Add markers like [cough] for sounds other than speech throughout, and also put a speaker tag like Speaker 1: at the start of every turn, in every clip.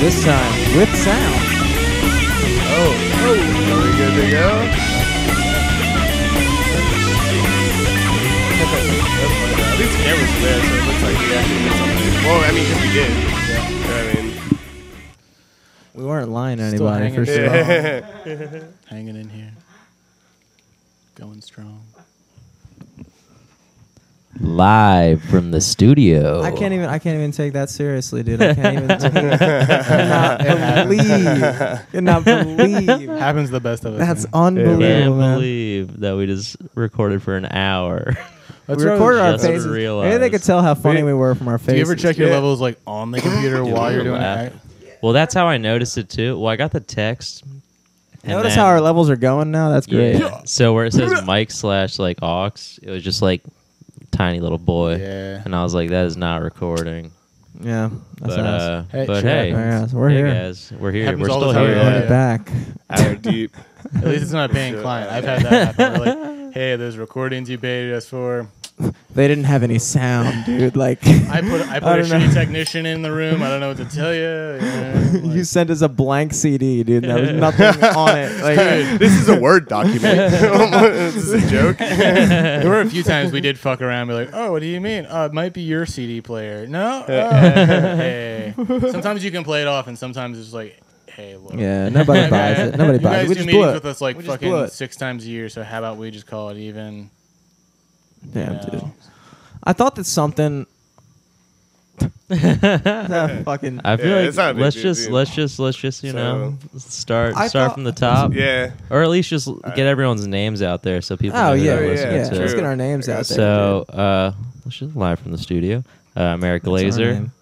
Speaker 1: this time with sound.
Speaker 2: Are Oh. we good to go? At least the cameras are there, so it looks like we actually did something. Well, I mean, if we did. Yeah. You know what I mean?
Speaker 1: We weren't lying to
Speaker 3: Still
Speaker 1: anybody for
Speaker 3: hanging.
Speaker 1: sure.
Speaker 3: [laughs] Hanging in here. Going strong.
Speaker 4: Live from the studio.
Speaker 1: I can't even. I can't even take that seriously, dude. I can't
Speaker 3: [laughs]
Speaker 1: even. Take, cannot believe. Cannot believe.
Speaker 3: Happens to the best of us.
Speaker 1: That's
Speaker 3: man.
Speaker 1: unbelievable.
Speaker 4: Can't
Speaker 1: man.
Speaker 4: believe that we just recorded for an hour. [laughs]
Speaker 3: That's
Speaker 1: We
Speaker 3: what I was
Speaker 1: recorded our
Speaker 4: just
Speaker 1: faces. Maybe they
Speaker 4: realized.
Speaker 1: could tell how funny we were from our faces.
Speaker 3: Do you ever check your
Speaker 2: Yeah.
Speaker 3: levels like on the computer while you're doing
Speaker 4: laugh.
Speaker 3: it?
Speaker 4: well, that's how I noticed it too. Well, I got the text. and
Speaker 1: Notice
Speaker 4: then-
Speaker 1: how our levels are going now. That's great.
Speaker 4: Yeah. So where it says Mike slash like ox, it was just like tiny little boy,
Speaker 3: Yeah.
Speaker 4: and I was like, that is not recording.
Speaker 1: Yeah, that's
Speaker 4: But
Speaker 1: nice.
Speaker 4: uh,
Speaker 3: Hey,
Speaker 4: but
Speaker 3: sure.
Speaker 4: hey,
Speaker 1: Yeah, so we're
Speaker 4: hey,
Speaker 1: here.
Speaker 4: guys, we're here.
Speaker 3: Happens
Speaker 4: we're
Speaker 3: all the
Speaker 4: still
Speaker 3: time.
Speaker 4: here.
Speaker 3: Yeah.
Speaker 1: Run it back. [laughs]
Speaker 2: Our deep.
Speaker 3: At least it's not a paying
Speaker 2: Sure.
Speaker 3: client. I've had that happen. We're like, hey, those recordings you paid us for.
Speaker 1: They didn't have any sound, dude. Like [laughs]
Speaker 3: I put I put
Speaker 1: I
Speaker 3: a
Speaker 1: don't know.
Speaker 3: shitty technician in the room. I don't know what to tell you. you, know, like-
Speaker 1: you sent us a blank CD, dude. There
Speaker 3: [laughs]
Speaker 1: was nothing on it. Like,
Speaker 2: This is a Word document. this is a joke.
Speaker 3: there were a few times we did fuck around, be like, "Oh, what do you mean? Oh, it might be your CD
Speaker 1: [laughs]
Speaker 3: player." No. Oh, hey. Sometimes you can play it off, and sometimes it's like, "Hey, look."
Speaker 1: yeah, nobody
Speaker 3: Okay.
Speaker 1: buys it. Nobody
Speaker 3: You
Speaker 1: buys
Speaker 3: guys
Speaker 1: it. We
Speaker 3: do
Speaker 1: just
Speaker 3: meetings
Speaker 1: blew it.
Speaker 3: with us like
Speaker 1: We just blew
Speaker 3: fucking
Speaker 1: it.
Speaker 3: six times a year, so how about we just call it even?
Speaker 1: [laughs] Damn,
Speaker 3: No.
Speaker 1: dude. I thought that something. That fucking.
Speaker 4: I feel
Speaker 2: Yeah,
Speaker 4: like
Speaker 2: it's not a big
Speaker 4: let's
Speaker 2: deal,
Speaker 4: just
Speaker 2: dude.
Speaker 4: let's just let's just you
Speaker 2: So-
Speaker 4: know start
Speaker 1: I
Speaker 4: start
Speaker 1: thought-
Speaker 4: from the
Speaker 2: [laughs]
Speaker 4: top,
Speaker 2: Yeah.
Speaker 4: or at least just l- get everyone's names out there so people.
Speaker 1: Oh
Speaker 4: know who
Speaker 1: yeah,
Speaker 4: they're
Speaker 2: yeah,
Speaker 4: listening
Speaker 1: yeah.
Speaker 4: to.
Speaker 1: Let's
Speaker 2: true.
Speaker 1: get our names out there.
Speaker 4: So uh, let's just live from the studio. Uh, Merrick
Speaker 1: dude. That's our
Speaker 4: Glazer,
Speaker 1: name.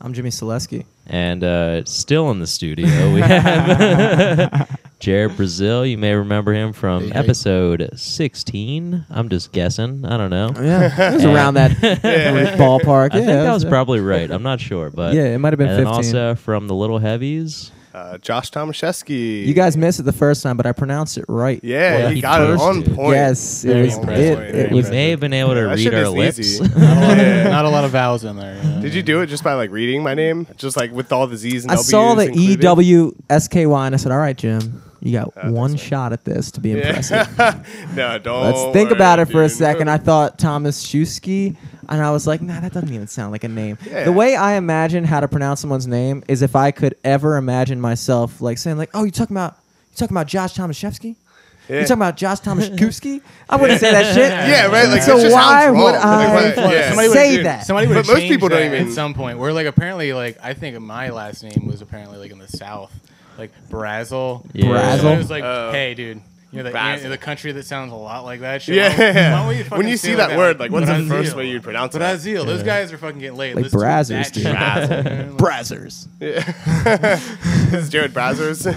Speaker 1: I'm Jimmy Selesky.
Speaker 4: and uh, still in the studio we have Jared Brazil. You may remember him
Speaker 3: Hey,
Speaker 4: from
Speaker 3: hey.
Speaker 4: episode 16. I'm just guessing. I don't know.
Speaker 1: Yeah, [laughs] it was around that [laughs] ballpark.
Speaker 4: I
Speaker 1: yeah,
Speaker 4: think that
Speaker 1: it
Speaker 4: was
Speaker 1: a-
Speaker 4: probably right. I'm not sure, but
Speaker 1: [laughs] Yeah, it might have been
Speaker 4: And then
Speaker 1: 15.
Speaker 4: also from the Little Heavies.
Speaker 2: Uh, Josh Tomaszewski.
Speaker 1: You guys missed it the first time, but I pronounced it right.
Speaker 2: Yeah,
Speaker 4: Well,
Speaker 2: you
Speaker 4: he
Speaker 2: got it
Speaker 4: first
Speaker 2: on
Speaker 4: did.
Speaker 2: point.
Speaker 1: Yes, it
Speaker 3: Very
Speaker 1: was.
Speaker 3: impressive.
Speaker 1: It, it
Speaker 3: Very
Speaker 1: was.
Speaker 4: You
Speaker 3: impressive.
Speaker 4: may have been able to
Speaker 2: That
Speaker 4: read
Speaker 2: shit
Speaker 4: our
Speaker 2: is
Speaker 4: lips.
Speaker 2: easy.
Speaker 3: Not a lot of,
Speaker 2: Yeah.
Speaker 3: not a lot of vowels in there. you know?
Speaker 2: Did you do it just by like reading my name, just like with all the Z's and
Speaker 1: I
Speaker 2: W's
Speaker 1: saw the E
Speaker 2: included?
Speaker 1: W S K Y, and I said, "All right, Jim, you got
Speaker 2: that's
Speaker 1: one shot at this to be
Speaker 2: [laughs] Yeah.
Speaker 1: impressive."
Speaker 2: [laughs] no, don't.
Speaker 1: Let's think
Speaker 2: worry,
Speaker 1: about it for a
Speaker 2: dude.
Speaker 1: second. I thought Thomas Shusky, and I was like, nah, that doesn't even sound like a name.
Speaker 2: Yeah.
Speaker 1: The way I imagine how to pronounce someone's name is if I could ever imagine myself like saying like, oh, you talking about you talking about Josh Tomaszewski?
Speaker 2: Yeah.
Speaker 1: You talking about Josh
Speaker 2: [laughs]
Speaker 1: Tomaszewski? I wouldn't say that shit.
Speaker 2: Yeah, right, like,
Speaker 1: so
Speaker 2: that just
Speaker 1: why
Speaker 2: sounds wrong.
Speaker 1: would
Speaker 2: Like,
Speaker 1: I
Speaker 2: why- yeah.
Speaker 1: fucking
Speaker 3: Somebody would've-
Speaker 1: say
Speaker 2: dude,
Speaker 1: that?
Speaker 3: Somebody would have
Speaker 2: But most people don't
Speaker 3: at
Speaker 2: even-
Speaker 3: some point. We're like apparently like I think my last name was apparently like in the South, like Brazel.
Speaker 4: Yeah.
Speaker 1: Brazel?
Speaker 3: So It was like,
Speaker 2: Oh.
Speaker 3: hey, dude. You know, the,
Speaker 2: Brazel.
Speaker 3: the country that sounds a lot like that shit. Why don't- why
Speaker 2: Yeah.
Speaker 3: don't we
Speaker 2: when
Speaker 3: fucking
Speaker 2: you
Speaker 3: say
Speaker 2: see
Speaker 3: it
Speaker 2: that
Speaker 3: like
Speaker 2: word, like, what's the first
Speaker 3: Brazel.
Speaker 2: way you'd pronounce it?
Speaker 3: Brazil. Those guys are fucking getting laid.
Speaker 1: Like
Speaker 3: Listen to
Speaker 1: Brazzers,
Speaker 3: that
Speaker 1: dude.
Speaker 3: shit.
Speaker 1: Brazzers.
Speaker 2: It's Jared
Speaker 3: [laughs]
Speaker 2: Brazzers.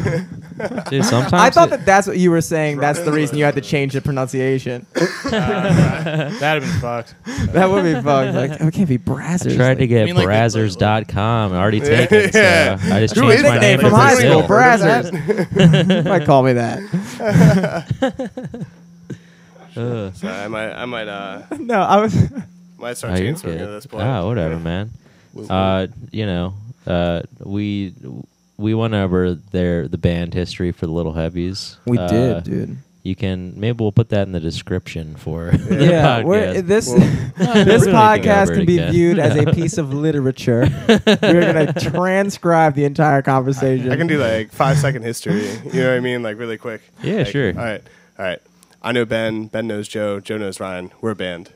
Speaker 4: Dude, sometimes
Speaker 1: I thought
Speaker 4: it-
Speaker 1: that that's what you were saying. That's the reason you had to change the pronunciation.
Speaker 3: [laughs] That'd have been fucked.
Speaker 1: that would be fucked. Like, oh, it can't be Brazzers.
Speaker 4: tried
Speaker 1: [laughs]
Speaker 4: to
Speaker 3: I
Speaker 4: get
Speaker 3: mean, like, the-
Speaker 4: Brazzers.com and
Speaker 3: [laughs]
Speaker 4: already taken.
Speaker 2: Yeah.
Speaker 4: So I just
Speaker 2: Who
Speaker 4: changed
Speaker 2: is
Speaker 4: my
Speaker 2: that?
Speaker 1: nickname
Speaker 4: name to
Speaker 1: from high
Speaker 4: Brazil.
Speaker 1: school,
Speaker 2: Brazil.
Speaker 1: Brazzers. Might call me
Speaker 2: [laughs]
Speaker 1: that.
Speaker 2: so
Speaker 4: Ugh.
Speaker 3: [laughs]
Speaker 2: I might, I might, uh,
Speaker 1: No, I was.
Speaker 2: might
Speaker 4: Oh,
Speaker 2: start
Speaker 4: you're
Speaker 2: chain smoking at
Speaker 4: good.
Speaker 2: this point.
Speaker 4: Ah, whatever, man. Uh, you know, uh, we we went over their the band history for the Little Heavies.
Speaker 2: [laughs]
Speaker 1: We
Speaker 4: Uh,
Speaker 1: did, dude.
Speaker 4: You can maybe we'll put that in the description for [laughs] the
Speaker 1: Yeah,
Speaker 4: podcast.
Speaker 1: we're, eh, this [laughs]
Speaker 4: we're
Speaker 1: this
Speaker 4: gonna
Speaker 1: podcast
Speaker 4: go over
Speaker 1: can
Speaker 4: it
Speaker 1: be
Speaker 4: again.
Speaker 1: viewed as
Speaker 4: [laughs]
Speaker 1: a piece of literature. We're gonna transcribe the entire conversation.
Speaker 2: I
Speaker 4: [laughs]
Speaker 2: can do like five second history. You know what I mean? Like really quick.
Speaker 4: Yeah,
Speaker 2: Like,
Speaker 4: sure.
Speaker 2: All right, all right. I know Ben. Ben knows Joe. Joe knows Ryan. We're a band.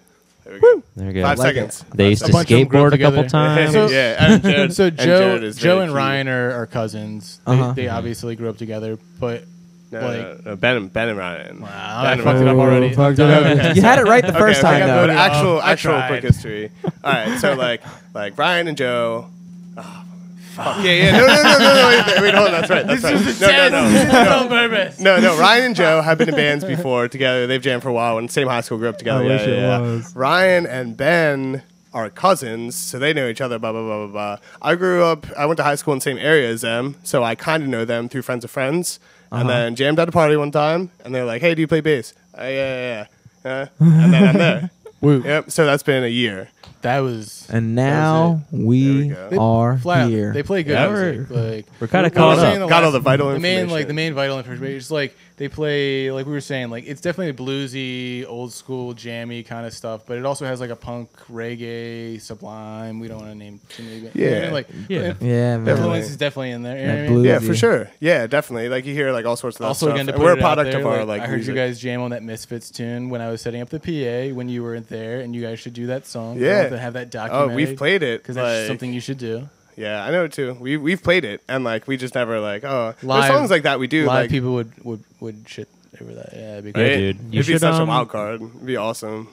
Speaker 2: There we go.
Speaker 4: There we go.
Speaker 2: Five
Speaker 1: Like
Speaker 2: seconds.
Speaker 4: They used
Speaker 3: A
Speaker 4: to
Speaker 3: bunch of them grew
Speaker 4: skateboard a couple
Speaker 3: together.
Speaker 4: times.
Speaker 3: So-
Speaker 2: [laughs] [laughs] yeah, and Jared,
Speaker 3: So Joe,
Speaker 2: Jared is
Speaker 3: Joe
Speaker 2: very
Speaker 3: and
Speaker 2: cute.
Speaker 3: Ryan are, are cousins. They,
Speaker 1: Uh-huh.
Speaker 3: they obviously grew up together, but
Speaker 2: No,
Speaker 3: like
Speaker 2: no, no, Ben and Ben and Ryan.
Speaker 3: Wow,
Speaker 2: Ben
Speaker 3: I
Speaker 2: and
Speaker 3: fucked it up
Speaker 2: Ryan.
Speaker 3: already.
Speaker 1: Oh, fucked it up. You had it right the first
Speaker 2: okay,
Speaker 1: time
Speaker 2: okay,
Speaker 1: though.
Speaker 2: but
Speaker 3: voted
Speaker 2: actual,
Speaker 3: off. I
Speaker 2: actual
Speaker 3: tried.
Speaker 2: quick history. All right, so like, [laughs] like Ryan and Joe. Oh, fuck. Yeah, yeah. No, no, no, no, no. Wait, wait hold on. That's right. That's right. no, no, no, no.
Speaker 3: [laughs] on purpose.
Speaker 2: No,
Speaker 1: [laughs]
Speaker 2: no. Ryan and Joe have been in bands before together. They've jammed for a while. In the same high school, grew up together.
Speaker 1: I
Speaker 2: yeah,
Speaker 1: wish
Speaker 2: yeah,
Speaker 1: it
Speaker 2: yeah.
Speaker 1: was.
Speaker 2: Ryan and Ben are cousins, so they know each other. Blah blah blah blah blah. I grew up. I went to high school in the same area as them, so I kind of know them through friends of friends. And
Speaker 1: Uh-huh.
Speaker 2: then jammed at a party one time, and they're like,
Speaker 1: [laughs]
Speaker 2: "Hey, do you play bass?" Uh, yeah, yeah, yeah. Uh, and then I'm there.
Speaker 3: Woo.
Speaker 2: Yep. So that's been a year.
Speaker 3: That was
Speaker 1: And now
Speaker 2: There we
Speaker 1: we
Speaker 2: go. They
Speaker 1: are
Speaker 3: flat.
Speaker 1: here.
Speaker 3: They play good
Speaker 4: Yeah,
Speaker 3: music. Like
Speaker 4: we're kinda
Speaker 3: what I was
Speaker 4: caught
Speaker 3: saying the
Speaker 4: up.
Speaker 2: Got
Speaker 3: last-
Speaker 2: all the vital
Speaker 3: the main like
Speaker 2: information.
Speaker 3: the main vital information. It's like they play like we were saying like it's definitely bluesy, old school, jammy kind of stuff, but it also has like a punk, reggae, sublime. We don't want to name too many. but- you know what I
Speaker 2: Yeah.
Speaker 3: mean? like
Speaker 4: Yeah.
Speaker 1: yeah, man.
Speaker 2: Definitely.
Speaker 3: influence is definitely in there. you know
Speaker 1: That
Speaker 3: what I mean?
Speaker 1: blues.
Speaker 2: Yeah,
Speaker 1: Bluesy.
Speaker 2: for sure. Yeah, definitely. Like you hear like all sorts of that
Speaker 3: also
Speaker 2: stuff.
Speaker 3: again to
Speaker 2: And
Speaker 3: put
Speaker 2: we're
Speaker 3: it
Speaker 2: a product
Speaker 3: out there,
Speaker 2: of our
Speaker 3: like,
Speaker 2: like.
Speaker 3: I heard
Speaker 2: music.
Speaker 3: you guys jam on that Misfits tune when I was setting up the PA when you weren't there, and you guys should do that song. I
Speaker 2: Yeah.
Speaker 3: want to have that
Speaker 2: Oh,
Speaker 3: documented.
Speaker 2: we've played it
Speaker 3: because that's just
Speaker 2: like-
Speaker 3: something you should do.
Speaker 2: Yeah, I know it too. We we've played it and like we just never like oh
Speaker 3: Live-
Speaker 2: there's songs like that we do
Speaker 3: Live
Speaker 2: like
Speaker 3: people would would would shit over that. Yeah, it'd be
Speaker 4: Yeah,
Speaker 3: great.
Speaker 4: dude. You
Speaker 2: It'd be
Speaker 4: should,
Speaker 2: such
Speaker 4: um,
Speaker 2: a wild card. It'd be awesome.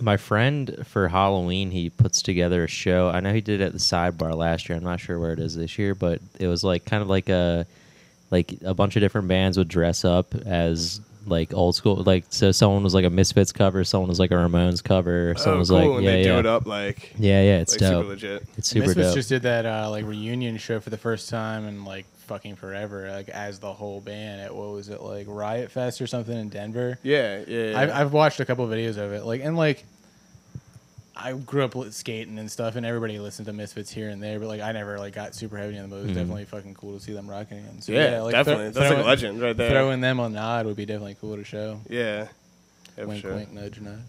Speaker 4: My friend for Halloween, he puts together a show. I know he did it at the sidebar last year. I'm not sure where it is this year, but it was like kind of like a like a bunch of different bands would dress up as like old school. Like so, someone was like a Misfits cover, someone was like a Ramones cover, someone
Speaker 2: oh,
Speaker 4: was
Speaker 2: cool.
Speaker 4: like
Speaker 2: and
Speaker 4: yeah,
Speaker 2: they
Speaker 4: yeah,
Speaker 2: do it up like
Speaker 4: yeah, yeah. It's
Speaker 2: like
Speaker 4: dope.
Speaker 2: super legit.
Speaker 4: It's
Speaker 3: And
Speaker 4: super dope.
Speaker 3: Misfits just did that uh, like reunion show for the first time in like fucking forever, like as the whole band at what was it like Riot Fest or something in Denver.
Speaker 2: Yeah, yeah. yeah.
Speaker 3: I've, I've watched a couple videos of it, like and like. I grew up with skating and stuff, and everybody listened to Misfits here and there, but like I never like got super heavy in them. But it
Speaker 4: Mm-hmm.
Speaker 3: was definitely fucking cool to see them rocking again. So,
Speaker 2: yeah,
Speaker 3: like, thro-
Speaker 2: definitely. That's like
Speaker 3: throwing-
Speaker 2: a legend right there.
Speaker 3: Throwing them on Nod would be definitely cool to show.
Speaker 2: yeah. Yeah, for
Speaker 3: wink,
Speaker 2: sure.
Speaker 3: wink, nudge, [laughs]
Speaker 4: [laughs]
Speaker 3: nudge.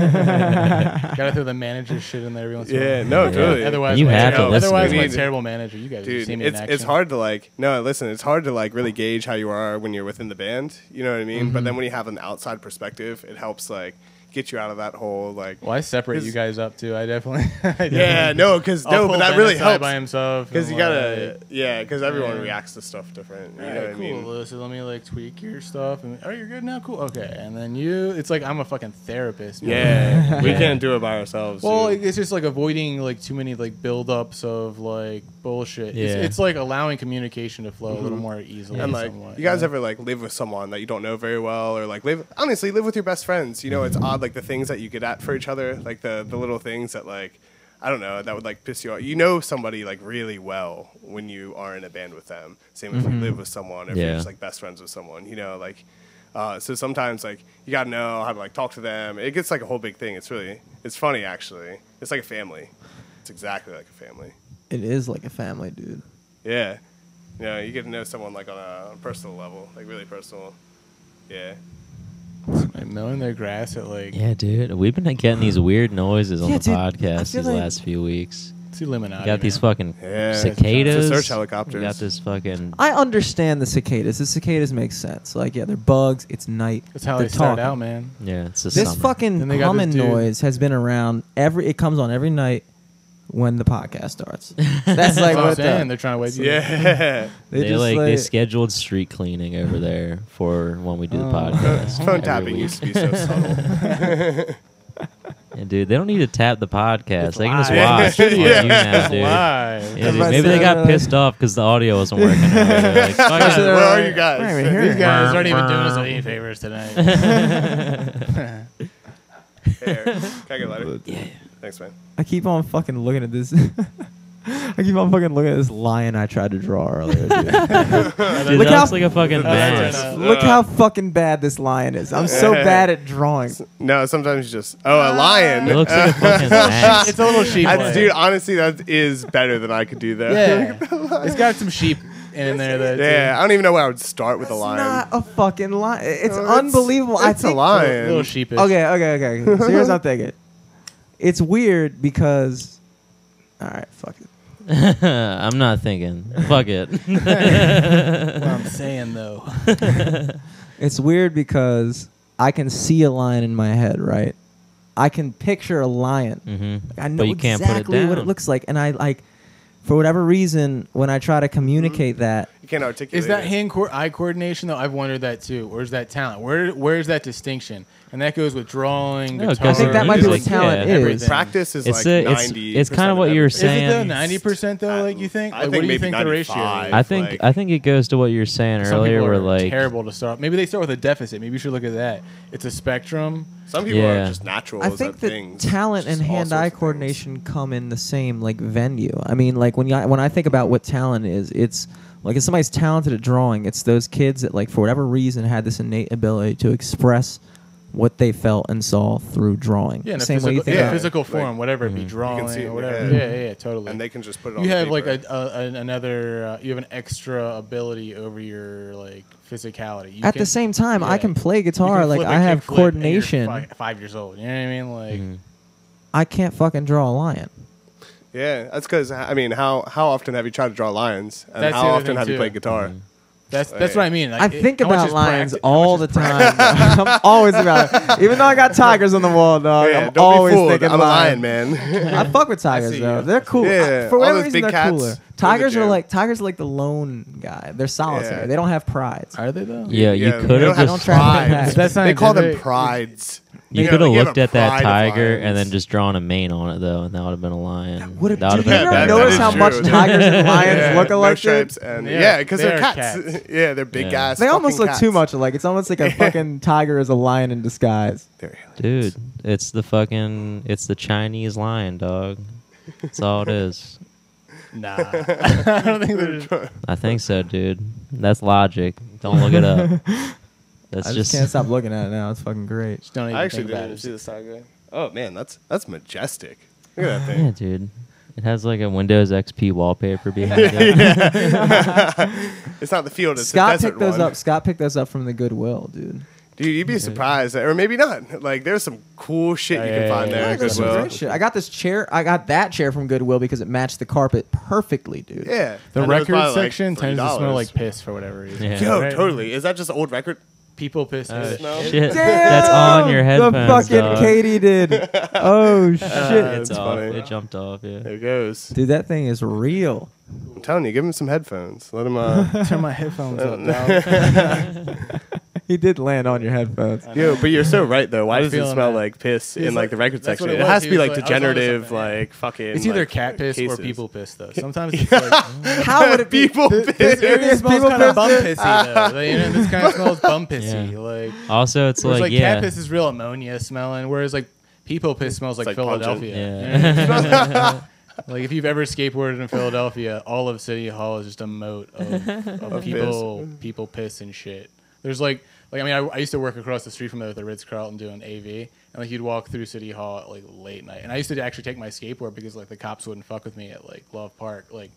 Speaker 3: Gotta throw the manager shit in there every once in a
Speaker 2: Yeah,
Speaker 3: while.
Speaker 2: no,
Speaker 4: Yeah.
Speaker 2: totally.
Speaker 3: Otherwise,
Speaker 4: You
Speaker 3: my
Speaker 4: have
Speaker 2: to
Speaker 3: terrible,
Speaker 2: listen to
Speaker 3: otherwise
Speaker 2: it.
Speaker 3: my
Speaker 2: Dude,
Speaker 3: terrible manager. You guys, have
Speaker 2: dude
Speaker 3: seen me in
Speaker 2: it's, it's
Speaker 3: action.
Speaker 2: hard to like no listen it's hard to like really gauge how you are when you're within the band you know what i mean but
Speaker 3: Mm-hmm.
Speaker 2: then when you have an outside perspective it helps like get you out of that whole like
Speaker 3: Well, I separate you
Speaker 2: It's-
Speaker 3: guys up too. I definitely. [laughs] I
Speaker 2: [laughs]
Speaker 3: definitely
Speaker 2: yeah no because
Speaker 3: I'll
Speaker 2: no but
Speaker 3: pull
Speaker 2: that
Speaker 3: Ben
Speaker 2: really
Speaker 3: aside
Speaker 2: helps
Speaker 3: by himself
Speaker 2: because
Speaker 3: and,
Speaker 2: you gotta
Speaker 3: like,
Speaker 2: yeah because everyone
Speaker 3: yeah.
Speaker 2: reacts to stuff different you
Speaker 3: all
Speaker 2: know
Speaker 3: right,
Speaker 2: what
Speaker 3: cool.
Speaker 2: i mean
Speaker 3: So let me like tweak your stuff. And, oh, you're good now. Cool. Okay. And then you, it's like I'm a fucking therapist. man.
Speaker 2: yeah we
Speaker 4: Yeah.
Speaker 2: can't do it by ourselves
Speaker 3: Well,
Speaker 2: dude.
Speaker 3: like, it's just like avoiding like too many like buildups of like bullshit.
Speaker 4: Yeah.
Speaker 3: It's, it's like allowing communication to flow a little more easily.
Speaker 2: Mm-hmm. and like
Speaker 3: somewhat,
Speaker 2: you guys
Speaker 3: yeah.
Speaker 2: ever like live with someone that you don't know very well or like live honestly live with your best friends you know
Speaker 3: Mm-hmm.
Speaker 2: it's odd like the things that you get at for each other like the the little things that like i don't know that would like piss you off you know somebody like really well when you are in a band with them same if
Speaker 3: Mm-hmm.
Speaker 2: you live with someone or if
Speaker 4: Yeah.
Speaker 2: you're just like best friends with someone you know like uh, so sometimes like you gotta know how to like talk to them it gets like a whole big thing it's really it's funny actually it's like a family it's exactly like a family
Speaker 1: It is like a family, dude.
Speaker 2: yeah. You know, you get to know someone like on a personal level, like really personal. Yeah.
Speaker 3: Like, mowing their grass at like
Speaker 4: yeah, dude. We've been getting these weird noises on
Speaker 1: Yeah,
Speaker 4: the
Speaker 1: dude, I
Speaker 4: podcast
Speaker 1: feel
Speaker 4: these
Speaker 1: like-
Speaker 4: last few weeks.
Speaker 3: it's Illuminati.
Speaker 4: We got these
Speaker 3: man.
Speaker 4: fucking
Speaker 2: Yeah, it's a
Speaker 4: cicadas.
Speaker 2: search helicopters.
Speaker 4: We got this fucking
Speaker 1: I understand the cicadas. The cicadas make sense. Like, yeah, they're bugs. It's night.
Speaker 3: That's how
Speaker 1: they're
Speaker 3: they start
Speaker 1: talking.
Speaker 3: out, man.
Speaker 4: yeah. It's the
Speaker 1: This
Speaker 4: summer.
Speaker 1: fucking
Speaker 3: Then they got this
Speaker 1: humming
Speaker 3: dude-
Speaker 1: noise has been around every. It comes on every night when the podcast starts. That's like
Speaker 3: That's what I'm
Speaker 1: what
Speaker 3: saying.
Speaker 1: the,
Speaker 3: They're trying to wake you. up.
Speaker 2: Yeah.
Speaker 1: they,
Speaker 4: They,
Speaker 1: just
Speaker 4: like,
Speaker 1: like.
Speaker 4: they scheduled street cleaning over there for when we do the
Speaker 3: Oh.
Speaker 4: podcast.
Speaker 2: Phone
Speaker 4: every
Speaker 2: tapping
Speaker 4: week.
Speaker 2: used to be so subtle.
Speaker 3: [laughs]
Speaker 4: Yeah, dude, they don't need to tap the podcast. they can just
Speaker 3: live. [laughs]
Speaker 4: watch
Speaker 3: Yeah.
Speaker 4: on you now,
Speaker 3: Live.
Speaker 4: dude. Yeah, dude,
Speaker 1: If I
Speaker 4: Maybe they
Speaker 1: said,
Speaker 4: got
Speaker 1: uh,
Speaker 4: pissed off because the audio
Speaker 3: [laughs]
Speaker 4: wasn't working. over there. Like, fuck
Speaker 2: Where
Speaker 4: it.
Speaker 2: are
Speaker 1: We're not even
Speaker 2: you guys?
Speaker 1: hearing
Speaker 3: These guys
Speaker 4: Burr,
Speaker 3: aren't even doing us
Speaker 4: burr.
Speaker 3: any
Speaker 1: [laughs]
Speaker 3: favors tonight.
Speaker 2: Here. Can I get a lighter? Yeah. Thanks, man.
Speaker 1: I keep on fucking looking at this. [laughs] I keep on fucking looking at this lion I tried to draw earlier. Dude.
Speaker 2: [laughs]
Speaker 4: Dude,
Speaker 1: Look
Speaker 4: that
Speaker 1: how-
Speaker 4: looks like a
Speaker 3: [laughs]
Speaker 4: fucking
Speaker 3: that's
Speaker 4: mask.
Speaker 3: right.
Speaker 1: Look how fucking bad this lion is. I'm so bad at drawing.
Speaker 2: No, sometimes you just oh
Speaker 3: Ah.
Speaker 2: a
Speaker 4: It
Speaker 2: lion.
Speaker 4: looks like a fucking
Speaker 3: [laughs]
Speaker 4: mask.
Speaker 3: uh,
Speaker 4: [laughs]
Speaker 3: it's a little sheep.
Speaker 2: That's,
Speaker 3: one.
Speaker 2: dude, honestly, that is better than I could do there.
Speaker 3: Yeah, it's got some sheep in there.
Speaker 2: [laughs]
Speaker 3: That
Speaker 2: yeah. I don't even know where I would start with a lion.
Speaker 1: Not a fucking lion. It's
Speaker 2: No, it's-
Speaker 1: unbelievable. I
Speaker 2: it's a
Speaker 1: think-
Speaker 2: lion.
Speaker 3: little sheepish.
Speaker 1: Okay, okay, okay. So here's
Speaker 2: [laughs]
Speaker 1: what I'm thinking. It's weird because. All right, fuck it.
Speaker 4: I'm not thinking. Fuck it.
Speaker 3: What I'm saying though, [laughs]
Speaker 1: It's weird because I can see a lion in my head, right? I can picture a lion.
Speaker 4: hmm
Speaker 1: I know
Speaker 4: But you can't put it
Speaker 1: exactly what it
Speaker 4: down.
Speaker 1: looks like, and I like, for whatever reason, when I try to communicate that,
Speaker 2: You can't articulate.
Speaker 3: is that
Speaker 2: it.
Speaker 3: hand co- eye coordination though? I've wondered that too. Where's that talent? Where where's that distinction? And that goes with drawing.
Speaker 4: No, it
Speaker 3: guitar,
Speaker 4: goes
Speaker 1: I think that might be what
Speaker 4: Music,
Speaker 1: talent
Speaker 4: yeah.
Speaker 1: is.
Speaker 2: Practice is
Speaker 4: It's
Speaker 2: like
Speaker 4: a- it's-
Speaker 2: ninety.
Speaker 4: it's kinda what you were
Speaker 3: Is it though
Speaker 4: saying-
Speaker 3: ninety percent though? Like you think?
Speaker 2: I
Speaker 3: Like, what
Speaker 2: think
Speaker 3: do you
Speaker 2: maybe
Speaker 3: think the ratio?
Speaker 2: 95.
Speaker 4: I think
Speaker 2: Like-
Speaker 4: I think it goes to what you were saying
Speaker 3: Some
Speaker 4: earlier.
Speaker 3: people
Speaker 4: Where
Speaker 3: are
Speaker 4: like
Speaker 3: terrible to start. Maybe they start with a deficit. Maybe you should look at that. It's a spectrum.
Speaker 2: Some people
Speaker 4: Yeah.
Speaker 2: are just natural.
Speaker 1: I
Speaker 2: as
Speaker 1: think
Speaker 2: at
Speaker 1: that
Speaker 2: things.
Speaker 1: talent
Speaker 2: Just
Speaker 1: and
Speaker 2: all
Speaker 1: hand-eye
Speaker 2: sorts of things.
Speaker 1: coordination come in the same like venue. I mean, like when you, when I think about what talent is, it's like if somebody's talented at drawing, it's those kids that like for whatever reason had this innate ability to express what they felt and saw through drawing.
Speaker 3: Yeah, in a
Speaker 1: Same way you
Speaker 3: physical,
Speaker 1: think.
Speaker 2: yeah,
Speaker 1: about- mm-hmm.
Speaker 3: physical
Speaker 2: Like,
Speaker 3: form, whatever it be, drawing
Speaker 2: see it
Speaker 3: or
Speaker 2: in your
Speaker 3: whatever.
Speaker 2: head.
Speaker 3: Yeah, yeah, yeah, totally.
Speaker 2: and they can just put it on
Speaker 3: you
Speaker 2: the
Speaker 3: have like a,
Speaker 2: paper.
Speaker 3: a an- another uh, you have an extra ability over your like physicality. You
Speaker 1: At
Speaker 3: can-
Speaker 1: the same time, I
Speaker 3: yeah.
Speaker 1: can play
Speaker 3: you can
Speaker 1: guitar. like
Speaker 3: flip a
Speaker 1: I have
Speaker 3: kickflip and you're
Speaker 1: coordination. Mm-hmm.
Speaker 3: fi- five years old, you know what I mean? Like
Speaker 1: I can't fucking draw a lion.
Speaker 2: yeah that's because i mean how how often have you tried to draw lions and
Speaker 3: That's the
Speaker 2: how
Speaker 3: other
Speaker 2: often
Speaker 3: thing,
Speaker 2: have you
Speaker 3: too.
Speaker 2: played guitar
Speaker 4: Mm-hmm.
Speaker 3: that's that's what I mean. Like,
Speaker 1: I
Speaker 3: it-
Speaker 1: think
Speaker 3: how much
Speaker 1: about
Speaker 3: is
Speaker 1: lions
Speaker 3: practi- how much
Speaker 1: all
Speaker 3: is
Speaker 1: the time. bro. I'm always about it. Even though I got tigers on the wall, dog.
Speaker 2: Oh, yeah
Speaker 1: I'm
Speaker 2: don't
Speaker 1: always
Speaker 2: be fooled
Speaker 1: thinking
Speaker 2: i'm
Speaker 1: lion.
Speaker 2: a lion
Speaker 4: [laughs]
Speaker 2: man
Speaker 1: I fuck with tigers
Speaker 3: see
Speaker 1: though.
Speaker 3: you.
Speaker 1: They're cool.
Speaker 2: Yeah,
Speaker 1: I- for
Speaker 2: all
Speaker 1: whatever
Speaker 2: those
Speaker 1: reason,
Speaker 2: big
Speaker 1: they're
Speaker 2: cats,
Speaker 1: cooler.
Speaker 2: those are
Speaker 1: Tigers are
Speaker 2: jam.
Speaker 1: like tigers are like the lone guy. They're solitary.
Speaker 2: Yeah.
Speaker 1: They don't have prides.
Speaker 3: Are they though?
Speaker 4: Yeah,
Speaker 2: Yeah,
Speaker 4: you could
Speaker 2: they don't
Speaker 4: have
Speaker 2: have
Speaker 4: just
Speaker 1: tri-
Speaker 2: prides.
Speaker 3: That's not
Speaker 2: they call them
Speaker 3: even-
Speaker 2: prides.
Speaker 4: you
Speaker 2: know,
Speaker 4: could have
Speaker 2: they give
Speaker 4: looked
Speaker 2: a
Speaker 4: at that
Speaker 2: pride of
Speaker 4: tiger and then
Speaker 2: lions.
Speaker 4: just drawn a mane on it though, and that would have been a lion.
Speaker 1: Would
Speaker 4: That
Speaker 1: have, did you
Speaker 4: would've been a
Speaker 1: ever
Speaker 4: bad
Speaker 2: that-
Speaker 1: notice
Speaker 4: guy.
Speaker 2: that
Speaker 1: how
Speaker 2: is
Speaker 1: much
Speaker 2: true.
Speaker 1: tigers and [laughs] lions
Speaker 2: Yeah,
Speaker 1: look
Speaker 2: no
Speaker 1: alike? dude?
Speaker 2: stripes and
Speaker 3: Yeah,
Speaker 2: yeah, because
Speaker 3: they
Speaker 2: they're
Speaker 3: are
Speaker 2: cats.
Speaker 3: cats.
Speaker 2: [laughs] yeah, they're big
Speaker 4: Yeah.
Speaker 2: ass.
Speaker 1: They almost
Speaker 2: fucking
Speaker 1: look too
Speaker 2: cats.
Speaker 1: much alike. It's almost like a fucking tiger is a lion in disguise.
Speaker 2: They're aliens.
Speaker 4: Dude, it's the fucking it's the Chinese lion, dog. That's all it is.
Speaker 3: Nah, [laughs] I don't think
Speaker 2: [laughs]
Speaker 3: they're. Just,
Speaker 4: I think so, dude. That's logic. Don't look
Speaker 1: [laughs]
Speaker 4: it up. That's
Speaker 1: I just
Speaker 4: just,
Speaker 1: can't stop looking at it now. It's fucking great.
Speaker 3: just don't even
Speaker 2: I actually
Speaker 3: think about
Speaker 2: didn't
Speaker 3: it.
Speaker 2: see the tiger. Oh man, that's that's majestic. Look at that
Speaker 4: Yeah,
Speaker 2: thing.
Speaker 4: dude. It has like a Windows XP wallpaper behind
Speaker 1: [laughs]
Speaker 4: it.
Speaker 2: It's not the field. It's
Speaker 1: Scott
Speaker 2: the
Speaker 1: picked
Speaker 2: desert
Speaker 1: those
Speaker 2: one.
Speaker 1: up. Scott picked those up from the Goodwill, dude.
Speaker 2: Dude, you'd be surprised, or maybe not. Like, there's some cool shit
Speaker 3: Oh,
Speaker 2: you
Speaker 3: yeah,
Speaker 2: can
Speaker 3: yeah,
Speaker 2: find
Speaker 3: yeah.
Speaker 2: there.
Speaker 1: Yeah,
Speaker 2: at
Speaker 1: there's some
Speaker 2: Goodwill.
Speaker 1: great shit. I got this chair. I got that chair from Goodwill because it matched the carpet perfectly, dude.
Speaker 2: Yeah,
Speaker 3: The
Speaker 2: I know it's
Speaker 3: record
Speaker 2: probably, like,
Speaker 3: section tends to smell
Speaker 2: $3.
Speaker 3: like piss for whatever reason.
Speaker 4: Yeah.
Speaker 2: Yo,
Speaker 3: Right?
Speaker 2: totally. Is that just old record?
Speaker 3: People piss.
Speaker 4: Oh,
Speaker 3: is-
Speaker 2: No.
Speaker 4: shit. That's on your
Speaker 1: Damn!
Speaker 4: headphones.
Speaker 1: The fucking
Speaker 4: dog. Uh,
Speaker 1: Katie did.
Speaker 2: [laughs]
Speaker 1: Oh shit,
Speaker 2: That's
Speaker 4: It's off.
Speaker 2: funny.
Speaker 4: It jumped off, yeah.
Speaker 2: There it goes.
Speaker 1: dude, that thing is real.
Speaker 2: I'm telling you, give him some headphones. Let him.
Speaker 3: [laughs]
Speaker 2: Uh,
Speaker 3: Turn my
Speaker 2: [laughs]
Speaker 3: headphones up, dog.
Speaker 1: [laughs] He did land on your headphones.
Speaker 2: yo, but you're so right though. Why
Speaker 3: I'm
Speaker 2: does it
Speaker 3: feeling
Speaker 2: smell
Speaker 3: that.
Speaker 2: like piss
Speaker 3: He's
Speaker 2: in like,
Speaker 3: like-
Speaker 2: the record
Speaker 3: that's
Speaker 2: section?
Speaker 3: what it
Speaker 2: It,
Speaker 3: was.
Speaker 2: has
Speaker 3: He
Speaker 2: to be
Speaker 3: was
Speaker 2: like
Speaker 3: like- I was onto
Speaker 2: degenerative,
Speaker 3: something, yeah.
Speaker 2: like fucking.
Speaker 3: It's either
Speaker 2: like,
Speaker 3: cat piss or
Speaker 2: cases. [laughs]
Speaker 3: people piss though. Sometimes it's like
Speaker 1: How would it be?
Speaker 2: People piss.
Speaker 3: It
Speaker 1: Is
Speaker 3: smells
Speaker 1: people
Speaker 3: kind of
Speaker 1: piss
Speaker 3: bum pissy though. Like, you know, this kind of smells bum pissy.
Speaker 4: Yeah.
Speaker 3: Like,
Speaker 4: Also, it's
Speaker 3: whereas, like,
Speaker 4: like, yeah.
Speaker 3: cat piss is real ammonia smelling, whereas like people piss smells like,
Speaker 2: like pungent.
Speaker 3: Philadelphia.
Speaker 4: Yeah. [laughs]
Speaker 3: You know what I mean? like if you've ever skateboarded in Philadelphia, all of City Hall is just a moat of,
Speaker 2: [laughs]
Speaker 3: of people people piss and shit. There's like like I mean I, I used to work across the street from the, the Ritz Carlton doing AV, and like you'd walk through City Hall at, like late night, and I used to actually take my skateboard because like the cops wouldn't fuck with me at like Love Park, like.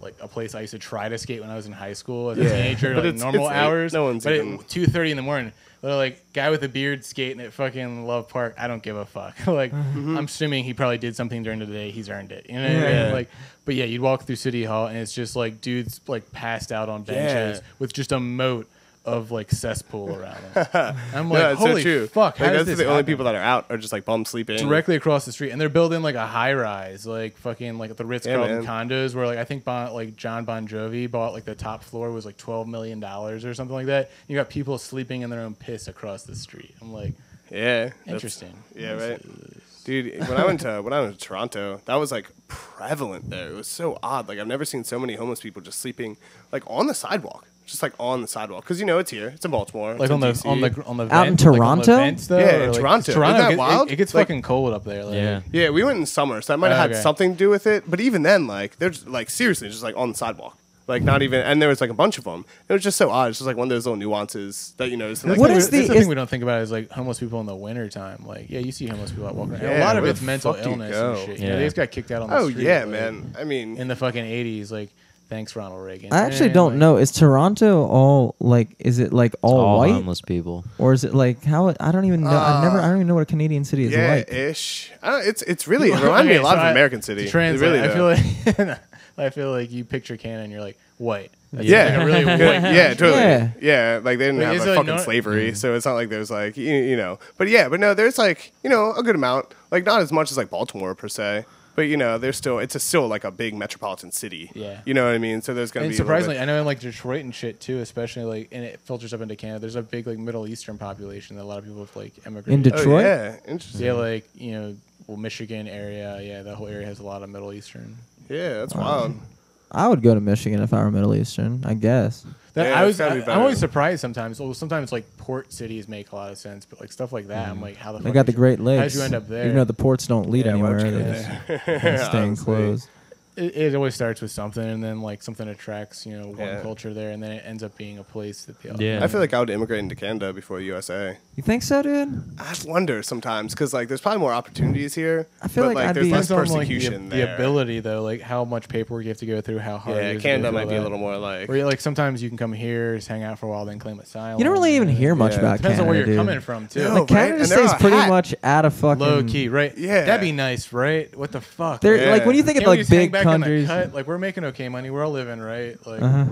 Speaker 3: Like a place I used to try to skate when I was in high school as a teenager,
Speaker 2: But
Speaker 3: like
Speaker 2: it's-
Speaker 3: normal
Speaker 2: it's late.
Speaker 3: hours.
Speaker 2: No one's
Speaker 3: but
Speaker 2: even-
Speaker 3: at two thirty in the morning, they're like guy with a beard skating at fucking Love Park. I don't give a fuck. [laughs] like I'm assuming he probably did something during the day. He's earned it. You know what I mean?
Speaker 2: Mm-hmm. Yeah.
Speaker 3: Like, but yeah, you'd walk through City Hall and it's just like dudes like passed out on benches
Speaker 2: Yeah.
Speaker 3: with just a moat of like cesspool around them.
Speaker 2: [laughs]
Speaker 3: I'm like,
Speaker 2: Yeah, it's so
Speaker 3: holy
Speaker 2: true.
Speaker 3: fuck! How
Speaker 2: Like,
Speaker 3: does
Speaker 2: that's
Speaker 3: this
Speaker 2: the only
Speaker 3: happen?"
Speaker 2: people that are out are just like bum sleeping.
Speaker 3: directly across the street, and they're building like a high rise, like fucking like the Ritz Carlton
Speaker 2: Yeah,
Speaker 3: condos, where like I think bon, like John Bon Jovi bought like the top floor was like twelve million dollars or something like that. You got people sleeping in their own piss across the street. I'm like,
Speaker 2: Yeah. that's-
Speaker 3: interesting.
Speaker 2: Yeah, right. Dude, when I went to when I went to Toronto, that was like prevalent there. It was so odd. Like I've never seen so many homeless people just sleeping like on the sidewalk, just like on the sidewalk. Because you know it's here, it's in Baltimore, it's
Speaker 3: Like
Speaker 2: in
Speaker 3: on the
Speaker 2: DC.
Speaker 3: on the on the
Speaker 1: Out in
Speaker 3: vent- like, on the
Speaker 1: Toronto?
Speaker 3: vents, though,
Speaker 2: Yeah,
Speaker 3: or,
Speaker 2: in
Speaker 3: like-
Speaker 2: Toronto. Isn't
Speaker 3: Toronto
Speaker 2: that
Speaker 3: it gets-
Speaker 2: wild?
Speaker 3: It, it gets
Speaker 2: Like-
Speaker 3: fucking cold up there. Like,
Speaker 4: Yeah.
Speaker 2: Yeah, we went in summer, so that might
Speaker 3: Oh,
Speaker 2: have
Speaker 3: okay.
Speaker 2: had something to do with it. But even then, like they're just, like seriously just like on the sidewalk. Like not even, and there was like a bunch of them. It was just so odd. It's just like one of those little nuances that you notice. in, Like,
Speaker 1: What
Speaker 3: What
Speaker 1: is
Speaker 3: is
Speaker 1: the-
Speaker 3: the
Speaker 1: is-
Speaker 3: thing we don't think about is like homeless people in the winter time. Like, yeah, you see homeless people out walking. around. a
Speaker 2: Yeah,
Speaker 3: lot of
Speaker 2: where
Speaker 3: it's
Speaker 2: the
Speaker 3: mental
Speaker 2: fuck do you
Speaker 3: illness and
Speaker 2: go?
Speaker 3: shit. Yeah.
Speaker 4: Yeah.
Speaker 3: they just got kicked out on the
Speaker 2: Oh
Speaker 3: street.
Speaker 2: yeah,
Speaker 3: like,
Speaker 2: man. I mean,
Speaker 3: In the fucking eighties, like, thanks Ronald Reagan.
Speaker 1: I actually
Speaker 3: And,
Speaker 1: don't
Speaker 3: like,
Speaker 1: know. Is Toronto all like? Is it like all,
Speaker 4: all
Speaker 1: white,
Speaker 4: homeless people.
Speaker 1: or is it like how? I don't even know. I never. I don't even know what a Canadian city is
Speaker 2: yeah,
Speaker 1: like.
Speaker 2: ish. I don't- it's it's really it
Speaker 3: Well,
Speaker 2: reminded me
Speaker 3: [laughs] okay,
Speaker 2: a lot
Speaker 3: so
Speaker 2: of
Speaker 3: I-
Speaker 2: American
Speaker 3: to
Speaker 2: City. It
Speaker 3: Translate.
Speaker 2: really
Speaker 3: I
Speaker 2: does.
Speaker 3: feel like [laughs] I feel like you picture Canada and you're like white. That's
Speaker 2: Yeah,
Speaker 3: like
Speaker 1: [laughs]
Speaker 3: a [laughs] really
Speaker 2: yeah,
Speaker 3: white.
Speaker 2: yeah, totally.
Speaker 1: Yeah.
Speaker 2: Yeah. like they didn't
Speaker 3: Like,
Speaker 2: have
Speaker 3: it's
Speaker 2: like,
Speaker 3: like
Speaker 2: fucking
Speaker 3: not-
Speaker 2: slavery, so it's not like there's like you, you know. But yeah, but no, there's like you know a good amount, like not as much as like Baltimore per se, but you know there's still it's a, still like a big metropolitan city.
Speaker 3: Yeah.
Speaker 2: you know what I mean. So there's gonna
Speaker 3: And
Speaker 2: be
Speaker 3: surprisingly,
Speaker 2: a
Speaker 3: I know in like Detroit and shit too, especially like, and it filters up into Canada. There's a big like Middle Eastern population that a lot of people have like emigrated.
Speaker 1: In
Speaker 3: to.
Speaker 1: Det-
Speaker 2: little bit- oh,
Speaker 1: Detroit?
Speaker 2: yeah, interesting.
Speaker 3: Yeah, like you know, well, Michigan area. Yeah, that whole area has a lot of Middle Eastern.
Speaker 2: Yeah, that's wild.
Speaker 1: I would go to Michigan if I were Middle Eastern. I guess.
Speaker 3: That,
Speaker 2: Yeah,
Speaker 3: I
Speaker 2: it's
Speaker 3: was.
Speaker 2: gotta
Speaker 3: I,
Speaker 2: be
Speaker 3: am always
Speaker 2: better.
Speaker 3: surprised sometimes. Well, sometimes like port cities make a lot of sense, but like stuff like that, I'm like, how the
Speaker 1: Mm-hmm. They
Speaker 3: fuck
Speaker 1: got the
Speaker 3: did you-
Speaker 1: Great
Speaker 3: how'd
Speaker 1: Lakes.
Speaker 3: you end up there?
Speaker 1: Even though the ports don't lead
Speaker 2: Yeah, why
Speaker 1: anywhere,
Speaker 3: [laughs]
Speaker 2: would you
Speaker 1: they
Speaker 2: go
Speaker 1: just [laughs] staying
Speaker 2: [laughs] Honestly.
Speaker 1: closed.
Speaker 3: it, it always starts with something, and then like something attracts you know one
Speaker 2: Yeah.
Speaker 3: culture there, and then it ends up being a place that they all
Speaker 4: Yeah.
Speaker 2: I feel like I would immigrate into Canada before USA.
Speaker 1: You think so, dude?
Speaker 2: I wonder sometimes because like there's probably more opportunities here.
Speaker 1: I feel
Speaker 2: but,
Speaker 1: like
Speaker 2: like,
Speaker 1: I'd
Speaker 2: there's
Speaker 1: be-
Speaker 2: less
Speaker 3: Depends on like the,
Speaker 2: persecution
Speaker 3: the
Speaker 2: there.
Speaker 3: ability though, like how much paperwork you have to go through, how hard. it
Speaker 2: Yeah,
Speaker 3: is to go
Speaker 2: Canada
Speaker 3: through
Speaker 2: might
Speaker 3: all
Speaker 2: be a
Speaker 3: that.
Speaker 2: little more like.
Speaker 3: Where you're, like sometimes you can come here, just hang out for a while, then claim asylum.
Speaker 1: You don't really even hear much
Speaker 2: Yeah.
Speaker 1: about
Speaker 3: Depends
Speaker 1: Canada,
Speaker 3: on where you're
Speaker 1: dude.
Speaker 3: coming from too.
Speaker 2: No,
Speaker 1: Like,
Speaker 2: right?
Speaker 1: Canada
Speaker 2: And they're
Speaker 1: stays
Speaker 2: all
Speaker 1: pretty
Speaker 2: hot.
Speaker 1: much out of fucking
Speaker 3: Low key, right?
Speaker 2: Yeah.
Speaker 3: that'd be nice, right? What the fuck?
Speaker 1: They're
Speaker 2: Yeah.
Speaker 1: like when you think of
Speaker 3: Can't we
Speaker 1: like
Speaker 3: just hang
Speaker 1: big
Speaker 3: back in the
Speaker 1: countries.
Speaker 3: cut? Like we're making okay money, we're all living, right? Like
Speaker 1: Uh-huh.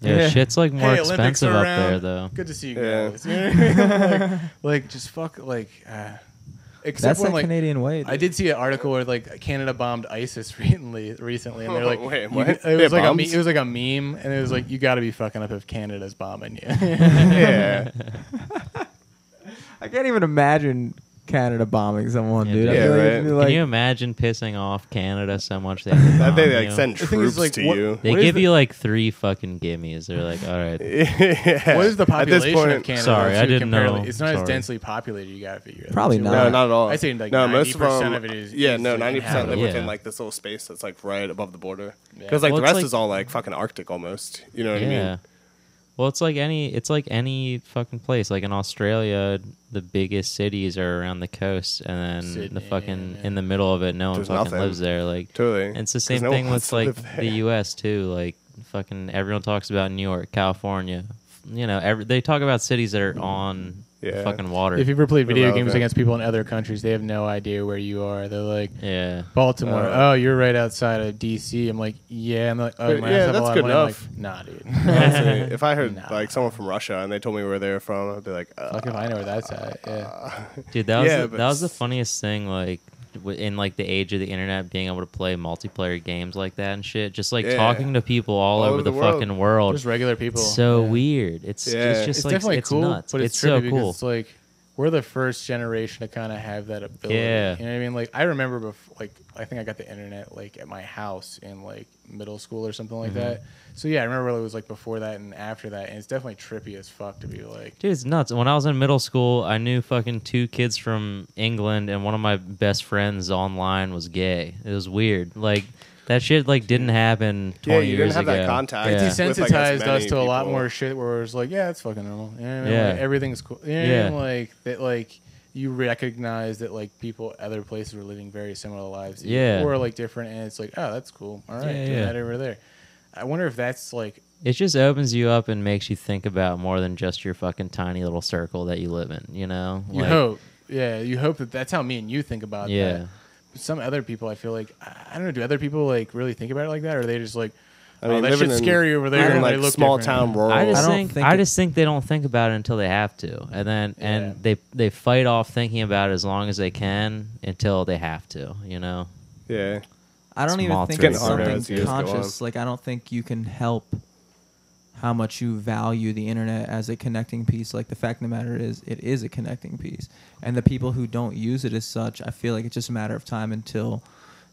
Speaker 4: Yeah,
Speaker 1: Yeah.
Speaker 4: shit's like more
Speaker 3: hey, Olympics
Speaker 4: expensive
Speaker 3: are
Speaker 4: up
Speaker 3: around.
Speaker 4: there though.
Speaker 3: Good to see you
Speaker 2: Yeah.
Speaker 3: guys. [laughs] like, like, just fuck like. Uh, except
Speaker 1: That's
Speaker 3: when
Speaker 1: that
Speaker 3: like
Speaker 1: Canadian way.
Speaker 3: I
Speaker 1: dude.
Speaker 3: did see an article where like Canada bombed ISIS [laughs] recently, recently, and they're like,
Speaker 2: Oh, Wait,
Speaker 3: you-
Speaker 2: what?
Speaker 3: it was
Speaker 2: They
Speaker 3: like a
Speaker 2: bombed?
Speaker 3: me- it was like a meme, and it was like, you got to be fucking up if Canada's bombing
Speaker 2: [laughs] [laughs]
Speaker 3: you. [laughs]
Speaker 2: yeah.
Speaker 1: I can't even imagine Canada bombing someone,
Speaker 4: Yeah,
Speaker 1: dude. I
Speaker 4: dude.
Speaker 1: feel like
Speaker 2: Yeah,
Speaker 1: it'd be
Speaker 2: right.
Speaker 1: like,
Speaker 4: Can you imagine pissing off Canada
Speaker 2: [laughs]
Speaker 4: so much they have to
Speaker 2: I think
Speaker 4: bomb
Speaker 2: they
Speaker 4: you?
Speaker 2: like send
Speaker 3: Um, The thing is,
Speaker 2: troops
Speaker 3: like,
Speaker 2: to
Speaker 3: what-
Speaker 2: you.
Speaker 4: They
Speaker 3: What is
Speaker 4: give
Speaker 3: the-
Speaker 4: you like three fucking gimmies. They're like, all right,
Speaker 2: yeah. [laughs]
Speaker 3: What is the
Speaker 2: At this
Speaker 3: population
Speaker 2: point,
Speaker 3: of Canada?
Speaker 4: Sorry,
Speaker 3: to
Speaker 4: I didn't
Speaker 3: compare-
Speaker 4: know.
Speaker 3: It's not as
Speaker 4: Sorry.
Speaker 3: densely populated. You got to figure.
Speaker 1: Probably
Speaker 3: That's
Speaker 1: not.
Speaker 3: your-
Speaker 2: No, not at all.
Speaker 3: I'd say, like,
Speaker 2: no, most of
Speaker 3: 90%
Speaker 2: them-
Speaker 3: of it is-
Speaker 2: Yeah,
Speaker 3: is,
Speaker 2: no,
Speaker 3: like,
Speaker 2: ninety percent live
Speaker 4: inhabited.
Speaker 2: within
Speaker 4: Yeah.
Speaker 2: like this little space that's like right above the border.
Speaker 3: Yeah.
Speaker 2: Because like
Speaker 4: Well,
Speaker 2: the
Speaker 4: it's
Speaker 2: rest
Speaker 4: like-
Speaker 2: is all like fucking Arctic almost. You know what I
Speaker 4: yeah.
Speaker 2: mean?
Speaker 4: Well, it's like any, it's like any fucking place. Like in Australia, the biggest cities are around the coast, and then
Speaker 3: Sydney,
Speaker 4: the fucking
Speaker 3: yeah.
Speaker 4: in the middle of it, no one
Speaker 2: There's
Speaker 4: fucking
Speaker 2: nothing.
Speaker 4: lives there. Like,
Speaker 2: Totally.
Speaker 4: and it's the
Speaker 2: 'Cause
Speaker 4: same
Speaker 2: no one
Speaker 4: thing
Speaker 2: wants
Speaker 4: with
Speaker 2: to
Speaker 4: like
Speaker 2: live there.
Speaker 4: the
Speaker 3: [laughs]
Speaker 4: U.S. too. Like, fucking everyone talks about New York, California. You know, every, they talk about cities that are on the
Speaker 2: Mm. Yeah.
Speaker 4: fucking water.
Speaker 3: If you ever played video games
Speaker 2: Irrelevant.
Speaker 3: against people in other countries, they have no idea where you are. They're like,
Speaker 4: yeah.
Speaker 3: Baltimore.
Speaker 2: Uh,
Speaker 3: oh, you're right outside of D.C. I'm like, yeah. I'm like, oh,
Speaker 2: But
Speaker 3: my
Speaker 2: yeah,
Speaker 3: ass have a
Speaker 2: that's
Speaker 3: lot of
Speaker 2: good
Speaker 3: money. I'm like,
Speaker 2: enough.
Speaker 3: nah, dude.
Speaker 2: [laughs] [laughs] Honestly, if I heard
Speaker 3: Nah.
Speaker 2: like someone from Russia and they told me where they were from, I'd be like, uh,
Speaker 3: Fuck if I know where that's at. Yeah.
Speaker 4: Dude, that was
Speaker 2: Yeah,
Speaker 4: the,
Speaker 2: but
Speaker 4: that was the
Speaker 2: s-
Speaker 4: funniest thing. Like w- in like the age of the internet, being able to play multiplayer games like that and shit, just like
Speaker 2: Yeah.
Speaker 4: talking to people all, over, the,
Speaker 2: world.
Speaker 4: fucking world.
Speaker 3: Just regular people.
Speaker 4: It's so
Speaker 3: Yeah.
Speaker 4: weird. It's
Speaker 2: Yeah.
Speaker 4: it's just
Speaker 3: It's
Speaker 4: like
Speaker 3: definitely
Speaker 4: it's
Speaker 3: cool,
Speaker 4: nuts.
Speaker 3: but it's,
Speaker 4: so
Speaker 3: trippy
Speaker 4: cool.
Speaker 3: because like we're the first generation to kind of have that ability.
Speaker 4: Yeah.
Speaker 3: you know what I mean. Like I remember before, like I think I got the internet like at my house in like middle school or something like
Speaker 4: Mm-hmm.
Speaker 3: that. So yeah, I remember it was like before that and after that, and it's definitely trippy as fuck to be like.
Speaker 4: Dude, it's nuts. When I was in middle school, I knew fucking two kids from England, and one of my best friends online was gay. It was weird. Like that shit like didn't happen
Speaker 2: Yeah,
Speaker 4: twenty
Speaker 2: you didn't
Speaker 4: years
Speaker 2: have
Speaker 4: ago.
Speaker 2: that contact.
Speaker 4: Yeah.
Speaker 2: It's With, like, as
Speaker 3: Desensitized us
Speaker 2: many
Speaker 3: to a lot
Speaker 2: people.
Speaker 3: more shit where it was like, yeah, it's fucking normal. You know what I mean?
Speaker 4: Yeah.
Speaker 3: like, everything's cool. You know what I
Speaker 4: Yeah.
Speaker 3: mean? like that, like you recognize that like people other places were living very similar lives, to you,
Speaker 4: Yeah.
Speaker 3: or like different, and it's like, oh, that's cool. All right,
Speaker 4: Yeah,
Speaker 3: doing
Speaker 4: yeah.
Speaker 3: that over there. I wonder if that's like
Speaker 4: it just opens you up and makes you think about more than just your fucking tiny little circle that you live in. You know,
Speaker 3: you
Speaker 4: Like,
Speaker 3: hope. Yeah, you hope that that's how me and you think about
Speaker 4: Yeah.
Speaker 3: that. But some other people, I feel like I I don't know. Do other people like really think about it like that, or are they just like,
Speaker 2: I
Speaker 3: oh,
Speaker 2: mean,
Speaker 3: that
Speaker 2: living
Speaker 3: shit's
Speaker 2: in-
Speaker 3: scary over there?
Speaker 2: in
Speaker 3: and they
Speaker 2: like
Speaker 3: look
Speaker 2: small
Speaker 3: different.
Speaker 2: town rural.
Speaker 4: I just
Speaker 1: I don't
Speaker 4: think,
Speaker 1: think
Speaker 4: I
Speaker 1: it-
Speaker 4: just think they don't think about it until they have to, and then
Speaker 3: Yeah.
Speaker 4: and they they fight off thinking about it as long as they can until they have to. You know,
Speaker 2: yeah.
Speaker 1: I don't even
Speaker 4: small
Speaker 1: think
Speaker 4: things.
Speaker 1: it's
Speaker 4: Getting harder
Speaker 1: something
Speaker 2: as years go
Speaker 1: conscious. Like I don't think you can help how much you value the internet as a connecting piece. Like the fact of the matter is, it is a connecting piece, and the people who don't use it as such, I feel like it's just a matter of time until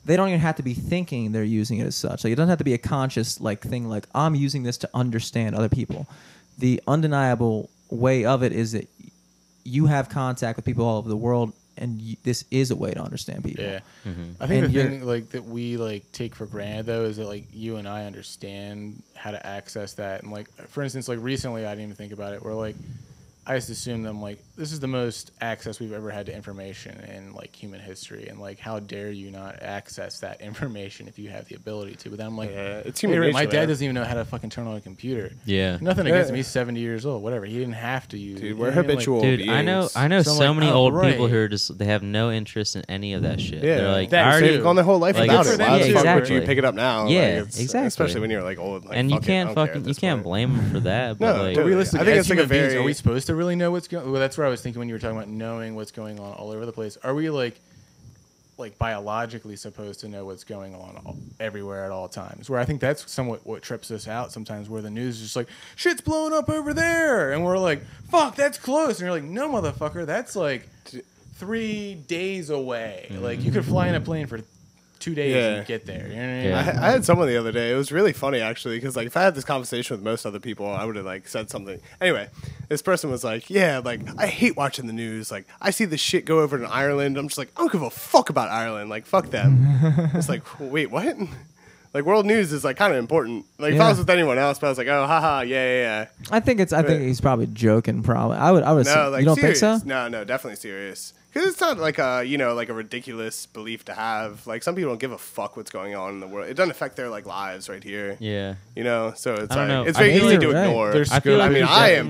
Speaker 1: they don't even have to be thinking they're using it as such. Like it doesn't have to be a conscious like thing. Like I'm using this to understand other people. The undeniable way of it is that you have contact with people all over the world, and you, this is a way to understand people.
Speaker 3: Yeah,
Speaker 2: Mm-hmm.
Speaker 3: I think
Speaker 1: And
Speaker 3: the
Speaker 1: you're-
Speaker 3: thing like that we like take for granted though is that like you and I understand how to access that, and like for instance, like recently I didn't even think about it. Where like I just assumed I'm like this is the most access we've ever had to information in like human history, and like how dare you not access that [laughs] information if you have the ability to? But then I'm like,
Speaker 2: Yeah, it's
Speaker 3: wait,
Speaker 2: human
Speaker 3: wait, my
Speaker 2: nature,
Speaker 3: dad
Speaker 2: man.
Speaker 3: doesn't even know how to fucking turn on a computer.
Speaker 4: Yeah.
Speaker 3: nothing against
Speaker 2: Yeah.
Speaker 3: him. He's 70 years old. Whatever. He didn't have to use.
Speaker 2: Dude,
Speaker 3: you
Speaker 2: we're
Speaker 3: know what I mean? Like,
Speaker 2: habitual
Speaker 4: dude, I know
Speaker 2: beings.
Speaker 4: I know
Speaker 3: So,
Speaker 4: so,
Speaker 3: like,
Speaker 4: many
Speaker 3: oh,
Speaker 4: old people
Speaker 3: right.
Speaker 4: who are just they have no interest in any of that shit.
Speaker 2: Yeah,
Speaker 4: They're like,
Speaker 3: That too.
Speaker 4: I already,
Speaker 2: they've gone their whole life
Speaker 4: Like,
Speaker 2: without
Speaker 3: good
Speaker 2: it.
Speaker 3: for
Speaker 2: Why
Speaker 3: them,
Speaker 2: the fuck would
Speaker 4: exactly.
Speaker 2: you pick it up now? Like,
Speaker 4: Yeah,
Speaker 2: it's-
Speaker 4: exactly.
Speaker 2: Especially when you're like old. Like,
Speaker 4: and you
Speaker 2: fuck it, I
Speaker 4: can't
Speaker 2: don't care at
Speaker 4: fucking you
Speaker 2: this
Speaker 4: can't
Speaker 2: point.
Speaker 4: blame them for
Speaker 2: No,
Speaker 4: that. but like,
Speaker 3: But
Speaker 2: totally.
Speaker 3: realistically,
Speaker 2: I think
Speaker 3: as
Speaker 2: it's like a
Speaker 3: human beings,
Speaker 2: very-
Speaker 3: are we supposed to really know what's going? Well, that's where I was thinking when you were talking about knowing what's going on all over the place. Are we like, like biologically supposed to know what's going on all, everywhere at all times? Where I think that's somewhat what trips us out sometimes. Where the news is just like shit's blowing up over there, and we're like, fuck, that's close, and you're like, no, motherfucker, that's like three days away. Like you could fly in a plane for two days
Speaker 2: Yeah.
Speaker 3: and get there. You know what I mean?
Speaker 4: Yeah.
Speaker 2: [laughs] I, I had someone the other day. It was really funny actually, because like if I had this conversation with most other people, I would have like said something. Anyway, this person was like, "Yeah, like I hate watching the news. Like I see this shit go over in Ireland. I'm just like, I don't give a fuck about Ireland. Like fuck
Speaker 4: [laughs]
Speaker 2: them." it's like, wait, what? Like world news is like kind of important. Like if
Speaker 1: Yeah.
Speaker 2: I was with anyone else, but I was like, "Oh, haha, yeah, yeah, yeah."
Speaker 1: I think it's. I think
Speaker 2: Right.
Speaker 1: he's probably joking. Probably. I would. I would.
Speaker 2: No,
Speaker 1: assume,
Speaker 2: like
Speaker 1: you don't
Speaker 2: serious.
Speaker 1: think so?
Speaker 2: No, no, definitely serious. Because it's not like a you know like a ridiculous belief to have. Like some people don't give a fuck what's going on in the world. It doesn't affect their like lives right here.
Speaker 4: Yeah.
Speaker 2: You know, so it's
Speaker 4: I
Speaker 2: like
Speaker 4: don't know.
Speaker 2: it's
Speaker 4: I
Speaker 2: very
Speaker 4: feel
Speaker 2: easy
Speaker 1: like
Speaker 2: to
Speaker 1: you're right.
Speaker 2: ignore.
Speaker 3: There's
Speaker 4: I feel
Speaker 3: scope
Speaker 4: like
Speaker 2: I mean,
Speaker 3: is
Speaker 2: I am
Speaker 3: definitely-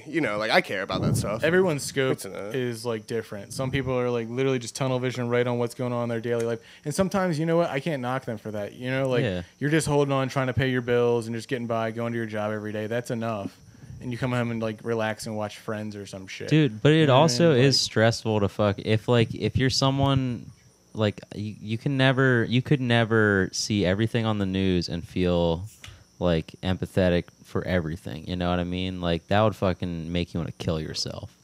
Speaker 2: very you know like I care about that stuff.
Speaker 3: Everyone's
Speaker 2: Good
Speaker 3: scope
Speaker 2: to know.
Speaker 3: is like different. Some people are like literally just tunnel vision right on what's going on in their daily life. And sometimes, you know what? I can't knock them for that. You know, like
Speaker 4: Yeah.
Speaker 3: you're just holding on, trying to pay your bills and just getting by, going to your job every day. That's enough. And you come home and like relax and watch Friends or some shit.
Speaker 4: dude but it
Speaker 3: know what I
Speaker 4: also
Speaker 3: mean?
Speaker 4: is
Speaker 3: Like-
Speaker 4: stressful to fuck if like if you're someone like you, you can never you could never see everything on the news and feel like empathetic for everything you know what i mean like that would fucking make you want to kill yourself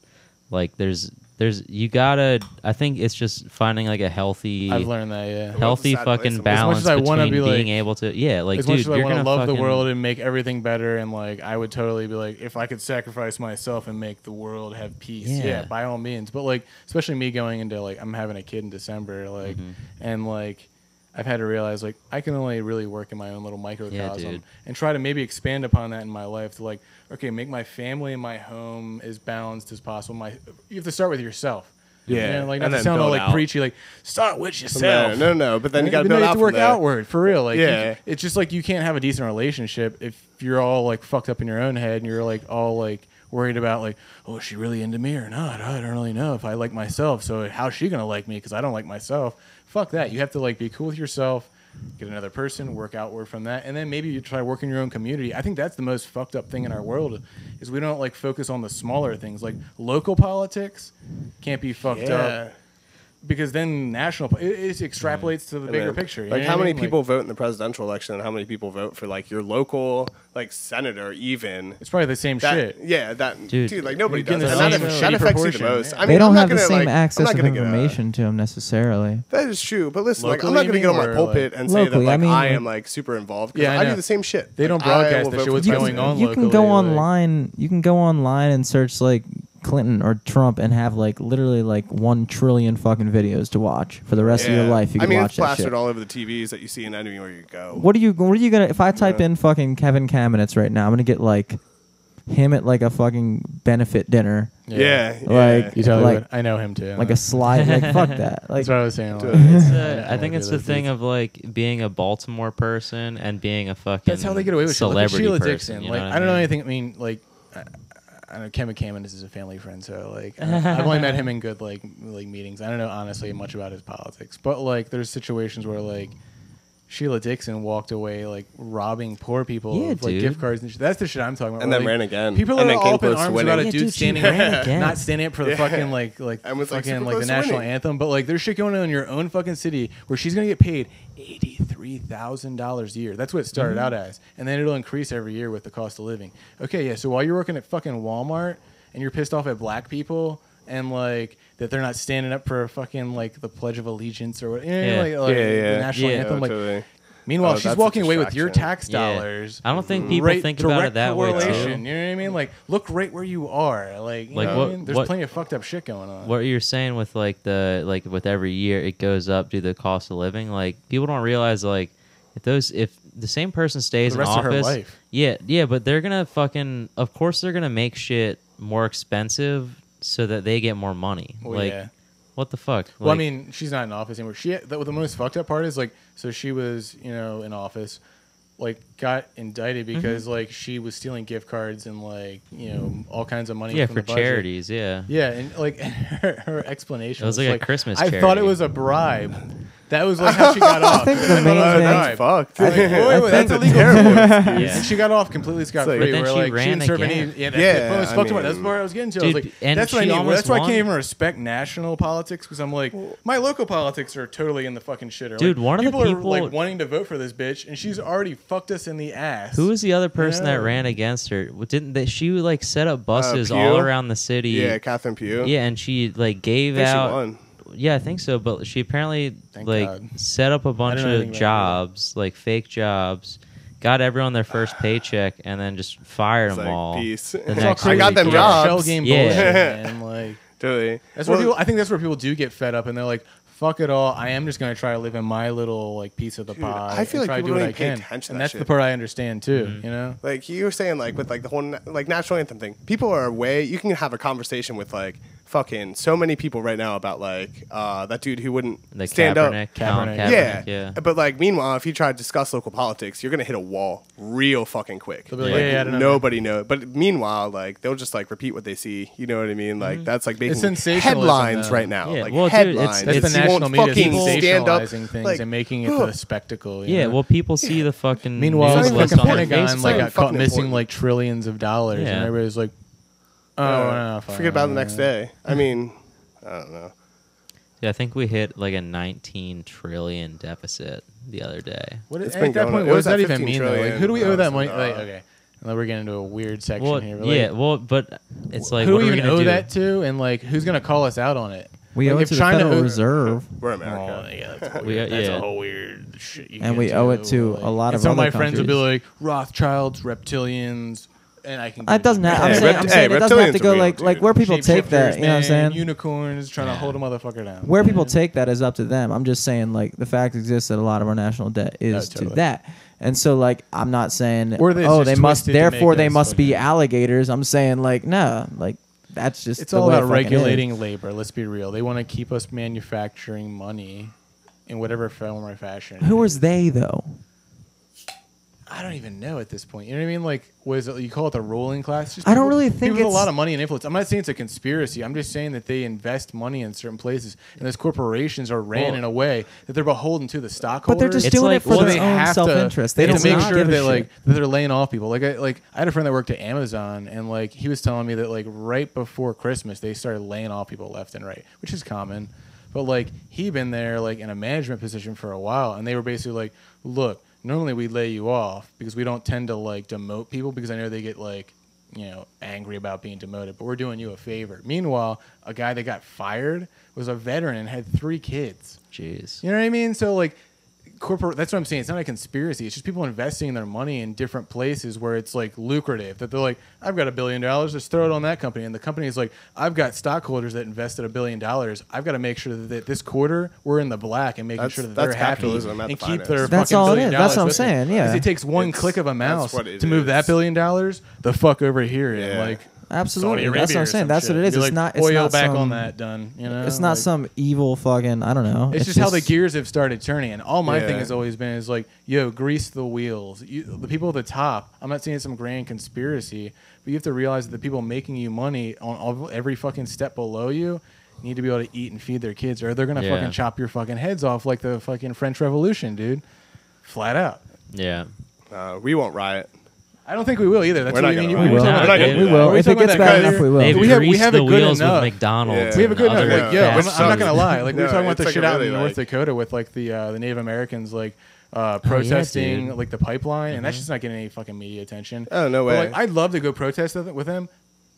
Speaker 4: like there's there's you gotta i think it's just finding like a healthy
Speaker 3: I've learned that. Yeah.
Speaker 4: healthy
Speaker 2: Sad place
Speaker 4: fucking
Speaker 2: to be. As
Speaker 3: much
Speaker 4: balance
Speaker 3: as I wanna
Speaker 4: between
Speaker 3: be, like-
Speaker 4: being able to yeah like
Speaker 3: as
Speaker 4: dude
Speaker 3: much as I
Speaker 4: you're
Speaker 3: want to
Speaker 4: gonna
Speaker 3: love
Speaker 4: fucking,
Speaker 3: the world and make everything better, and like I would totally be like, if I could sacrifice myself and make the world have peace, yeah,
Speaker 4: Yeah.
Speaker 3: by all means. But like, especially me going into like, I'm having a kid in December, like,
Speaker 4: Mm-hmm.
Speaker 3: and like, I've had to realize like I can only really work in my own little microcosm
Speaker 4: dude.
Speaker 3: and try to maybe expand upon that in my life to like, okay, make my family and my home as balanced as possible. My you have to start with yourself. You
Speaker 2: Yeah.
Speaker 3: know, like not
Speaker 2: And
Speaker 3: to
Speaker 2: then
Speaker 3: sound all
Speaker 2: build
Speaker 3: like
Speaker 2: out.
Speaker 3: preachy, like start with
Speaker 2: From there.
Speaker 3: yourself.
Speaker 2: No, no, no, but then you got to
Speaker 3: Even though
Speaker 2: build
Speaker 3: have
Speaker 2: out
Speaker 3: to
Speaker 2: from
Speaker 3: work
Speaker 2: there.
Speaker 3: outward for real. Like, you-
Speaker 2: Yeah.
Speaker 3: it's just like you can't have a decent relationship if you're all like fucked up in your own head and you're like all like worried about like, oh, is she really into me or not? I don't really know if I like myself. So how's she gonna like me because I don't like myself? Fuck that. You have to like be cool with yourself. Get another person, work outward from that, and then maybe you try work in your own community. I think that's the most fucked up thing in our world is we don't like focus on the smaller things. Like local politics can't be fucked
Speaker 2: Yeah.
Speaker 3: up because then national po- it, it extrapolates to the
Speaker 2: And
Speaker 3: bigger
Speaker 2: then,
Speaker 3: picture. you
Speaker 2: Like
Speaker 3: know
Speaker 2: how
Speaker 3: what I
Speaker 2: many
Speaker 3: mean?
Speaker 2: people vote in the presidential election, and how many people vote for like your local like senator, even.
Speaker 3: It's probably the same
Speaker 2: That,
Speaker 3: shit.
Speaker 2: Yeah, that
Speaker 4: Dude,
Speaker 2: dude, like nobody
Speaker 3: you're
Speaker 2: does.
Speaker 3: getting
Speaker 2: that.
Speaker 4: the
Speaker 2: And that, that
Speaker 4: same
Speaker 3: shitty
Speaker 2: affects you the
Speaker 3: proportion,
Speaker 2: most.
Speaker 3: yeah.
Speaker 2: I mean,
Speaker 1: they don't
Speaker 2: I'm not
Speaker 1: have the
Speaker 2: gonna,
Speaker 1: same
Speaker 2: like, I'm not
Speaker 1: access of
Speaker 2: gonna get out.
Speaker 1: information to him necessarily.
Speaker 2: That is true, but listen, like, I'm
Speaker 3: Locally,
Speaker 2: not
Speaker 3: you
Speaker 2: going to get on
Speaker 3: mean,
Speaker 2: my
Speaker 3: or,
Speaker 2: pulpit and say that
Speaker 1: Locally,
Speaker 2: like
Speaker 1: I
Speaker 2: I,
Speaker 1: mean, like-
Speaker 2: am like super involved because
Speaker 3: Yeah, I
Speaker 2: I,
Speaker 3: know.
Speaker 2: do the same shit.
Speaker 3: They don't
Speaker 2: Like, I
Speaker 3: broadcast
Speaker 2: will
Speaker 3: that
Speaker 2: vote
Speaker 3: shit.
Speaker 2: for
Speaker 3: What's
Speaker 2: the
Speaker 3: going
Speaker 2: president.
Speaker 3: on?
Speaker 1: you can go
Speaker 3: locally, like-
Speaker 1: online. you can go online and search like Clinton or Trump and have like literally like one trillion fucking videos to watch for the rest of your
Speaker 2: Yeah.
Speaker 1: life. You
Speaker 2: I
Speaker 1: can
Speaker 2: mean,
Speaker 1: watch
Speaker 2: it's
Speaker 1: that
Speaker 2: plastered
Speaker 1: shit.
Speaker 2: all over the TVs that you see in anywhere you go.
Speaker 1: What are you? What are you gonna? If I type
Speaker 2: Yeah.
Speaker 1: in fucking Kevin Kamenetz right now, I'm gonna get like him at like a fucking benefit dinner,
Speaker 2: Yeah,
Speaker 1: Like-
Speaker 3: You totally
Speaker 1: Like-
Speaker 3: would. I know him too.
Speaker 1: like a slide. like fuck that. Like
Speaker 3: [laughs] That's what I was saying.
Speaker 1: [laughs]
Speaker 2: Dude,
Speaker 3: like, [laughs]
Speaker 4: It's,
Speaker 3: I
Speaker 4: uh,
Speaker 3: don't
Speaker 4: I think
Speaker 3: wanna
Speaker 4: it's
Speaker 3: do
Speaker 4: the
Speaker 3: those
Speaker 4: thing
Speaker 3: things.
Speaker 4: of like being a Baltimore person and being a fucking
Speaker 3: That's how they get away with shit. Look at
Speaker 4: celebrity
Speaker 3: Sheila
Speaker 4: person,
Speaker 3: Dixon.
Speaker 4: you
Speaker 3: like
Speaker 4: what
Speaker 3: I don't know
Speaker 4: mean?
Speaker 3: anything. I mean, like I, I know Kevin Cameron is a family friend, so
Speaker 4: [laughs]
Speaker 3: like I- I've only met him in good like like meetings. I don't know honestly much about his politics, but like there's situations where like. Sheila Dixon walked away like robbing poor people
Speaker 4: Yeah,
Speaker 3: of, like
Speaker 4: dude.
Speaker 3: gift cards and shit. That's the shit I'm talking about.
Speaker 2: And
Speaker 3: where,
Speaker 2: then
Speaker 3: like,
Speaker 2: ran again.
Speaker 3: People
Speaker 2: And
Speaker 3: are
Speaker 2: then came
Speaker 3: all up in
Speaker 2: close to
Speaker 3: arms
Speaker 2: winning.
Speaker 3: about a
Speaker 2: Yeah,
Speaker 3: dude,
Speaker 4: dude, she
Speaker 3: standing
Speaker 4: ran
Speaker 3: [laughs]
Speaker 4: again.
Speaker 3: not standing up for the fucking like like
Speaker 2: And was, like,
Speaker 3: fucking
Speaker 2: super
Speaker 3: like the
Speaker 2: close to
Speaker 3: national
Speaker 2: winning.
Speaker 3: anthem. But like there's shit going on in your own fucking city where she's gonna get paid eighty three thousand dollars a year. That's what it started
Speaker 2: Mm-hmm.
Speaker 3: out as, and then it'll increase every year with the cost of living. Okay, yeah. So while you're working at fucking Walmart and you're pissed off at black people and like that they're not standing up for fucking like the Pledge of Allegiance or what, you know,
Speaker 4: Yeah.
Speaker 3: like, like,
Speaker 2: Yeah, yeah.
Speaker 3: the national
Speaker 4: Yeah.
Speaker 3: anthem. Like,
Speaker 2: Totally.
Speaker 3: meanwhile,
Speaker 2: Oh,
Speaker 3: she's
Speaker 2: that's a
Speaker 3: walking away with your
Speaker 2: distraction.
Speaker 3: tax
Speaker 4: Yeah.
Speaker 3: dollars.
Speaker 4: I don't think people
Speaker 3: Right-
Speaker 4: think about
Speaker 3: direct
Speaker 4: it that way.
Speaker 3: correlation,
Speaker 4: Too.
Speaker 3: You know what I mean? Like, look right where you are. Like, you
Speaker 4: Like,
Speaker 3: know what, I
Speaker 4: what-
Speaker 3: mean? there's
Speaker 4: what-
Speaker 3: plenty of fucked up shit going on.
Speaker 4: What you're saying with like the like with every year it goes up due to the cost of living. Like people don't realize like if those if the same person stays
Speaker 3: The
Speaker 4: in
Speaker 3: rest of her
Speaker 4: office,
Speaker 3: life.
Speaker 4: yeah, yeah, but they're gonna fucking of course they're gonna make shit more expensive so that they get more money.
Speaker 3: Well,
Speaker 4: like
Speaker 3: yeah.
Speaker 4: what the fuck?
Speaker 3: Well, I
Speaker 4: Like,
Speaker 3: mean, she's not in office anymore. She the, the most fucked up part is like, so she was, you know, in office, like got indicted
Speaker 4: Mm-hmm.
Speaker 3: because like she was stealing gift cards and like you know all kinds of money.
Speaker 4: yeah,
Speaker 3: from
Speaker 4: for
Speaker 3: the budget.
Speaker 4: charities, yeah.
Speaker 3: Yeah, and like [laughs] her, her explanation
Speaker 4: It was like a Christmas
Speaker 3: I
Speaker 4: charity.
Speaker 3: thought it was a bribe. That
Speaker 2: [laughs]
Speaker 3: was like how she got off. I
Speaker 1: think
Speaker 3: [laughs]
Speaker 1: the main
Speaker 2: Oh,
Speaker 1: thing-
Speaker 2: that's fucked. [laughs]
Speaker 3: Like, wait, wait, wait, that's
Speaker 2: That's a
Speaker 3: illegal.
Speaker 2: terrible.
Speaker 4: Yeah.
Speaker 3: And she got off completely scot free.
Speaker 2: But
Speaker 4: then
Speaker 3: where,
Speaker 4: she
Speaker 3: like,
Speaker 4: ran
Speaker 3: she didn't serve
Speaker 4: again.
Speaker 3: Any, yeah, that's,
Speaker 2: Yeah,
Speaker 3: that's what I was
Speaker 2: I
Speaker 3: fucked about.
Speaker 2: mean-
Speaker 3: That's where I was getting to. I
Speaker 4: Dude,
Speaker 3: was like,
Speaker 4: and
Speaker 3: that's what I
Speaker 4: she
Speaker 3: need.
Speaker 4: almost
Speaker 3: That's why I
Speaker 4: won.
Speaker 3: can't even respect national politics because I'm like, my local politics are totally in the fucking shit. Or,
Speaker 4: Dude,
Speaker 3: like,
Speaker 4: one of the
Speaker 3: people are
Speaker 4: people-
Speaker 3: like wanting to vote for this bitch, and she's already fucked us in the ass.
Speaker 4: Who was the other person
Speaker 3: Yeah.
Speaker 4: that ran against her? W- Didn't they, she like set up buses
Speaker 2: Uh, Pew?
Speaker 4: all around the city?
Speaker 2: Yeah, Catherine Pugh.
Speaker 4: Yeah, and she like gave
Speaker 2: I think she
Speaker 4: out.
Speaker 2: won.
Speaker 4: yeah, I think so. But she apparently
Speaker 3: Thank
Speaker 4: like
Speaker 3: God.
Speaker 4: set up a bunch
Speaker 3: know anything
Speaker 4: of
Speaker 3: about
Speaker 4: jobs, like fake jobs, got everyone their first
Speaker 2: [sighs]
Speaker 4: paycheck, and then just fired
Speaker 2: It's
Speaker 4: them
Speaker 2: like,
Speaker 4: all.
Speaker 2: peace.
Speaker 4: the
Speaker 2: It's all [laughs]
Speaker 4: next
Speaker 2: I got
Speaker 4: week.
Speaker 2: them
Speaker 4: Yeah.
Speaker 2: jobs.
Speaker 3: Shell game
Speaker 4: Yeah.
Speaker 2: [laughs]
Speaker 3: bullshit, man. Like
Speaker 2: Totally.
Speaker 3: that's
Speaker 2: Well,
Speaker 3: where people. I think that's where people do get fed up, and they're like, "Fuck it all. I am just gonna try to live in my little like piece of the
Speaker 2: Dude,
Speaker 3: pie.
Speaker 2: I feel
Speaker 3: and
Speaker 2: like
Speaker 3: try to
Speaker 2: people
Speaker 3: do what
Speaker 2: don't
Speaker 3: I
Speaker 2: even pay
Speaker 3: can."
Speaker 2: attention to
Speaker 3: and
Speaker 2: that
Speaker 3: that's the
Speaker 2: shit.
Speaker 3: part I understand too.
Speaker 4: Mm-hmm.
Speaker 3: You know,
Speaker 2: like you were saying like with like the whole na- like national anthem thing people are way you can have a conversation with like fucking so many people right now about like uh that dude who wouldn't
Speaker 4: The
Speaker 2: stand up
Speaker 4: Kaepernick, Colin
Speaker 3: Kaepernick.
Speaker 2: yeah.
Speaker 4: Kaepernick, yeah.
Speaker 2: but like meanwhile if you try to discuss local politics you're gonna hit a wall real fucking quick
Speaker 3: They'll be like,
Speaker 2: Like,
Speaker 3: "Yeah, yeah, I don't know."
Speaker 2: nobody knows but meanwhile like they'll just like repeat what they see you know what i mean like that's like making
Speaker 3: sensationalism,
Speaker 2: headlines
Speaker 3: though.
Speaker 2: right now
Speaker 4: Mm-hmm. Yeah,
Speaker 2: like
Speaker 4: well, dude,
Speaker 2: headlines
Speaker 4: It's-
Speaker 3: that's the
Speaker 2: You won't
Speaker 3: national media
Speaker 2: fucking stand up,
Speaker 3: sensationalizing things
Speaker 2: like,
Speaker 3: and making it
Speaker 2: [gasps] "Ugh."
Speaker 3: the spectacle. you
Speaker 4: Yeah,
Speaker 3: know?
Speaker 4: well, people see the fucking.
Speaker 3: Meanwhile,
Speaker 2: It's not
Speaker 3: the
Speaker 2: even
Speaker 4: news
Speaker 3: fucking
Speaker 4: list on
Speaker 2: fucking
Speaker 4: their
Speaker 3: Pentagon
Speaker 2: important. It's
Speaker 3: like
Speaker 2: not
Speaker 3: got
Speaker 2: even
Speaker 3: caught
Speaker 2: fucking
Speaker 3: missing
Speaker 2: important.
Speaker 3: like trillions of dollars,
Speaker 4: Yeah.
Speaker 3: and everybody's like, "Oh, no, fine,
Speaker 2: forget about it the next
Speaker 3: yeah."
Speaker 2: day i mean i don't know
Speaker 4: Yeah, I think we hit like a 19 trillion deficit the other day.
Speaker 3: What
Speaker 2: It's
Speaker 3: is,
Speaker 2: been
Speaker 3: at that
Speaker 2: going-
Speaker 3: point,
Speaker 2: it
Speaker 3: what
Speaker 2: was
Speaker 3: does
Speaker 2: at
Speaker 3: that even
Speaker 2: 15
Speaker 3: mean? Though? Like,
Speaker 2: trillion,
Speaker 3: who do we owe that
Speaker 2: thousand
Speaker 3: money? Like,
Speaker 2: dollars.
Speaker 3: okay, now we're getting into a weird section
Speaker 4: Well,
Speaker 3: here. but,
Speaker 4: yeah,
Speaker 3: like,
Speaker 4: well, but it's like
Speaker 3: who
Speaker 4: what
Speaker 3: do
Speaker 4: are
Speaker 3: we
Speaker 4: we
Speaker 3: even
Speaker 4: gonna
Speaker 3: owe
Speaker 4: do?
Speaker 3: that to, and like, who's gonna call us out on it?
Speaker 1: We
Speaker 3: Like,
Speaker 1: owe it
Speaker 3: if
Speaker 1: to the
Speaker 3: China
Speaker 1: Federal
Speaker 3: owed-
Speaker 1: Reserve.
Speaker 2: we're
Speaker 3: Oh,
Speaker 2: america
Speaker 3: yeah, that's,
Speaker 4: We-
Speaker 3: weird. that's
Speaker 4: yeah.
Speaker 3: a whole weird shit. you
Speaker 1: And
Speaker 3: get
Speaker 1: we owe it to
Speaker 3: like-
Speaker 1: a lot
Speaker 3: and
Speaker 1: of
Speaker 3: some of
Speaker 1: other
Speaker 3: my friends would be
Speaker 1: countries.
Speaker 3: like Rothschilds, reptilians, and I can.
Speaker 1: It doesn't have. I'm
Speaker 2: Hey,
Speaker 1: saying,
Speaker 2: rept-
Speaker 1: I'm saying
Speaker 2: hey,
Speaker 1: it doesn't have to
Speaker 2: reptilians
Speaker 1: go
Speaker 2: are real,
Speaker 1: like like
Speaker 2: dude.
Speaker 1: where people take that.
Speaker 3: Shapeshifters,
Speaker 1: You know what I'm
Speaker 3: man,
Speaker 1: saying?
Speaker 3: Unicorns trying to hold a motherfucker down.
Speaker 1: where people take that is up to them. I'm just saying, like, the fact exists that a lot of our national debt is to
Speaker 3: totally.
Speaker 1: that. And so, like, I'm not saying,
Speaker 3: Or they
Speaker 1: oh,
Speaker 3: just
Speaker 1: they must,
Speaker 3: twisted to make
Speaker 1: therefore, they
Speaker 3: us
Speaker 1: must be
Speaker 3: fucking-
Speaker 1: alligators. I'm saying, like, no, like, that's just
Speaker 3: It's
Speaker 1: the
Speaker 3: all
Speaker 1: way it
Speaker 3: about
Speaker 1: fucking is.
Speaker 3: regulating labor. Let's be real. They want to keep us manufacturing money in whatever form or fashion.
Speaker 1: Who is they, though?
Speaker 3: I don't even know at this point. You know what I mean? Like, was it, you call it the ruling class? Just
Speaker 1: I don't
Speaker 3: people-
Speaker 1: really think
Speaker 3: people with a
Speaker 1: it's-
Speaker 3: lot of money and influence. I'm not saying it's a conspiracy. I'm just saying that they invest money in certain places, and those corporations are ran
Speaker 4: Well-
Speaker 3: in a way that they're beholden to the stockholders.
Speaker 1: But they're just
Speaker 4: It's
Speaker 1: doing
Speaker 4: like-
Speaker 1: it for
Speaker 4: well,
Speaker 1: their
Speaker 4: they
Speaker 1: own
Speaker 3: have to-
Speaker 1: self-interest. They
Speaker 3: have
Speaker 1: don't
Speaker 3: to make
Speaker 1: not
Speaker 3: sure
Speaker 1: give a
Speaker 3: that
Speaker 1: shit.
Speaker 3: like that they're laying off people. Like I like I had a friend that worked at Amazon and like he was telling me that like right before Christmas they started laying off people left and right, which is common. But like he'd been there like in a management position for a while and they were basically like, look, normally we lay you off because we don't tend to like demote people because I know they get like you know angry about being demoted, but we're doing you a favor. Meanwhile, a guy that got fired was a veteran and had three kids.
Speaker 4: Jeez.
Speaker 3: You know what I mean? So like corporate that's what I'm saying. It's not a conspiracy. It's just people investing their money in different places where it's like lucrative. That they're like, I've got a billion dollars, let's throw it on that company. And the company is like, I've got stockholders that invested a billion dollars. I've got to make sure that this quarter we're in the black and making
Speaker 2: That's-
Speaker 3: sure that
Speaker 2: that's
Speaker 3: they're happy
Speaker 2: capitalism at
Speaker 3: and
Speaker 2: the
Speaker 3: keep
Speaker 2: finest.
Speaker 3: their
Speaker 1: That's
Speaker 3: fucking
Speaker 1: all it
Speaker 3: billion
Speaker 1: is. That's what I'm
Speaker 3: dollars with
Speaker 1: saying,
Speaker 3: it.
Speaker 1: yeah.
Speaker 3: 'Cause it takes one
Speaker 2: It's-
Speaker 3: click of a
Speaker 2: that's
Speaker 3: mouse
Speaker 2: what it
Speaker 3: to move that
Speaker 2: is.
Speaker 3: billion dollars the fuck over here and
Speaker 2: Yeah.
Speaker 3: like Saudi
Speaker 1: Absolutely. That's what
Speaker 3: Arabia or
Speaker 1: I'm saying.
Speaker 3: some
Speaker 1: That's
Speaker 3: shit.
Speaker 1: what it is.
Speaker 3: You're
Speaker 1: It's
Speaker 3: like,
Speaker 1: not. It's
Speaker 3: oil
Speaker 1: not
Speaker 3: back
Speaker 1: some,
Speaker 3: on that done. You know,
Speaker 1: It's not
Speaker 3: Like-
Speaker 1: some evil fucking. I don't know.
Speaker 3: it's, just, how the gears have started turning. And all my
Speaker 2: Yeah.
Speaker 3: thing has always been is like, yo, grease the wheels. You, the people at the top, I'm not saying it's some grand conspiracy, but you have to realize that the people making you money on all, every fucking step below you need to be able to eat and feed their kids or they're going to
Speaker 4: Yeah.
Speaker 3: fucking chop your fucking heads off like the fucking French Revolution, dude. Flat out.
Speaker 4: Yeah.
Speaker 2: uh, we won't riot
Speaker 3: I don't think we will either. That's
Speaker 2: We're
Speaker 3: what
Speaker 2: not
Speaker 3: I
Speaker 2: gonna
Speaker 3: mean. You-
Speaker 2: riot.
Speaker 3: were
Speaker 4: We're
Speaker 3: talking
Speaker 4: not
Speaker 3: about
Speaker 4: gonna
Speaker 3: that-
Speaker 4: do it. We
Speaker 1: will.
Speaker 3: were
Speaker 1: If
Speaker 3: talking
Speaker 1: it gets
Speaker 3: about that
Speaker 1: bad
Speaker 3: earlier.
Speaker 1: enough, we will.
Speaker 4: They've
Speaker 3: We have- we
Speaker 4: greased
Speaker 3: have
Speaker 4: the
Speaker 3: it good
Speaker 4: wheels
Speaker 3: enough.
Speaker 4: with McDonald's.
Speaker 2: Yeah.
Speaker 3: We have a good
Speaker 4: and
Speaker 3: enough,
Speaker 4: other
Speaker 3: like, yeah, I'm,
Speaker 4: fast
Speaker 3: I'm not gonna
Speaker 4: food.
Speaker 3: lie. Like we were
Speaker 2: No,
Speaker 3: talking about
Speaker 2: it's
Speaker 3: the
Speaker 2: like
Speaker 3: shit
Speaker 2: a
Speaker 3: out
Speaker 2: really,
Speaker 3: in
Speaker 2: like-
Speaker 3: North Dakota with like the uh, the Native Americans like uh, protesting
Speaker 4: dude.
Speaker 3: like the pipeline, and that's just not getting any fucking media attention.
Speaker 2: Oh, no
Speaker 3: But,
Speaker 2: way.
Speaker 3: like, I'd love to go protest with with them,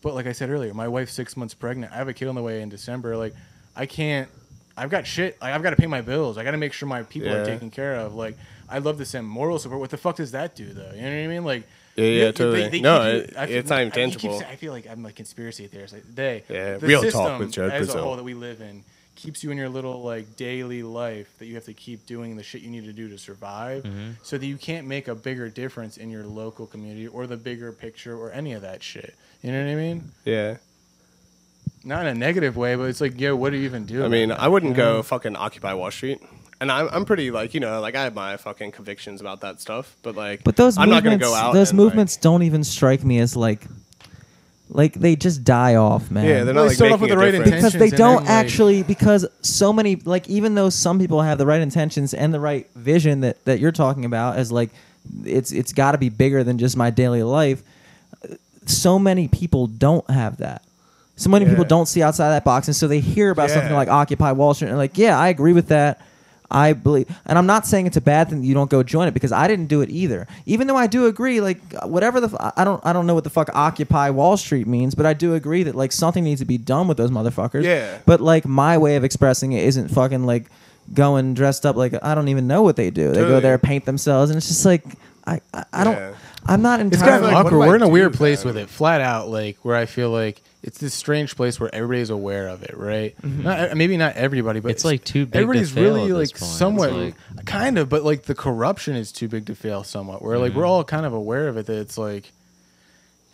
Speaker 3: but like I said earlier, my wife's six months pregnant. I have a kid on the way in December. Like I can't. I've got shit. Like I've got to pay my bills. I got to make sure my people
Speaker 2: Yeah.
Speaker 3: are taken care of. Like I'd love to send moral support. What the fuck does that do though? You know what I mean? Like
Speaker 2: Yeah, yeah,
Speaker 3: you- they-
Speaker 2: totally.
Speaker 3: they keep
Speaker 2: No,
Speaker 3: you-
Speaker 2: it-
Speaker 3: I feel-
Speaker 2: it's not even
Speaker 3: I- you keep
Speaker 2: tangible.
Speaker 3: saying- I feel like I'm a conspiracy theorist. Like, they,
Speaker 2: Yeah,
Speaker 3: the
Speaker 2: real talk
Speaker 3: system
Speaker 2: with Jared
Speaker 3: as
Speaker 2: Brazil.
Speaker 3: a whole that we live in keeps you in your little like daily life that you have to keep doing the shit you need to do to survive,
Speaker 2: Mm-hmm.
Speaker 3: so that you can't make a bigger difference in your local community or the bigger picture or any of that shit. You know what I mean?
Speaker 2: yeah
Speaker 3: Not in a negative way, but it's like, yo, what do you even do?
Speaker 2: I mean,
Speaker 3: about
Speaker 2: I wouldn't
Speaker 3: Yeah.
Speaker 2: go fucking occupy Wall Street, and I'm I'm pretty like you know like I have my fucking convictions about that stuff, but like
Speaker 1: But those
Speaker 2: I'm not
Speaker 1: movements,
Speaker 2: gonna go out.
Speaker 1: those
Speaker 2: and, like-
Speaker 1: movements don't even strike me as like, like they just die off, man.
Speaker 2: yeah, they're not
Speaker 3: Well, they
Speaker 2: like
Speaker 3: start
Speaker 2: making
Speaker 3: off with the
Speaker 2: a
Speaker 3: right
Speaker 2: difference.
Speaker 3: intention.
Speaker 1: because they
Speaker 3: intentions and
Speaker 1: don't
Speaker 3: then, like-
Speaker 1: actually because so many like even though some people have the right intentions and the right vision that that you're talking about as like it's it's got to be bigger than just my daily life uh, so many people don't have that so many
Speaker 2: Yeah.
Speaker 1: people don't see outside that box and so they hear about
Speaker 2: Yeah.
Speaker 1: something like occupy wall street and they're like yeah i agree with that I believe, and I'm not saying it's a bad thing that you don't go join it because I didn't do it either. Even though I do agree, like whatever the f- I don't I don't know what the fuck Occupy Wall Street means, but I do agree that like something needs to be done with those motherfuckers.
Speaker 2: Yeah.
Speaker 1: But like my way of expressing it isn't fucking like going dressed up like I don't even know what they do. They go
Speaker 2: Totally.
Speaker 1: there paint themselves, and it's just like I I, I don't
Speaker 2: Yeah.
Speaker 1: I'm not
Speaker 3: It's kind
Speaker 1: entirely.
Speaker 2: like,
Speaker 3: of
Speaker 2: what
Speaker 3: awkward.
Speaker 2: do I
Speaker 3: We're in a
Speaker 2: do
Speaker 3: weird place
Speaker 2: then?
Speaker 3: with it, flat out. Like where I feel like it's this strange place where everybody's aware of it, right?
Speaker 2: Mm-hmm.
Speaker 3: Not, e, maybe not everybody, but
Speaker 4: It's, like, too big to
Speaker 3: Everybody's
Speaker 4: fail
Speaker 3: really
Speaker 4: at
Speaker 3: like
Speaker 4: this point. It's
Speaker 3: somewhat, uh,
Speaker 4: like-
Speaker 3: kind of, but like the corruption is too big to fail somewhat. Where like we're
Speaker 4: Mm-hmm.
Speaker 3: all kind of aware of it that it's like,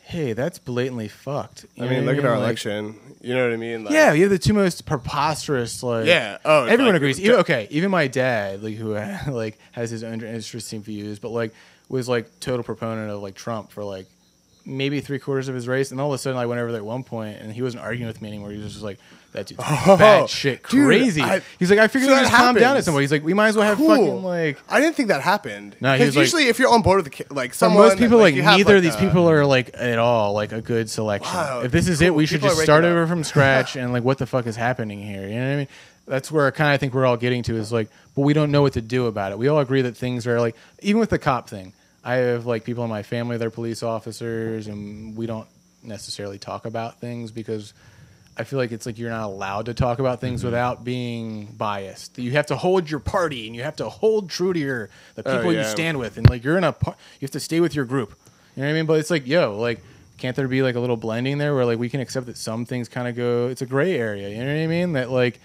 Speaker 3: hey, that's blatantly fucked.
Speaker 2: I
Speaker 3: You know
Speaker 2: mean,
Speaker 3: what
Speaker 2: look at our
Speaker 3: Like,
Speaker 2: election. You know what I mean? Like,
Speaker 3: yeah, you have the two most preposterous like.
Speaker 2: Yeah. Oh, it's
Speaker 3: everyone
Speaker 2: like-
Speaker 3: agrees. Even, okay, even my dad, like who [laughs] like has his own interesting views, but like was like total proponent of like Trump for like maybe three quarters of his race, and all of a sudden I went over there at one point, and he wasn't arguing with me anymore. He was just like,
Speaker 2: [laughs]
Speaker 3: "That dude's bad shit,
Speaker 2: dude,
Speaker 3: crazy."
Speaker 2: I-
Speaker 3: He's like, "I figured
Speaker 2: So
Speaker 3: we
Speaker 2: that
Speaker 3: just calm down at
Speaker 2: happens.
Speaker 3: some point." He's like, "We might as well have
Speaker 2: Cool.
Speaker 3: fucking like."
Speaker 2: I didn't think that happened.
Speaker 3: No, he
Speaker 2: because
Speaker 3: was like-
Speaker 2: usually if you're on board with the, ki- like
Speaker 3: For
Speaker 2: someone,
Speaker 3: most people,
Speaker 2: that,
Speaker 3: like,
Speaker 2: you have,
Speaker 3: neither of
Speaker 2: like,
Speaker 3: these
Speaker 2: a-
Speaker 3: people are like at all like a good selection.
Speaker 2: Wow,
Speaker 3: if this is it,
Speaker 2: cool.
Speaker 3: we should
Speaker 2: People are
Speaker 3: just
Speaker 2: waking
Speaker 3: start
Speaker 2: up. [laughs]
Speaker 3: over from scratch and like what the fuck is happening here? You know what I mean? That's where kind of I think we're all getting to is like, but we don't know what to do about it. We all agree that things are like even with the cop thing. I have like people in my family they're police officers, and we don't necessarily talk about things because I feel like it's like you're not allowed to talk about things
Speaker 2: Mm-hmm.
Speaker 3: without being biased. You have to hold your party and you have to hold true to your the
Speaker 2: Oh,
Speaker 3: people you
Speaker 2: yeah.
Speaker 3: stand with, and like you're in a par- you have to stay with your group. You know what I mean? But it's like, yo, like can't there be like a little blending there where like we can accept that some things kind of go? It's a gray area. You know what I mean? That like.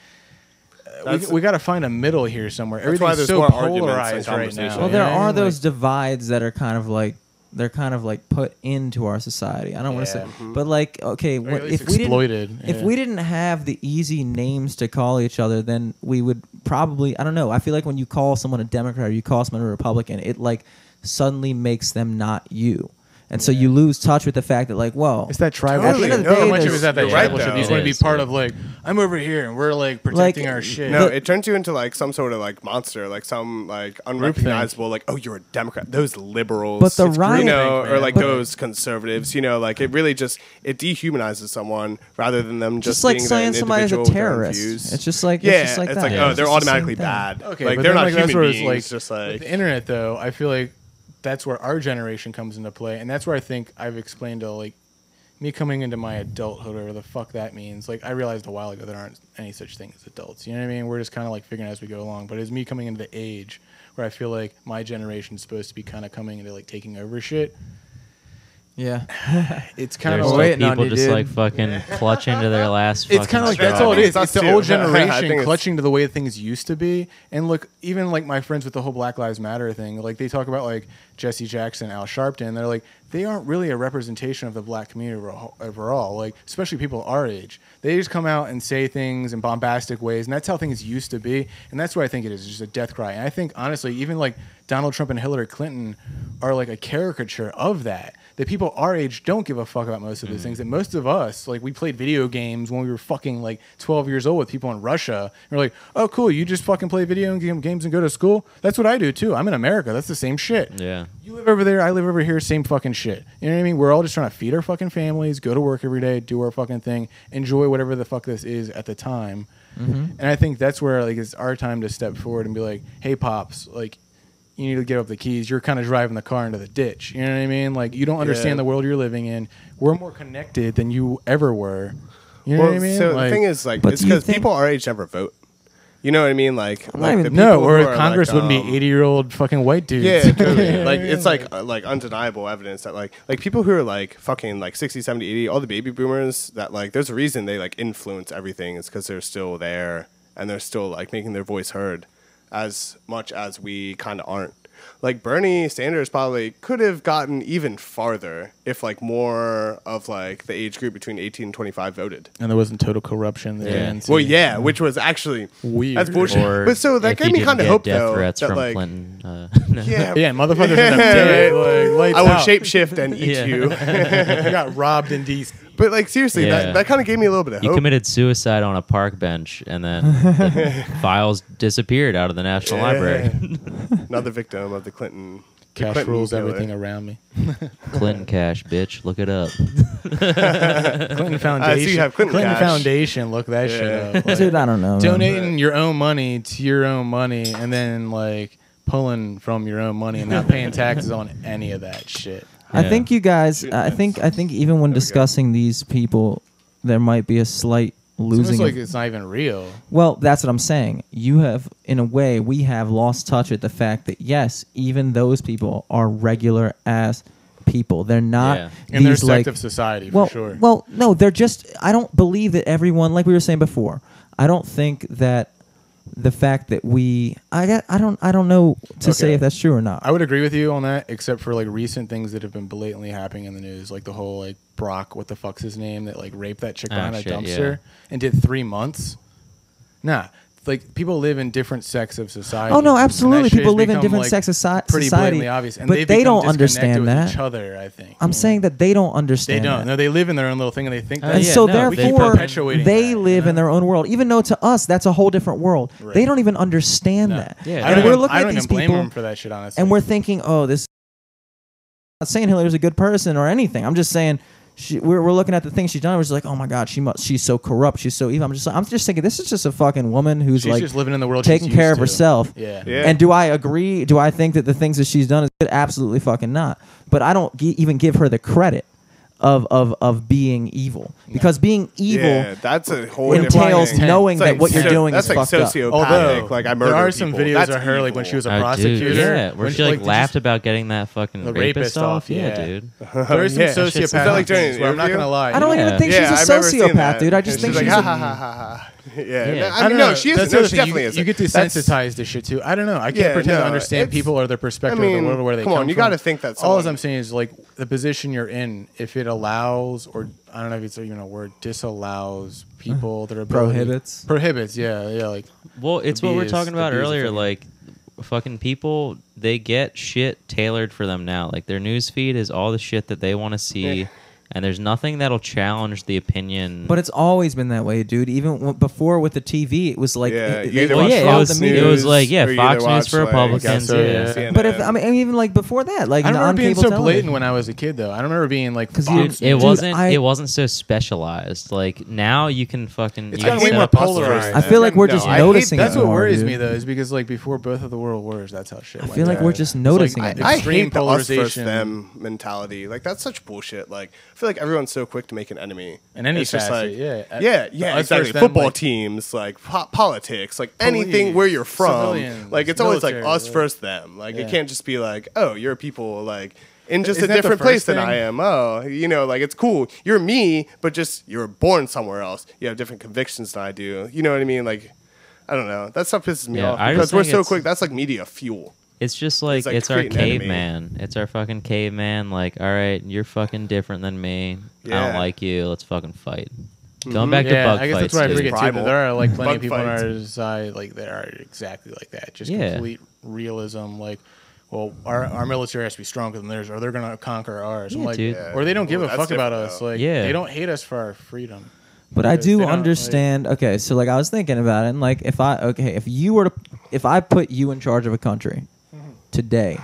Speaker 3: uh, We,
Speaker 2: That's-
Speaker 3: we got to find a middle here somewhere.
Speaker 2: That's why there's
Speaker 3: Everything's so
Speaker 2: more arguments than
Speaker 3: polarized right now.
Speaker 1: Well,
Speaker 2: conversation.
Speaker 3: you know
Speaker 1: there
Speaker 3: what I mean?
Speaker 1: are
Speaker 3: Like-
Speaker 1: those divides that are kind of like they're kind of like put into our society. I don't want to
Speaker 3: Yeah. mm-hmm.
Speaker 1: say, but like okay,
Speaker 3: Or at
Speaker 1: what,
Speaker 3: least
Speaker 1: if we
Speaker 3: exploited,
Speaker 1: didn't, if
Speaker 3: yeah.
Speaker 1: we didn't have the easy names to call each other, then we would probably I don't know. I feel like when you call someone a Democrat or you call someone a Republican, it like suddenly makes them not you, and so you lose touch with the fact that like whoa,
Speaker 3: It's that tribal.
Speaker 2: Totally.
Speaker 3: shit.
Speaker 2: At the end of the
Speaker 3: how
Speaker 2: day,
Speaker 3: much it
Speaker 2: there's-
Speaker 3: was that that
Speaker 2: You're right,
Speaker 3: tribal shit.
Speaker 2: though.
Speaker 3: You just want
Speaker 4: It
Speaker 3: to be
Speaker 4: is.
Speaker 3: part of like I'm over here and we're like protecting our shit.
Speaker 2: No,
Speaker 1: The-
Speaker 2: it turns you into like some sort of like monster, like some like unrecognizable, like oh, you're a Democrat. Those liberals,
Speaker 1: But the
Speaker 2: it's
Speaker 1: riot-
Speaker 2: you know,
Speaker 3: Groupthink,
Speaker 2: or
Speaker 3: man.
Speaker 2: like
Speaker 1: But-
Speaker 2: those conservatives, you know, like it really just it dehumanizes someone rather than them just,
Speaker 1: just like
Speaker 2: being
Speaker 1: saying
Speaker 2: an
Speaker 1: somebody's a
Speaker 2: individual with their own
Speaker 1: terrorist.
Speaker 2: views.
Speaker 1: It's just like
Speaker 2: yeah,
Speaker 1: it's just like that.
Speaker 2: oh,
Speaker 4: Yeah.
Speaker 2: they're
Speaker 1: It's just the same
Speaker 2: automatically
Speaker 1: thing.
Speaker 2: bad.
Speaker 3: Okay,
Speaker 2: like
Speaker 3: but
Speaker 2: they're
Speaker 3: then,
Speaker 2: not
Speaker 3: like,
Speaker 2: human
Speaker 3: that's where
Speaker 2: beings.
Speaker 3: It's like,
Speaker 2: just
Speaker 3: with
Speaker 2: like
Speaker 3: the internet, though, I feel like that's where our generation comes into play, and that's where I think I've explained to like me coming into my adulthood, whatever the fuck that means. Like I realized a while ago there aren't any such thing as adults. You know what I mean? We're just kind of like figuring out as we go along. But it's me coming into the age where I feel like my generation's supposed to be kind of coming into like taking over shit.
Speaker 1: Yeah,
Speaker 3: [sighs] It's kind
Speaker 4: There's
Speaker 1: Kinda
Speaker 3: of
Speaker 4: still
Speaker 3: like,
Speaker 1: waiting on
Speaker 4: people
Speaker 1: you,
Speaker 4: just
Speaker 1: dude.
Speaker 4: like fucking
Speaker 3: [laughs]
Speaker 4: clutch into their last.
Speaker 3: It's kind of like that's
Speaker 2: straw.
Speaker 3: all it is.
Speaker 2: It's us
Speaker 3: It's the
Speaker 2: too. [laughs]
Speaker 3: old
Speaker 2: I think
Speaker 3: generation
Speaker 2: it's-
Speaker 3: clutching to the way things used to be. And look, even like my friends with the whole Black Lives Matter thing, like they talk about like Jesse Jackson, Al Sharpton. They're like they aren't really a representation of the black community overall- overall. Like especially people our age, they just come out and say things in bombastic ways, and that's how things used to be. And that's what I think it is, it's just a death cry. And I think honestly, even like Donald Trump and Hillary Clinton are like a caricature of that. That people our age don't give a fuck about most of those things. That most of us, like, we played video games when we were fucking like 12 years old with people in Russia. And we're like, oh, cool, you just fucking play video game- games and go to school? That's what I do too. I'm in America. That's the same shit.
Speaker 4: Yeah.
Speaker 3: You live over there, I live over here, same fucking shit. You know what I mean? We're all just trying to feed our fucking families, go to work every day, do our fucking thing, enjoy whatever the fuck this is at the time. And I think that's where like it's our time to step forward and be like, hey pops, like you need to give up the keys. You're kind of driving the car into the ditch. You know what I mean? Like you don't understand
Speaker 2: Yeah.
Speaker 3: the world you're living in. We're more connected than you ever were. You know
Speaker 2: well,
Speaker 3: what I mean?
Speaker 2: so
Speaker 3: Like-
Speaker 2: the thing is, like,
Speaker 1: But
Speaker 2: it's
Speaker 1: do you
Speaker 2: because
Speaker 1: think-
Speaker 2: people our age never vote. You know what I mean? Like,
Speaker 1: not
Speaker 2: like
Speaker 1: even-
Speaker 2: the
Speaker 3: no,
Speaker 2: people who
Speaker 3: or
Speaker 2: are,
Speaker 3: Congress
Speaker 2: like,
Speaker 3: wouldn't
Speaker 2: um,
Speaker 3: be 80 year old fucking white dudes.
Speaker 2: Yeah,
Speaker 3: [laughs]
Speaker 2: totally. like it's like uh, like undeniable evidence that like like people who are like fucking like 60, 70, 80, all the baby boomers that like there's a reason they like influence everything is cuz they're still there and they're still like making their voice heard as much as we kind of aren't. Like Bernie Sanders probably could have gotten even farther if like more of like the age group between 18 and 25 voted.
Speaker 3: and there wasn't total corruption. There.
Speaker 4: Yeah.
Speaker 3: And so-
Speaker 2: Well, yeah, which was actually
Speaker 3: Weird.
Speaker 2: That's bullshit.
Speaker 4: Or
Speaker 2: but so that
Speaker 4: if
Speaker 2: gave
Speaker 4: he
Speaker 2: me
Speaker 4: didn't
Speaker 2: kind of
Speaker 4: get
Speaker 2: hope
Speaker 4: death
Speaker 2: though
Speaker 4: threats
Speaker 2: that
Speaker 4: from
Speaker 2: like
Speaker 4: Clinton.
Speaker 3: [laughs]
Speaker 4: Uh,
Speaker 2: yeah,
Speaker 3: Yeah, motherfuckers
Speaker 2: Yeah,
Speaker 3: end up
Speaker 2: [laughs]
Speaker 3: dead.
Speaker 2: right.
Speaker 3: Like, lights
Speaker 2: I will
Speaker 3: out.
Speaker 2: shapeshift and eat
Speaker 4: Yeah. [laughs]
Speaker 2: you.
Speaker 3: [laughs] You got robbed in DC.
Speaker 2: But like seriously,
Speaker 4: Yeah.
Speaker 2: that, that kind of gave me a little bit of
Speaker 4: he
Speaker 2: hope.
Speaker 4: committed suicide on a park bench, and
Speaker 3: [laughs]
Speaker 4: then the files disappeared out of the National
Speaker 2: Yeah. [laughs]
Speaker 4: Library.
Speaker 2: Another victim of the Clinton
Speaker 3: Cash
Speaker 2: Clinton
Speaker 3: rules
Speaker 2: killer.
Speaker 3: everything
Speaker 2: [laughs]
Speaker 3: around me.
Speaker 4: Clinton Cash, bitch. Look it up.
Speaker 3: Clinton Foundation.
Speaker 2: you have Clinton Cash.
Speaker 3: Foundation. Look that
Speaker 2: Yeah.
Speaker 3: shit up. Like,
Speaker 1: Dude, I don't know. man.
Speaker 3: donating your own money to your own money, and then like pulling from your own money and not paying taxes on any of that shit.
Speaker 1: I
Speaker 4: Yeah.
Speaker 1: think you guys. I think. I think even when discussing these people, there might be a slight
Speaker 3: It's almost
Speaker 1: losing. of-
Speaker 3: like it's not even real.
Speaker 1: well, that's what I'm saying. You have, in a way, we have lost touch with the fact that yes, even those people are regular ass people. They're not
Speaker 4: Yeah.
Speaker 3: in their
Speaker 1: these,
Speaker 3: sect
Speaker 1: like
Speaker 3: of society for
Speaker 1: well,
Speaker 3: sure.
Speaker 1: well, no, they're just. I don't believe that everyone, like we were saying before, I don't think that the fact that we, I got, I don't, I don't know to say
Speaker 3: Okay.
Speaker 1: if that's true or not.
Speaker 3: I would agree with you on that, except for like recent things that have been blatantly happening in the news, like the whole like Brock, what the fuck's his name, that like raped that chick
Speaker 4: Ah,
Speaker 3: behind a
Speaker 4: shit,
Speaker 3: dumpster
Speaker 4: yeah.
Speaker 3: and did three months. Nah, like people live in different sects of society.
Speaker 1: Oh no,
Speaker 3: and that
Speaker 1: absolutely.
Speaker 3: shit has
Speaker 1: People live in
Speaker 3: become,
Speaker 1: different
Speaker 3: like,
Speaker 1: sects of soci-
Speaker 3: Pretty
Speaker 1: society,
Speaker 3: blatantly obvious, and
Speaker 1: but
Speaker 3: they've
Speaker 1: they
Speaker 3: become
Speaker 1: don't understand
Speaker 3: disconnected with
Speaker 1: that.
Speaker 3: each other. I think
Speaker 1: I'm saying that they don't understand.
Speaker 3: they don't.
Speaker 1: that.
Speaker 3: No, they live in their own little thing, and they think.
Speaker 4: Uh,
Speaker 3: that-
Speaker 1: and
Speaker 4: yeah,
Speaker 1: so
Speaker 4: no, they keep
Speaker 1: therefore
Speaker 3: perpetuating that,
Speaker 1: they
Speaker 3: you
Speaker 1: live in
Speaker 3: know?
Speaker 1: their own world even though to us that's a whole different world
Speaker 3: Right.
Speaker 1: they don't even understand
Speaker 3: No.
Speaker 1: that
Speaker 4: Yeah.
Speaker 3: I
Speaker 4: And
Speaker 3: don't
Speaker 1: and we're
Speaker 3: even-
Speaker 1: looking
Speaker 3: I
Speaker 1: at
Speaker 3: don't
Speaker 1: these
Speaker 3: even blame
Speaker 1: people
Speaker 3: them for that shit, honestly.
Speaker 1: and we're thinking oh this I'm not saying hillary's a good person or anything i'm just saying she, we're, we're looking at the things she's done we're just like oh my god she must she's so corrupt she's so evil i'm just i'm just thinking this is just a fucking woman who's
Speaker 3: she's
Speaker 1: like
Speaker 3: just living in the world, she's
Speaker 1: taking care
Speaker 3: used
Speaker 1: of
Speaker 3: to.
Speaker 1: herself
Speaker 3: Yeah.
Speaker 2: Yeah.
Speaker 1: and do I agree? Do I think that the things that she's done is good? Absolutely fucking not. But I don't g- even give her the credit of of of being evil because being evil.
Speaker 2: Yeah, that's a whole different
Speaker 1: Entails
Speaker 2: thing.
Speaker 1: knowing
Speaker 2: It's like
Speaker 1: that what you're
Speaker 2: so-
Speaker 1: doing
Speaker 2: that's
Speaker 1: is
Speaker 2: like
Speaker 1: fucked up.
Speaker 2: sociopathic.
Speaker 3: Although
Speaker 2: like I murder
Speaker 3: there are some
Speaker 2: people.
Speaker 3: videos
Speaker 2: That's
Speaker 3: of her like
Speaker 2: evil.
Speaker 3: when she was a
Speaker 4: Oh, dude,
Speaker 3: prosecutor.
Speaker 4: yeah, where
Speaker 3: when
Speaker 4: she like,
Speaker 3: did you
Speaker 4: laughed about getting that fucking
Speaker 3: The
Speaker 4: rapist,
Speaker 3: rapist
Speaker 4: off.
Speaker 3: off,
Speaker 4: Yeah,
Speaker 3: yeah.
Speaker 4: dude.
Speaker 3: There is some
Speaker 2: Yeah.
Speaker 3: sociopath.
Speaker 4: Is that
Speaker 2: like during
Speaker 3: things
Speaker 2: an
Speaker 3: where I'm not
Speaker 2: interview?
Speaker 3: gonna lie.
Speaker 1: I don't
Speaker 4: Yeah.
Speaker 1: even think
Speaker 2: yeah,
Speaker 1: she's
Speaker 2: I've
Speaker 1: a
Speaker 2: never seen
Speaker 1: sociopath,
Speaker 2: that.
Speaker 1: dude. I just
Speaker 2: she's
Speaker 1: think
Speaker 2: like,
Speaker 1: she's
Speaker 2: ha
Speaker 1: a-
Speaker 2: ha ha ha ha. Yeah,
Speaker 4: Yeah.
Speaker 2: No, I don't know. She
Speaker 3: That's
Speaker 2: is.
Speaker 3: the
Speaker 2: No,
Speaker 3: other
Speaker 2: she
Speaker 3: thing.
Speaker 2: definitely
Speaker 3: you,
Speaker 2: is.
Speaker 3: You get desensitized to shit too. I don't know. I can't
Speaker 2: Yeah,
Speaker 3: pretend
Speaker 2: no,
Speaker 3: to understand
Speaker 2: it's-
Speaker 3: people or their perspective
Speaker 2: I mean,
Speaker 3: or whatever where they
Speaker 2: come on, you
Speaker 3: got
Speaker 2: gotta think that
Speaker 3: All
Speaker 2: someone-
Speaker 3: I'm saying is like the position you're in. If it allows or I don't know if it's even a word disallows people their ability
Speaker 1: Prohibits.
Speaker 3: prohibits. Yeah, yeah. Like
Speaker 4: Well, it's
Speaker 3: The
Speaker 4: what
Speaker 3: bee
Speaker 4: we are
Speaker 3: is-
Speaker 4: talking
Speaker 3: the
Speaker 4: about
Speaker 3: bee is a
Speaker 4: earlier.
Speaker 3: fucking-
Speaker 4: Like, fucking people, they get shit tailored for them now. Like, their news feed is all the shit that they want to see,
Speaker 2: Yeah.
Speaker 4: and there's nothing that'll challenge the opinion.
Speaker 1: But it's always been that way, dude. Even w- before with the TV, it was like,
Speaker 2: Yeah,
Speaker 1: it-
Speaker 2: you
Speaker 1: they-
Speaker 2: either
Speaker 1: well,
Speaker 2: watch
Speaker 1: yeah,
Speaker 4: it
Speaker 1: all
Speaker 2: Fox
Speaker 1: the
Speaker 4: was, it
Speaker 1: media.
Speaker 4: was like, yeah,
Speaker 2: or you
Speaker 4: Fox
Speaker 2: either
Speaker 4: News for
Speaker 2: watch, like,
Speaker 4: Republicans.
Speaker 3: so,
Speaker 4: yeah.
Speaker 3: yeah.
Speaker 2: CNN.
Speaker 1: But if I mean, and even like before that, like
Speaker 3: I remember
Speaker 1: on
Speaker 3: being
Speaker 1: cable
Speaker 3: so
Speaker 1: television.
Speaker 3: blatant when I was a kid though. I don't remember being like
Speaker 1: 'Cause
Speaker 3: Fox.
Speaker 1: you-
Speaker 4: Dude, it
Speaker 1: Dude,
Speaker 4: wasn't.
Speaker 1: I-
Speaker 4: it wasn't so specialized. Like now, you can fucking.
Speaker 2: It's
Speaker 4: you can
Speaker 2: gotten way
Speaker 4: set
Speaker 2: more
Speaker 4: up-
Speaker 2: polarized.
Speaker 1: I feel like we're just
Speaker 2: I hate-
Speaker 1: noticing
Speaker 3: That's
Speaker 1: it
Speaker 3: what
Speaker 1: more,
Speaker 3: worries
Speaker 1: dude.
Speaker 3: me though, is because like before both of the world wars, that's how shit.
Speaker 1: I
Speaker 3: went
Speaker 1: feel like
Speaker 3: down.
Speaker 1: we're just
Speaker 3: It's
Speaker 1: noticing
Speaker 3: like,
Speaker 1: it.
Speaker 2: I
Speaker 3: extreme
Speaker 2: hate the us
Speaker 3: polarization
Speaker 2: versus them mentality. Like that's such bullshit. Like I feel like everyone's so quick to make an enemy.
Speaker 3: In any
Speaker 2: it's just
Speaker 3: facet,
Speaker 2: like,
Speaker 3: yeah. Uh,
Speaker 2: yeah,
Speaker 3: the
Speaker 2: yeah,
Speaker 3: us
Speaker 2: exactly.
Speaker 3: versus them,
Speaker 2: Football
Speaker 3: like-
Speaker 2: teams, like po- politics, like anything
Speaker 3: Police,
Speaker 2: where you're from.
Speaker 3: civilians,
Speaker 2: like it's always like
Speaker 3: military,
Speaker 2: us
Speaker 3: yeah.
Speaker 2: versus them. Like
Speaker 3: Yeah.
Speaker 2: it can't just be like, oh, you're people like in just
Speaker 3: Isn't
Speaker 2: a
Speaker 3: that the
Speaker 2: different
Speaker 3: first
Speaker 2: place than
Speaker 3: thing?
Speaker 2: I am. Oh, you know, like it's cool. You're me, but just you're born somewhere else. You have different convictions than I do. You know what I mean? Like. I don't know. That stuff pisses me
Speaker 4: Yeah,
Speaker 2: off
Speaker 4: I just
Speaker 2: because we're
Speaker 4: think
Speaker 2: so
Speaker 4: it's-
Speaker 2: quick. That's like media fuel.
Speaker 4: It's just like it's,
Speaker 2: like
Speaker 4: our
Speaker 2: creating an enemy.
Speaker 4: caveman. It's our fucking caveman. Like, all right, you're fucking different than me. I don't
Speaker 2: Yeah.
Speaker 4: like you. Let's fucking fight. Going back to
Speaker 3: Mm-hmm. yeah,
Speaker 4: bug
Speaker 3: I guess
Speaker 4: fights.
Speaker 3: that's what I
Speaker 4: dude.
Speaker 3: forget too.
Speaker 2: Primal.
Speaker 3: That there are like plenty
Speaker 2: Bug
Speaker 3: of people
Speaker 2: fights.
Speaker 3: on our side like that are exactly like that. Just
Speaker 4: Yeah.
Speaker 3: complete realism. Like, well, our, our military has to be stronger than theirs, or they're gonna conquer ours. I'm
Speaker 4: Yeah,
Speaker 3: like,
Speaker 4: dude.
Speaker 3: or they don't give
Speaker 2: Ooh,
Speaker 3: a
Speaker 2: that's
Speaker 3: fuck about
Speaker 2: different,
Speaker 3: us.
Speaker 2: though.
Speaker 3: Like,
Speaker 4: Yeah.
Speaker 3: they don't hate us for our freedom.
Speaker 1: But I
Speaker 3: Because they
Speaker 1: do
Speaker 3: don't, like-
Speaker 1: understand. okay, so like I was thinking about it, and like if I okay, if you were to, if I put you in charge of a country
Speaker 3: Mm-hmm.
Speaker 1: today,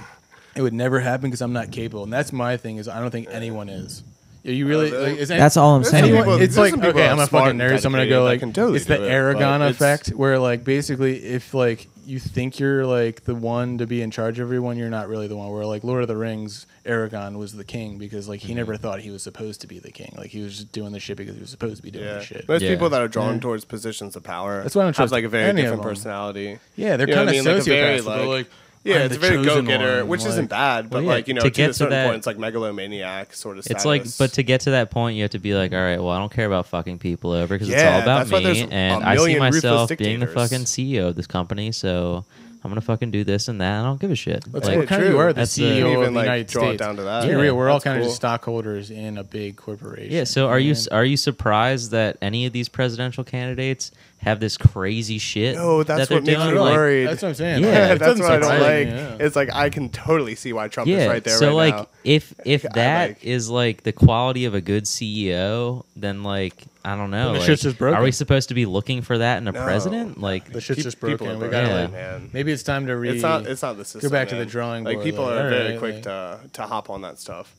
Speaker 3: It would never happen because I'm not capable, and that's my thing. Is I don't think anyone is. Are you really?
Speaker 2: Uh,
Speaker 3: Like, is any-
Speaker 1: that's all I'm
Speaker 2: There's
Speaker 1: saying.
Speaker 2: some
Speaker 3: Anyone,
Speaker 2: people-
Speaker 3: it's
Speaker 2: there's
Speaker 3: like
Speaker 2: some people
Speaker 3: okay,
Speaker 2: that
Speaker 3: I'm
Speaker 2: are
Speaker 3: a
Speaker 2: smart
Speaker 3: fucking
Speaker 2: and
Speaker 3: nerd, so I'm gonna
Speaker 2: dedicated
Speaker 3: go
Speaker 2: that
Speaker 3: like
Speaker 2: can totally
Speaker 3: it's
Speaker 2: do
Speaker 3: the
Speaker 2: it, but
Speaker 3: Aragon
Speaker 2: it's-
Speaker 3: effect, where like basically if like you think you're like the one to be in charge of everyone, you're not really the one. Where like Lord of the Rings, Aragon was the king because like he
Speaker 2: Mm-hmm.
Speaker 3: never thought he was supposed to be the king. Like he was just doing the shit because he was supposed to be doing
Speaker 2: Yeah.
Speaker 3: the shit.
Speaker 2: Most
Speaker 4: Yeah.
Speaker 2: people that are drawn towards positions of power
Speaker 3: That's why I don't
Speaker 2: have
Speaker 3: trust
Speaker 2: like a very
Speaker 3: any of
Speaker 2: different
Speaker 3: them.
Speaker 2: personality.
Speaker 3: yeah, they're
Speaker 2: You know
Speaker 3: kind
Speaker 2: what
Speaker 3: of
Speaker 2: I mean? Like a very,
Speaker 3: sociopaths. Like,
Speaker 2: like-
Speaker 3: like
Speaker 2: Yeah,
Speaker 3: I'm
Speaker 2: it's
Speaker 3: the
Speaker 2: very go
Speaker 3: chosen
Speaker 2: getter,
Speaker 3: one,
Speaker 2: which
Speaker 3: like-
Speaker 2: isn't bad, but
Speaker 4: Well, yeah,
Speaker 2: like you know, to,
Speaker 4: to get
Speaker 2: a
Speaker 4: to
Speaker 2: certain
Speaker 4: that-
Speaker 2: point, it's like megalomaniac sort of.
Speaker 4: It's like,
Speaker 2: status.
Speaker 4: but to get to that point, you have to be like, all right, well, I don't care about fucking people over because it's
Speaker 2: Yeah,
Speaker 4: all about
Speaker 2: that's why there's
Speaker 4: me,
Speaker 2: a
Speaker 4: and I see
Speaker 2: million ruthless
Speaker 4: myself being the
Speaker 2: dictators.
Speaker 4: fucking CEO of this company, so I'm gonna fucking do this and that. I don't give a shit.
Speaker 3: That's
Speaker 4: Like,
Speaker 3: what kind of
Speaker 2: true.
Speaker 3: you are the
Speaker 4: That's uh, the-
Speaker 3: CEO
Speaker 4: You
Speaker 2: can
Speaker 3: of
Speaker 2: even,
Speaker 3: the
Speaker 2: like,
Speaker 3: United
Speaker 2: draw it
Speaker 3: States.
Speaker 2: down to that.
Speaker 3: To be real, we're all
Speaker 2: That's
Speaker 3: kind of
Speaker 2: cool.
Speaker 3: just stockholders in a big corporation.
Speaker 4: yeah. So are you
Speaker 3: And-
Speaker 4: are you surprised that any of these presidential candidates have this crazy shit.
Speaker 2: No, that's
Speaker 4: that they're
Speaker 2: what makes
Speaker 4: doing.
Speaker 2: me
Speaker 4: Like,
Speaker 2: worried.
Speaker 3: That's what I'm saying.
Speaker 4: Yeah,
Speaker 3: Like,
Speaker 4: Yeah,
Speaker 3: it
Speaker 2: that's
Speaker 3: doesn't
Speaker 2: what I don't
Speaker 3: surprise
Speaker 2: like.
Speaker 3: me, yeah.
Speaker 2: It's like I can totally see why Trump
Speaker 4: yeah.
Speaker 2: is right there
Speaker 4: so
Speaker 2: right
Speaker 4: like,
Speaker 2: now. [laughs]
Speaker 4: if if
Speaker 2: I
Speaker 4: that is
Speaker 2: like-
Speaker 4: like the quality of a good CEO, then like I don't know.
Speaker 3: Then the
Speaker 4: like,
Speaker 3: shit's just broken.
Speaker 4: Are we supposed to be looking for that in a
Speaker 2: No.
Speaker 4: president? Like,
Speaker 3: The shit's
Speaker 2: Peop-
Speaker 3: just
Speaker 2: people
Speaker 3: broken.
Speaker 2: are
Speaker 3: We
Speaker 2: broken.
Speaker 3: gotta
Speaker 4: Yeah.
Speaker 3: like,
Speaker 2: man.
Speaker 3: maybe it's time to re.
Speaker 2: It's not. It's not the system.
Speaker 3: back to the
Speaker 2: man.
Speaker 3: drawing
Speaker 2: Like
Speaker 3: board,
Speaker 2: people
Speaker 3: like,
Speaker 2: are
Speaker 3: all
Speaker 2: very
Speaker 3: right,
Speaker 2: quick
Speaker 3: like-
Speaker 2: to to hop on that stuff.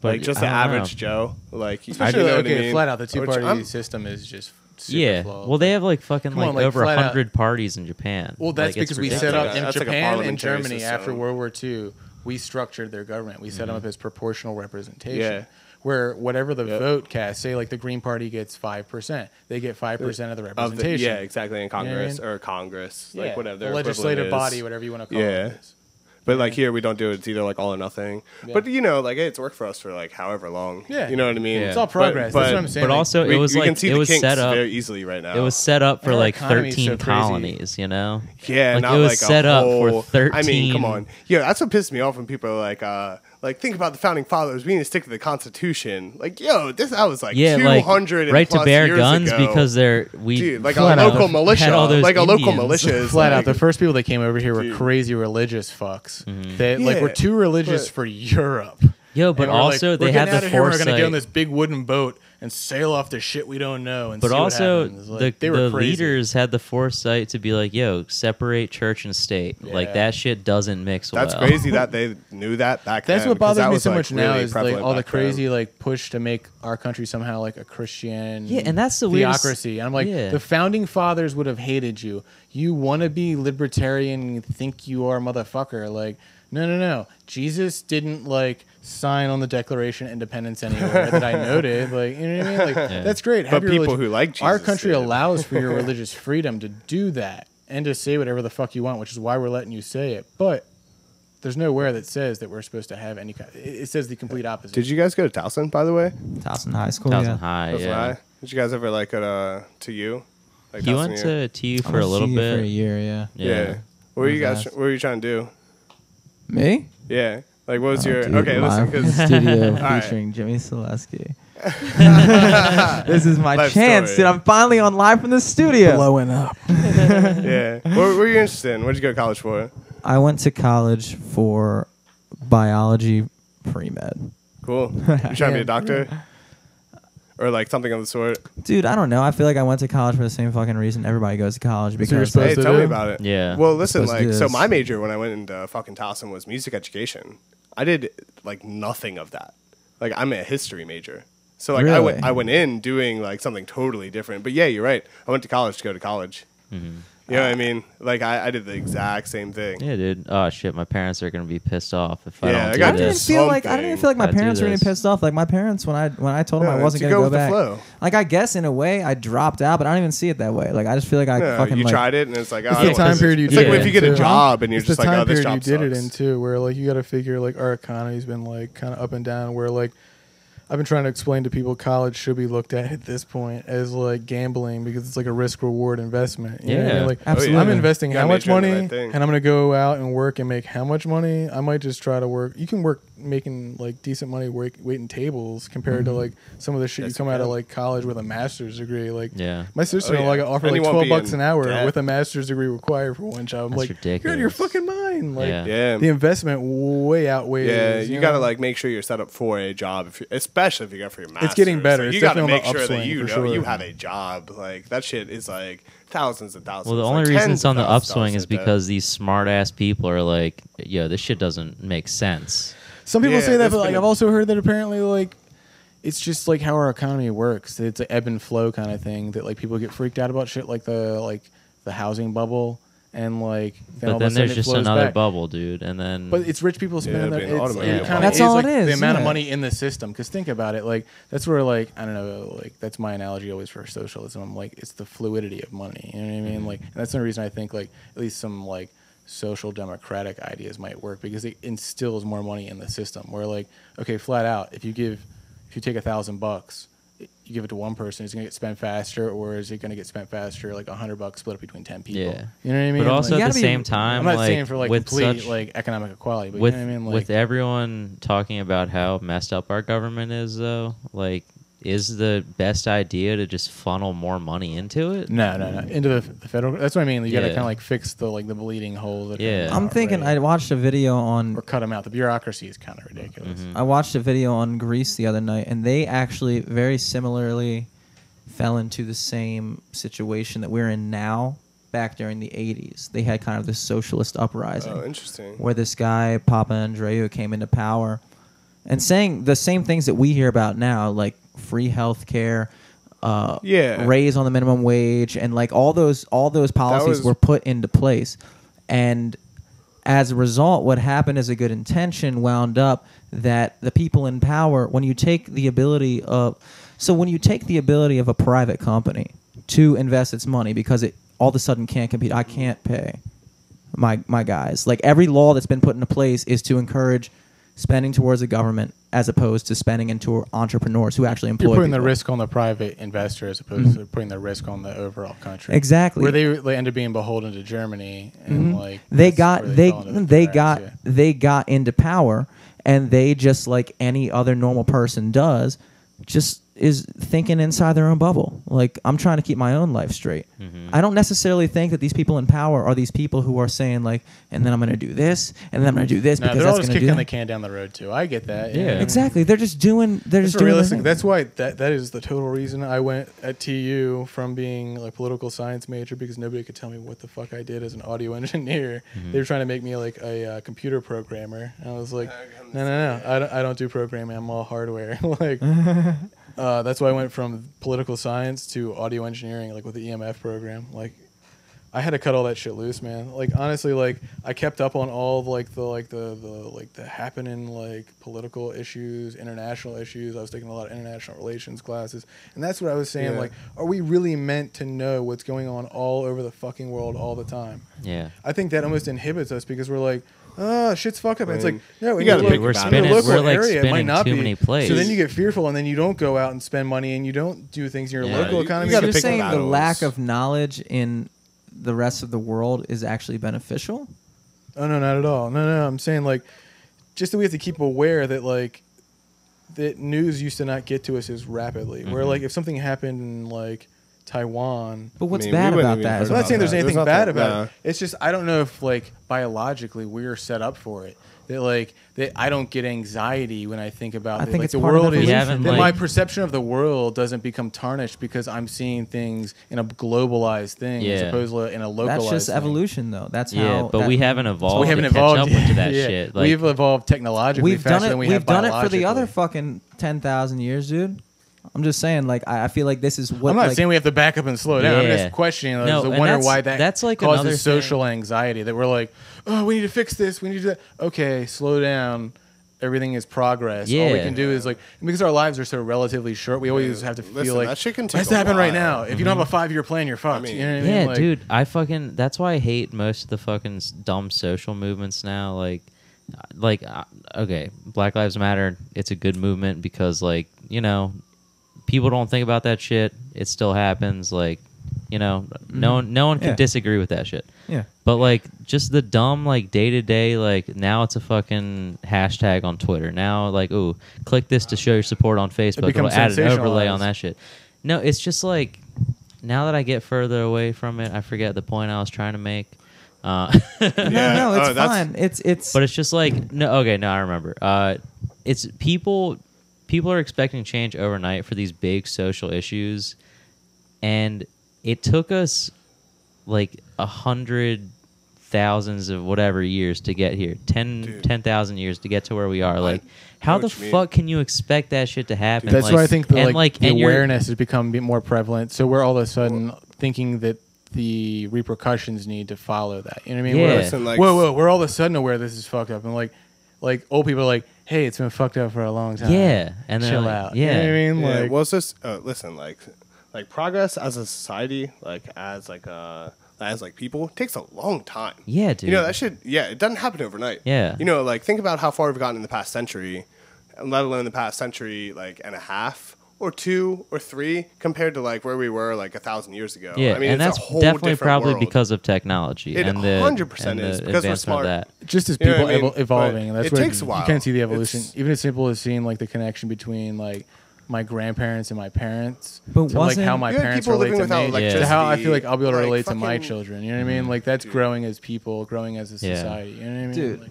Speaker 4: But
Speaker 2: like just
Speaker 4: I
Speaker 2: the
Speaker 4: don't know.
Speaker 2: average Joe. Like you-
Speaker 3: especially
Speaker 2: you know
Speaker 3: like,
Speaker 2: what I
Speaker 3: okay,
Speaker 2: mean?
Speaker 3: flat out the two
Speaker 2: Which
Speaker 3: party
Speaker 2: I'm-
Speaker 3: system is just super
Speaker 4: yeah.
Speaker 3: flawed.
Speaker 4: Well, they have like fucking
Speaker 3: Come
Speaker 4: like,
Speaker 3: on, like,
Speaker 4: over a
Speaker 3: flat out-
Speaker 4: hundred parties in Japan.
Speaker 3: Well, that's
Speaker 4: Like, it's
Speaker 3: because we set
Speaker 4: ridiculous.
Speaker 3: up in
Speaker 2: That's like a
Speaker 3: Japan and
Speaker 2: parliamentary
Speaker 3: Germany
Speaker 2: system. Mm-hmm.
Speaker 3: after World War II. We structured their government. We set them up as proportional representation,
Speaker 2: Yeah.
Speaker 3: where whatever the
Speaker 2: Yep.
Speaker 3: vote cast, say like the Green Party gets five percent, they get five percent of the
Speaker 2: of the,
Speaker 3: representation.
Speaker 2: yeah, exactly in
Speaker 3: what I
Speaker 2: Congress
Speaker 3: mean?
Speaker 2: or Congress,
Speaker 3: Yeah,
Speaker 2: like whatever
Speaker 3: the
Speaker 2: their equivalent
Speaker 3: legislative
Speaker 2: is.
Speaker 3: body, whatever you want to call
Speaker 2: Yeah.
Speaker 3: it. is.
Speaker 2: But like here, we don't do it. It's either like all or nothing.
Speaker 3: Yeah.
Speaker 2: But you know, like hey, it's worked for us for like however long.
Speaker 3: Yeah.
Speaker 2: you know what I mean.
Speaker 4: Yeah.
Speaker 3: It's all
Speaker 2: But-
Speaker 3: progress. That's
Speaker 2: but-
Speaker 3: what I'm saying.
Speaker 4: But
Speaker 3: Like,
Speaker 4: also,
Speaker 2: we-
Speaker 4: it was
Speaker 2: we
Speaker 4: like
Speaker 2: can see
Speaker 4: it
Speaker 2: the
Speaker 4: was
Speaker 2: kinks
Speaker 4: set up.
Speaker 2: very easily right now.
Speaker 4: It was set up for
Speaker 3: Our
Speaker 4: like
Speaker 3: economy's so
Speaker 4: 13
Speaker 3: crazy.
Speaker 4: colonies, you know?
Speaker 2: Yeah,
Speaker 4: like
Speaker 2: not
Speaker 4: it was
Speaker 2: like
Speaker 4: set
Speaker 2: a
Speaker 4: up
Speaker 2: whole-
Speaker 4: for 13.
Speaker 2: I mean, come on. Yeah, that's what pissed me off when people are like, uh, like think about the founding fathers. We need to stick to the Constitution. Like, yo, this I was like
Speaker 4: Yeah,
Speaker 2: two
Speaker 4: like
Speaker 2: hundred
Speaker 4: right to
Speaker 2: plus
Speaker 4: bear
Speaker 2: years
Speaker 4: guns
Speaker 2: ago.
Speaker 4: because they're we
Speaker 2: dude, like a
Speaker 4: flat out
Speaker 2: local
Speaker 4: had
Speaker 2: militia,
Speaker 4: all those
Speaker 2: like a local
Speaker 4: Indians. [laughs]
Speaker 2: militia is
Speaker 3: flat
Speaker 2: like,
Speaker 3: out, the first people that came over here were
Speaker 2: Dude.
Speaker 3: crazy religious fucks.
Speaker 4: Mm-hmm.
Speaker 3: They like were
Speaker 2: Yeah,
Speaker 3: too religious
Speaker 2: but-
Speaker 3: for Europe.
Speaker 4: Yo, but
Speaker 3: And we're like,
Speaker 4: also
Speaker 3: we're
Speaker 4: they had
Speaker 3: getting out
Speaker 4: the
Speaker 3: of here, We're gonna get on
Speaker 4: foresight.
Speaker 3: this big wooden boat and sail off the shit we don't know. And
Speaker 4: But
Speaker 3: see what
Speaker 4: also,
Speaker 3: happens. Like,
Speaker 4: the,
Speaker 3: they were
Speaker 4: the
Speaker 3: crazy.
Speaker 4: leaders had the foresight to be like, "Yo, separate church and state. Like
Speaker 3: Yeah.
Speaker 4: that shit doesn't mix
Speaker 2: That's
Speaker 4: well."
Speaker 2: crazy that they knew that back then.
Speaker 3: That's what
Speaker 2: 'cause
Speaker 3: bothers
Speaker 2: that
Speaker 3: me
Speaker 2: was,
Speaker 3: so
Speaker 2: like,
Speaker 3: much now
Speaker 2: really
Speaker 3: is like
Speaker 2: prevalent
Speaker 3: all the
Speaker 2: back then.
Speaker 3: crazy like push to make our country somehow like a Christian.
Speaker 4: Yeah, and that's the weirdest-
Speaker 3: theocracy. And I'm like,
Speaker 4: Yeah.
Speaker 3: the founding fathers would have hated you. You want to be libertarian, you think you are motherfucker. Like, no, no, no. Jesus didn't like sign on the Declaration of Independence anywhere
Speaker 2: [laughs]
Speaker 3: that I noted. Like, you know what I mean? Like, that's great.
Speaker 2: But
Speaker 3: Have your
Speaker 2: people
Speaker 3: religion.
Speaker 2: who like
Speaker 3: our
Speaker 2: Jesus
Speaker 3: country
Speaker 2: did.
Speaker 3: allows for
Speaker 2: [laughs]
Speaker 3: your religious freedom to do that and to say whatever the fuck you want, which is why we're letting you say it. But there's nowhere that says that we're supposed to have any kind. It it says the complete opposite.
Speaker 2: Did you guys go to Towson, by the way?
Speaker 1: Towson High School.
Speaker 4: Thousand
Speaker 1: yeah.
Speaker 4: high.
Speaker 2: That's
Speaker 4: Yeah.
Speaker 2: why. Did you guys ever like go to to you? Like
Speaker 4: He
Speaker 2: Towson
Speaker 4: went
Speaker 2: U?
Speaker 4: to TU
Speaker 1: I
Speaker 4: for a
Speaker 1: was
Speaker 4: little
Speaker 1: CU
Speaker 4: bit.
Speaker 1: For a year, yeah.
Speaker 2: yeah.
Speaker 4: yeah.
Speaker 2: What were you
Speaker 1: His
Speaker 2: guys?
Speaker 1: ass.
Speaker 2: What were you trying to do?
Speaker 1: Me?
Speaker 2: Yeah. Like, what was
Speaker 1: Oh,
Speaker 2: your?
Speaker 1: dude,
Speaker 2: okay, listen,
Speaker 1: live in
Speaker 2: because [laughs]
Speaker 3: [laughs]
Speaker 1: studio
Speaker 2: right.
Speaker 1: featuring Jimmy
Speaker 2: [laughs]
Speaker 1: Selesky. this is my
Speaker 2: Life
Speaker 1: chance,
Speaker 2: story.
Speaker 1: dude. I'm finally on live from the studio.
Speaker 5: blowing up.
Speaker 2: yeah. What were you interested in? What did you go to college for?
Speaker 1: I went to college for biology pre med.
Speaker 2: Cool. You trying
Speaker 3: [laughs]
Speaker 2: to be a doctor? Or like something of the sort.
Speaker 1: Dude, I don't know. I feel like I went to college for the same fucking reason everybody goes to college
Speaker 3: So you're
Speaker 1: because
Speaker 3: supposed
Speaker 2: Hey,
Speaker 3: to
Speaker 2: tell me
Speaker 3: do?
Speaker 2: about it.
Speaker 4: Yeah.
Speaker 2: Well, listen,
Speaker 1: Supposed to
Speaker 2: like,
Speaker 1: do
Speaker 2: so
Speaker 1: this.
Speaker 2: my major when I went into fucking Towson was music education. I did like nothing of that. Like, I'm a history major. So like I went
Speaker 1: Really?
Speaker 2: I went in doing like something totally different. But yeah, you're right. I went to college to go to college. You know what I mean? Like I, I did the exact same thing.
Speaker 4: Yeah, dude. Oh shit, my parents are gonna be pissed off if
Speaker 2: Yeah, I
Speaker 4: I
Speaker 1: I
Speaker 4: don't
Speaker 2: got
Speaker 4: do
Speaker 1: didn't even
Speaker 4: this.
Speaker 1: feel like I
Speaker 2: Something.
Speaker 1: didn't even feel like my
Speaker 4: Gotta do
Speaker 1: parents were even
Speaker 4: this.
Speaker 1: pissed off. Like my parents, when I when I told them
Speaker 2: No,
Speaker 1: I wasn't
Speaker 2: to
Speaker 1: gonna
Speaker 2: go
Speaker 1: go,
Speaker 2: with the
Speaker 1: back,
Speaker 2: flow.
Speaker 1: like I guess in a way I dropped out, but I don't even see it that way. Like I just feel like I
Speaker 2: No,
Speaker 1: fucking
Speaker 2: you
Speaker 1: like,
Speaker 2: tried it and it's like oh, I
Speaker 3: the
Speaker 2: don't want
Speaker 3: time
Speaker 2: this.
Speaker 3: period you
Speaker 2: It's
Speaker 4: did
Speaker 2: like
Speaker 4: it
Speaker 2: if you get a
Speaker 3: into.
Speaker 2: job and you're
Speaker 3: it's
Speaker 2: just
Speaker 3: the
Speaker 2: like
Speaker 3: time
Speaker 2: oh this
Speaker 3: period
Speaker 2: job
Speaker 3: you did it
Speaker 2: sucks.
Speaker 3: in too, where like you got to figure like our economy's been like kind of up and down. Where like I've been trying to explain to people college should be looked at at this point as like gambling because it's like a risk reward investment. You know what I
Speaker 4: Yeah.
Speaker 3: mean? like
Speaker 1: Absolutely.
Speaker 3: I'm
Speaker 2: Oh,
Speaker 3: investing
Speaker 2: You gotta
Speaker 3: how much
Speaker 2: make sure
Speaker 3: money,
Speaker 2: you're doing the right thing.
Speaker 3: and I'm gonna go out and work and make how much money. I might just try to work. You can work making like decent money wait, waiting tables compared
Speaker 2: Mm-hmm.
Speaker 3: to like some of the shit
Speaker 2: Yes,
Speaker 3: you come
Speaker 2: you
Speaker 3: out of
Speaker 2: can.
Speaker 3: like college with a master's degree. Like
Speaker 4: Yeah.
Speaker 3: my sister
Speaker 2: Oh, yeah.
Speaker 3: like offered
Speaker 2: And
Speaker 3: like
Speaker 2: you won't
Speaker 3: twelve
Speaker 2: be
Speaker 3: bucks
Speaker 2: in
Speaker 3: an hour
Speaker 2: debt.
Speaker 3: with a master's degree required for one job. I'm
Speaker 4: That's
Speaker 3: like, you're out of your
Speaker 4: ridiculous.
Speaker 3: fucking mind. Like
Speaker 4: Yeah.
Speaker 2: Yeah.
Speaker 3: the investment way outweighs.
Speaker 2: Yeah, you, gotta
Speaker 3: know?
Speaker 2: like make sure you're set up for a job, if you, especially if you go for your master's.
Speaker 3: getting better.
Speaker 2: Like,
Speaker 3: It's
Speaker 2: you gotta
Speaker 3: definitely on
Speaker 2: make
Speaker 3: the
Speaker 2: sure that
Speaker 3: upswing,
Speaker 2: you know
Speaker 3: for sure.
Speaker 2: you have a job. Like that shit is like thousands and thousands.
Speaker 4: Well, the
Speaker 2: like,
Speaker 4: only reason
Speaker 2: tens
Speaker 4: it's on
Speaker 2: of
Speaker 4: the
Speaker 2: thousands of
Speaker 4: upswing
Speaker 2: dollars
Speaker 4: is
Speaker 2: like that.
Speaker 4: because these smart ass people are like, yo, this shit doesn't make sense.
Speaker 3: Some people
Speaker 2: Yeah,
Speaker 3: say that,
Speaker 2: that's
Speaker 3: but like
Speaker 2: been a-
Speaker 3: I've also heard that apparently like it's just like how our economy works. It's an ebb and flow kind of thing that like people get freaked out about shit like the like the housing bubble and like then all
Speaker 4: but
Speaker 3: of a
Speaker 4: then
Speaker 3: sudden
Speaker 4: there's
Speaker 3: it
Speaker 4: just
Speaker 3: flows
Speaker 4: another
Speaker 3: back.
Speaker 4: bubble, dude. And then
Speaker 3: But it's rich people spending
Speaker 2: it'd
Speaker 3: their.
Speaker 2: be an
Speaker 3: It's,
Speaker 2: automobile
Speaker 3: it
Speaker 2: bubble.
Speaker 3: kinda
Speaker 1: That's all
Speaker 3: like,
Speaker 1: it is,
Speaker 3: The amount of
Speaker 1: yeah.
Speaker 3: money in the system. Because think about it, like that's where like I don't know, like that's my analogy always for socialism. I'm like it's the fluidity of money. You know what I mean? Like and that's the reason I think like at least some like social democratic ideas might work because it instills more money in the system. Where like okay, flat out, if you give, if you take a thousand bucks. You give it to one person, it's gonna get spent faster, or is it gonna get spent faster? Like a hundred bucks split up between ten people.
Speaker 4: Yeah.
Speaker 3: you know what I mean.
Speaker 4: But also
Speaker 1: you
Speaker 4: at
Speaker 1: gotta
Speaker 4: the
Speaker 1: be-
Speaker 4: same time,
Speaker 3: I'm not
Speaker 4: like,
Speaker 3: saying for like
Speaker 4: with
Speaker 3: complete
Speaker 4: such,
Speaker 3: like economic equality, but
Speaker 4: with
Speaker 3: you know what I mean. Like,
Speaker 4: with everyone talking about how messed up our government is, though, like is the best idea to just funnel more money into it?
Speaker 3: No, no, no. Into the, f- the federal. That's what I mean. You gotta
Speaker 4: Yeah.
Speaker 3: kind of like fix the like the bleeding holes. That are
Speaker 4: Yeah.
Speaker 3: not
Speaker 4: I'm
Speaker 1: I'm thinking
Speaker 3: right.
Speaker 1: I watched a video on
Speaker 3: or cut them out. The bureaucracy is kind of ridiculous.
Speaker 4: Mm-hmm.
Speaker 1: I watched a video on Greece the other night, and they actually very similarly fell into the same situation that we're in now. Back during the '80s, they had kind of this socialist uprising
Speaker 2: Oh, interesting.
Speaker 1: where this guy Papa Andreu came into power, and saying the same things that we hear about now, like free health care. Uh,
Speaker 2: Yeah.
Speaker 1: raise on the minimum wage and like all those all those policies
Speaker 2: was-
Speaker 1: were put into place and as a result what happened as a good intention wound up that the people in power when you take the ability of so when you take the ability of a private company to invest its money because it all of a sudden can't compete i can't pay my my guys like every law that's been put into place is to encourage spending towards the government as opposed to spending into entrepreneurs who actually employ
Speaker 3: You're putting the
Speaker 1: people.
Speaker 3: risk on the private investor as opposed to putting the risk on the overall country.
Speaker 1: Mm-hmm. Exactly. Mm-hmm.
Speaker 3: Where they, they end up being beholden to Germany and like
Speaker 1: they
Speaker 3: that's
Speaker 1: got
Speaker 3: where
Speaker 1: they
Speaker 3: fell into
Speaker 1: they,
Speaker 3: the cracks,
Speaker 1: got
Speaker 3: yeah.
Speaker 1: they got into power and they just like any other normal person does just is thinking inside their own bubble like i'm trying to keep my own life straight i don't necessarily think that these people in power are these people who are saying like and then i'm going to do this and then i'm going to do this
Speaker 3: No,
Speaker 1: because
Speaker 3: they're all
Speaker 1: that's
Speaker 3: just
Speaker 1: going to do
Speaker 3: kicking the
Speaker 1: that.
Speaker 3: can down the road too. I get that.
Speaker 4: Yeah.
Speaker 1: exactly they're just doing they're
Speaker 3: It's
Speaker 1: just doing their
Speaker 3: realistic.
Speaker 1: thing.
Speaker 3: That's why that that is the total reason I went at TU from being like political science major because nobody could tell me what the fuck I did as an audio [laughs] engineer. They were trying to make me like a uh, computer programmer. And I was like, no, no, no, I don't, I don't do programming. I'm all hardware. [laughs]
Speaker 1: [laughs]
Speaker 3: like, uh, that's why I went from political science to audio engineering, like with the EMF program. Like, I had to cut all that shit loose, man. Like honestly, like I kept up on all of, like the like the the like the happening like political issues, international issues. I was taking a lot of international relations classes, and that's what I was saying.
Speaker 2: Yeah.
Speaker 3: Like, are we really meant to know what's going on all over the fucking world all the time?
Speaker 4: Yeah.
Speaker 3: I think that almost inhibits us because we're like, oh, shit's fuck up. And it's like, no,
Speaker 2: You
Speaker 3: in
Speaker 2: gotta
Speaker 3: your
Speaker 2: pick
Speaker 3: local-
Speaker 2: We're
Speaker 3: in your
Speaker 2: spinning-
Speaker 3: local
Speaker 2: we're,
Speaker 4: like,
Speaker 3: area, it might
Speaker 4: spinning
Speaker 3: not
Speaker 4: too
Speaker 3: be.
Speaker 4: many plays.
Speaker 3: So then you get fearful, and then you don't go out and spend money, and you don't do things in your
Speaker 4: Yeah,
Speaker 3: local
Speaker 4: you-
Speaker 3: economy.
Speaker 2: gotta
Speaker 1: you're
Speaker 2: pick
Speaker 1: saying the
Speaker 2: battles.
Speaker 1: lack of knowledge in the rest of the world is actually beneficial
Speaker 3: Oh no, not at all. No, no, I'm saying like just that we have to keep aware that like that news used to not get to us as rapidly.
Speaker 2: Mm-hmm.
Speaker 3: Where like if something happened in like Taiwan,
Speaker 1: but what's
Speaker 2: mean, we
Speaker 1: bad
Speaker 2: wouldn't
Speaker 1: about
Speaker 2: even
Speaker 1: that
Speaker 2: heard
Speaker 1: is
Speaker 3: I'm
Speaker 1: what
Speaker 3: not
Speaker 2: about that.
Speaker 3: saying there's anything
Speaker 2: There's
Speaker 3: bad
Speaker 2: nothing-
Speaker 3: about
Speaker 2: nah.
Speaker 3: it. It's just I don't know if like biologically we're set up for it. That like that I don't get anxiety when I think about.
Speaker 1: I
Speaker 3: that,
Speaker 1: think
Speaker 3: like,
Speaker 1: it's
Speaker 3: the
Speaker 1: part of
Speaker 3: world is
Speaker 1: evolution.
Speaker 4: You haven't,
Speaker 3: that
Speaker 4: like-
Speaker 3: my perception of the world doesn't become tarnished because I'm seeing things in a globalized thing as
Speaker 4: Yeah.
Speaker 3: opposed to in a localized.
Speaker 1: that's just
Speaker 3: thing.
Speaker 1: evolution though that's
Speaker 4: Yeah,
Speaker 1: how
Speaker 4: but
Speaker 1: that-
Speaker 4: we haven't
Speaker 3: So
Speaker 4: evolved.
Speaker 3: we haven't
Speaker 4: to catch
Speaker 3: evolved
Speaker 4: up
Speaker 3: [laughs]
Speaker 4: with that
Speaker 3: yeah.
Speaker 4: shit. Like,
Speaker 3: we've evolved technologically
Speaker 1: we've
Speaker 3: faster
Speaker 1: done it.
Speaker 3: than we
Speaker 1: have
Speaker 3: have
Speaker 1: done it for the other
Speaker 3: biologically.
Speaker 1: fucking ten thousand years, dude. I'm just saying, like, I, I feel like this is what.
Speaker 3: I'm not
Speaker 1: like,
Speaker 3: saying we have to back up and slow down. I'm
Speaker 4: Yeah.
Speaker 3: just questioning. like,
Speaker 4: No,
Speaker 3: I
Speaker 4: and
Speaker 3: wonder
Speaker 4: that's-
Speaker 3: why that
Speaker 4: that's like another thing.
Speaker 3: causes social anxiety that we're like, oh, we need to fix this. We need to. Okay, slow down. Everything is progress. All we
Speaker 4: Yeah.
Speaker 3: can do is like because our lives are so relatively short, we always have to feel
Speaker 2: Listen,
Speaker 3: like
Speaker 2: that shit can take
Speaker 3: That's
Speaker 2: a
Speaker 3: happening right
Speaker 2: while."
Speaker 3: now. If you don't
Speaker 1: Mm-hmm.
Speaker 3: have a five year plan, you're fucked.
Speaker 2: mean-
Speaker 3: you know what I mean?
Speaker 4: yeah,
Speaker 3: Like,
Speaker 4: dude, I fucking. That's why I hate most of the fucking s- dumb social movements now. Like, like uh, okay, Black Lives Matter. It's a good movement because like you know, people don't think about that shit. It still happens. Like, you know,
Speaker 3: Mm-hmm.
Speaker 4: no one, no one can
Speaker 1: Yeah.
Speaker 4: disagree with that shit.
Speaker 1: Yeah.
Speaker 4: But like just the dumb like day to day like now it's a fucking hashtag on Twitter. Now like ooh, click this to show your support on Facebook.
Speaker 3: becomes
Speaker 4: It'll add an overlay
Speaker 3: sensationalized.
Speaker 4: on that shit. No, it's just like now that I get further away from it, I forget the point I was trying to make. Uh, [laughs]
Speaker 2: Yeah.
Speaker 1: No, no, it's
Speaker 2: Oh, that's-
Speaker 1: fine. It's it's.
Speaker 4: But it's just like no, okay, no, I remember. Uh, it's people. People are expecting change overnight for these big social issues, and it took us like a hundred thousands of whatever years to get here 10
Speaker 2: Dude.
Speaker 4: 10,000 years to get to where we are like
Speaker 2: know
Speaker 4: how the
Speaker 2: what you mean.
Speaker 4: fuck can you expect that shit to happen
Speaker 3: That's
Speaker 4: like,
Speaker 3: why I think the,
Speaker 4: and,
Speaker 3: like, the
Speaker 4: and you're-
Speaker 3: awareness has become a bit more prevalent. So we're all of a sudden thinking that the repercussions need to follow that. You know what I mean?
Speaker 4: Yeah.
Speaker 3: We're
Speaker 4: Listen,
Speaker 2: like-
Speaker 3: whoa, whoa, we're all of a sudden aware this is fucked up. And like, like old people are like, hey, it's been fucked up for a long time.
Speaker 4: Yeah, and they're
Speaker 3: chill
Speaker 4: like-
Speaker 3: out. you
Speaker 4: yeah.
Speaker 3: know what I mean?
Speaker 2: Yeah,
Speaker 3: like,
Speaker 2: well, it's just uh, listen, like, like progress as a society, like as like uh as like people, takes a long time.
Speaker 4: Yeah, dude.
Speaker 2: You know that shit. Yeah, it doesn't happen overnight.
Speaker 4: Yeah.
Speaker 2: You know, like think about how far we've gotten in the past century, and let alone the past century like and a half or two or three compared to like where we were like a thousand years ago.
Speaker 4: yeah
Speaker 2: I mean,
Speaker 4: and
Speaker 2: it's
Speaker 4: that's
Speaker 2: a whole
Speaker 4: definitely
Speaker 2: different
Speaker 4: probably
Speaker 2: world.
Speaker 4: because of technology
Speaker 2: It
Speaker 4: and the
Speaker 2: 100%
Speaker 4: and
Speaker 2: is,
Speaker 4: the
Speaker 2: because we're
Speaker 4: advancement of
Speaker 2: smart.
Speaker 4: that
Speaker 3: just as
Speaker 2: You know
Speaker 3: people
Speaker 2: what I mean?
Speaker 3: evol- evolving,
Speaker 2: But
Speaker 3: and that's
Speaker 2: it
Speaker 3: where
Speaker 2: takes a
Speaker 3: You
Speaker 2: while.
Speaker 3: can't see the evolution,
Speaker 2: It's-
Speaker 3: even as simple as seeing like the connection between like my grandparents and my parents
Speaker 1: But
Speaker 3: to like
Speaker 1: wasn't-
Speaker 3: how my
Speaker 2: You had
Speaker 3: parents
Speaker 2: people
Speaker 3: relate
Speaker 2: living
Speaker 3: to
Speaker 2: without
Speaker 3: me
Speaker 4: electricity,
Speaker 3: to how I feel like I'll be able to
Speaker 2: like
Speaker 3: relate to my
Speaker 2: fucking-
Speaker 3: children. You know what I mean? Like that's
Speaker 2: Dude.
Speaker 3: growing as people, growing as a
Speaker 4: Yeah.
Speaker 3: society. You know what I mean?
Speaker 1: Dude.
Speaker 3: Like,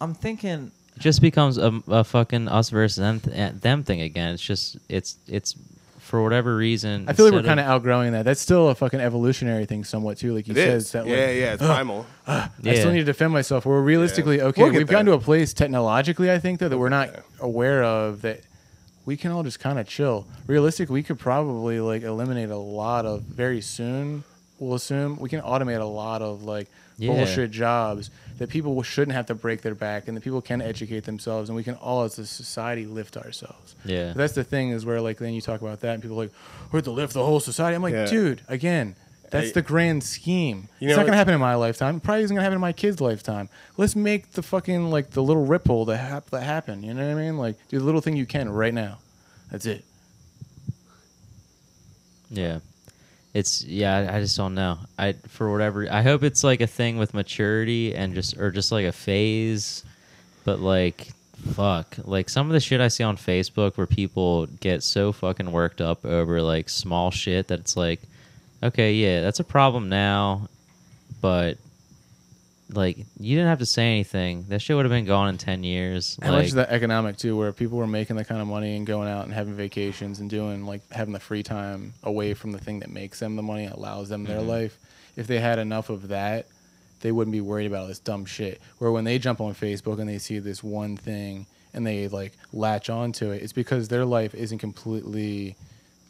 Speaker 1: I'm thinking
Speaker 4: It just becomes a, a fucking us versus them, th- them thing again. It's just it's it's for whatever reason.
Speaker 3: I feel like we're
Speaker 4: instead
Speaker 3: kind of outgrowing that. That's still a fucking evolutionary thing, somewhat too. Like you
Speaker 2: It
Speaker 3: said,
Speaker 2: is.
Speaker 3: that
Speaker 2: yeah,
Speaker 3: like,
Speaker 2: yeah,
Speaker 3: [gasps]
Speaker 2: it's primal.
Speaker 3: I still
Speaker 4: Yeah.
Speaker 3: need to defend myself. We're realistically okay.
Speaker 2: We'll get
Speaker 3: we've gotten to
Speaker 2: there.
Speaker 3: a place technologically, I think, though, that we're not
Speaker 2: there.
Speaker 3: aware of that we can all just kind of chill. Realistic, we could probably like eliminate a lot of very soon. We'll assume we can automate a lot of like
Speaker 4: Yeah.
Speaker 3: bullshit jobs that people shouldn't have to break their back, and that people can educate themselves, and we can all as a society lift ourselves.
Speaker 4: Yeah.
Speaker 3: But that's the thing is where like then you talk about that, and people are like we have to lift the whole society. I'm like,
Speaker 2: Yeah.
Speaker 3: dude, again. That's
Speaker 2: Hey.
Speaker 3: the grand scheme.
Speaker 2: You know
Speaker 3: it's not gonna
Speaker 2: what-
Speaker 3: happen in my lifetime. It probably isn't gonna happen in my kid's lifetime. Let's make the fucking like the little ripple that hap- that happen. You know what I mean? Like do the little thing you can right now. That's it.
Speaker 4: Yeah. It's yeah, I, I just don't know. I for whatever I hope it's like a thing with maturity and just or just like a phase. But like fuck. Like some of the shit I see on Facebook where people get so fucking worked up over like small shit that it's like, okay, yeah, that's a problem now, but like you didn't have to say anything. That shit would have been gone in ten years.
Speaker 3: How
Speaker 4: like,
Speaker 3: much is that economic too, where people were making the kind of money and going out and having vacations and doing like having the free time away from the thing that makes them the money, allows them their life. If they had enough of that, they wouldn't be worried about this dumb shit. Where when they jump on Facebook and they see this one thing and they like latch onto it, it's because their life isn't completely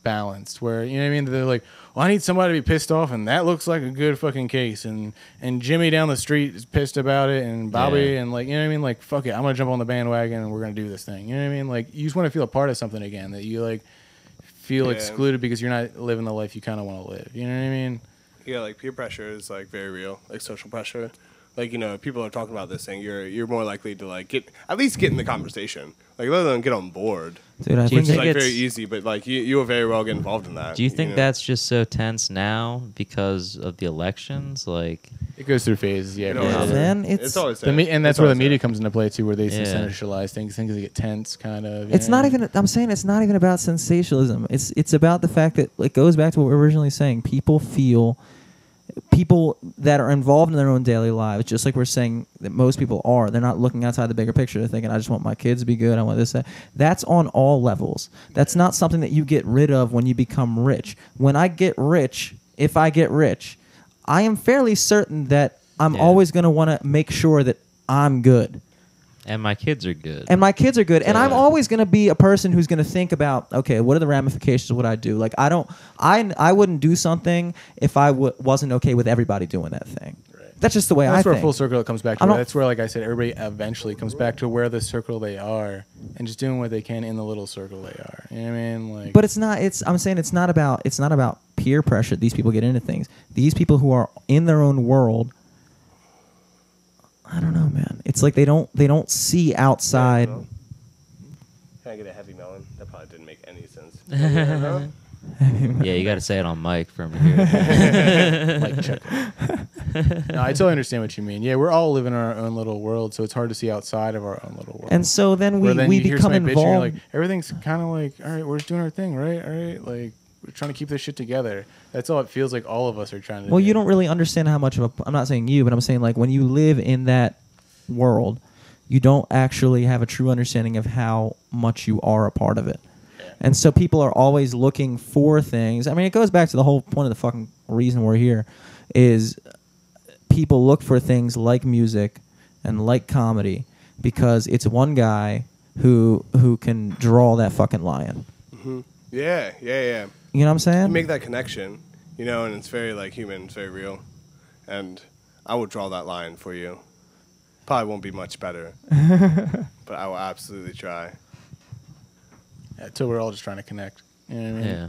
Speaker 3: balanced where you know what I mean they're like well I need somebody to be pissed off and that looks like a good fucking case and and Jimmy down the street is pissed about it and Bobby
Speaker 4: Yeah.
Speaker 3: and like you know what I mean like fuck it I'm gonna jump on the bandwagon and we're gonna do this thing you know what I mean like you just want to feel a part of something again that you like feel
Speaker 2: Yeah.
Speaker 3: excluded because you're not living the life you kind of want to live you know what I mean
Speaker 2: Yeah, like peer pressure is like very real, like social pressure. Like you know, people are talking about this thing. You're you're more likely to like get at least get in the conversation. Like let alone get on board.
Speaker 1: dude, I
Speaker 4: Do
Speaker 1: think
Speaker 4: you
Speaker 2: It's
Speaker 4: think
Speaker 1: that,
Speaker 2: like
Speaker 4: it's-
Speaker 2: very easy, but like you you will very well get involved in that.
Speaker 4: do you think
Speaker 2: know?
Speaker 4: that's just so tense now because of the elections? Like
Speaker 3: it goes through phases yeah
Speaker 2: It
Speaker 3: for
Speaker 2: always
Speaker 3: sure.
Speaker 2: is.
Speaker 1: Then it's-
Speaker 2: it's always
Speaker 3: The me-
Speaker 2: there.
Speaker 3: and that's
Speaker 2: It's
Speaker 3: where the
Speaker 2: always there.
Speaker 3: media comes into play too where they
Speaker 4: Yeah.
Speaker 3: sensationalize things things get tense kind of you
Speaker 1: it's
Speaker 3: know what
Speaker 1: not
Speaker 3: I mean?
Speaker 1: even. I'm saying it's not even about sensationalism. It's it's about the fact that it goes back to what we were originally saying. People feel people that are involved in their own daily lives, just like we're saying that most people are, they're not looking outside the bigger picture. They're thinking, I just want my kids to be good. I want this, that. That's on all levels. That's not something that you get rid of when you become rich. When I get rich, if I get rich, I am fairly certain that I'm
Speaker 4: Yeah.
Speaker 1: always going to want to make sure that I'm good
Speaker 4: and my kids are good.
Speaker 1: and my kids are good and i'm
Speaker 4: Yeah.
Speaker 1: always going to be a person who's going to think about okay what are the ramifications of what i do like i don't i i wouldn't do something if i w- wasn't okay with everybody doing that thing that's just the way
Speaker 3: That's
Speaker 1: i
Speaker 3: where
Speaker 1: think
Speaker 3: full circle it comes back
Speaker 1: I
Speaker 3: to.
Speaker 1: don't-
Speaker 3: That's where, like I said, everybody eventually comes back to where the circle they are and just doing what they can in the little circle they are. You know what I mean? Like,
Speaker 1: but it's not it's i'm saying it's not about it's not about peer pressure these people get into things these people who are in their own world i don't know man it's like they don't they don't see outside
Speaker 2: Can I get a heavy melon? That probably didn't make any
Speaker 4: [laughs]
Speaker 2: sense.
Speaker 4: yeah, you got to say it on mic
Speaker 3: [laughs]
Speaker 4: from here.
Speaker 1: [laughs]
Speaker 3: like
Speaker 4: [laughs]
Speaker 3: check. no, I totally understand what you mean. Yeah, we're all living in our own little world, so it's hard to see outside of our own little world.
Speaker 1: [laughs] and so then we
Speaker 3: Where then
Speaker 1: we
Speaker 3: you hear
Speaker 1: become
Speaker 3: somebody bitching, you're
Speaker 1: involved
Speaker 3: like everything's kind of like, all right, we're just doing our thing, right? All right, like we're trying to keep this shit together. That's all it feels like. All of us are trying to.
Speaker 1: Well,
Speaker 3: do.
Speaker 1: you don't really understand how much of a. I'm not saying you, but I'm saying like when you live in that world, you don't actually have a true understanding of how much you are a part of it. And so people are always looking for things. I mean, it goes back to the whole point of the fucking reason we're here is people look for things like music and like comedy because it's one guy who who can draw that fucking lion.
Speaker 2: [laughs] yeah, yeah, yeah.
Speaker 1: You know what I'm saying?
Speaker 2: You make that connection, you know, and it's very like human, it's very real. And I will draw that line for you. Probably won't be much better, but I will absolutely try.
Speaker 3: Until we're all just trying to connect. You know what I mean?
Speaker 4: yeah.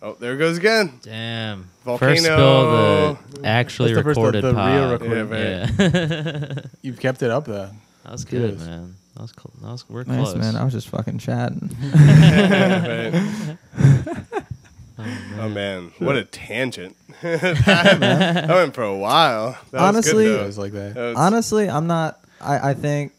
Speaker 2: Oh, there it goes again. [laughs]
Speaker 4: Damn.
Speaker 2: Volcano.
Speaker 4: First spill the actually
Speaker 3: That's the first- the-
Speaker 4: recorded
Speaker 3: the real
Speaker 4: pod.
Speaker 3: recording.
Speaker 2: Yeah, very-
Speaker 4: Yeah. [laughs]
Speaker 3: You've kept it up though.
Speaker 4: that was good,
Speaker 3: Kudos.
Speaker 4: man. That was cool. That was we're
Speaker 1: nice
Speaker 4: close.
Speaker 1: man. I was just fucking chatting.
Speaker 2: Right. Oh man, what a tangent! [laughs] that went for a while. That was good,
Speaker 1: Honestly-
Speaker 2: though.
Speaker 3: It was like that.
Speaker 2: That was-
Speaker 1: Honestly, I'm not. I, I think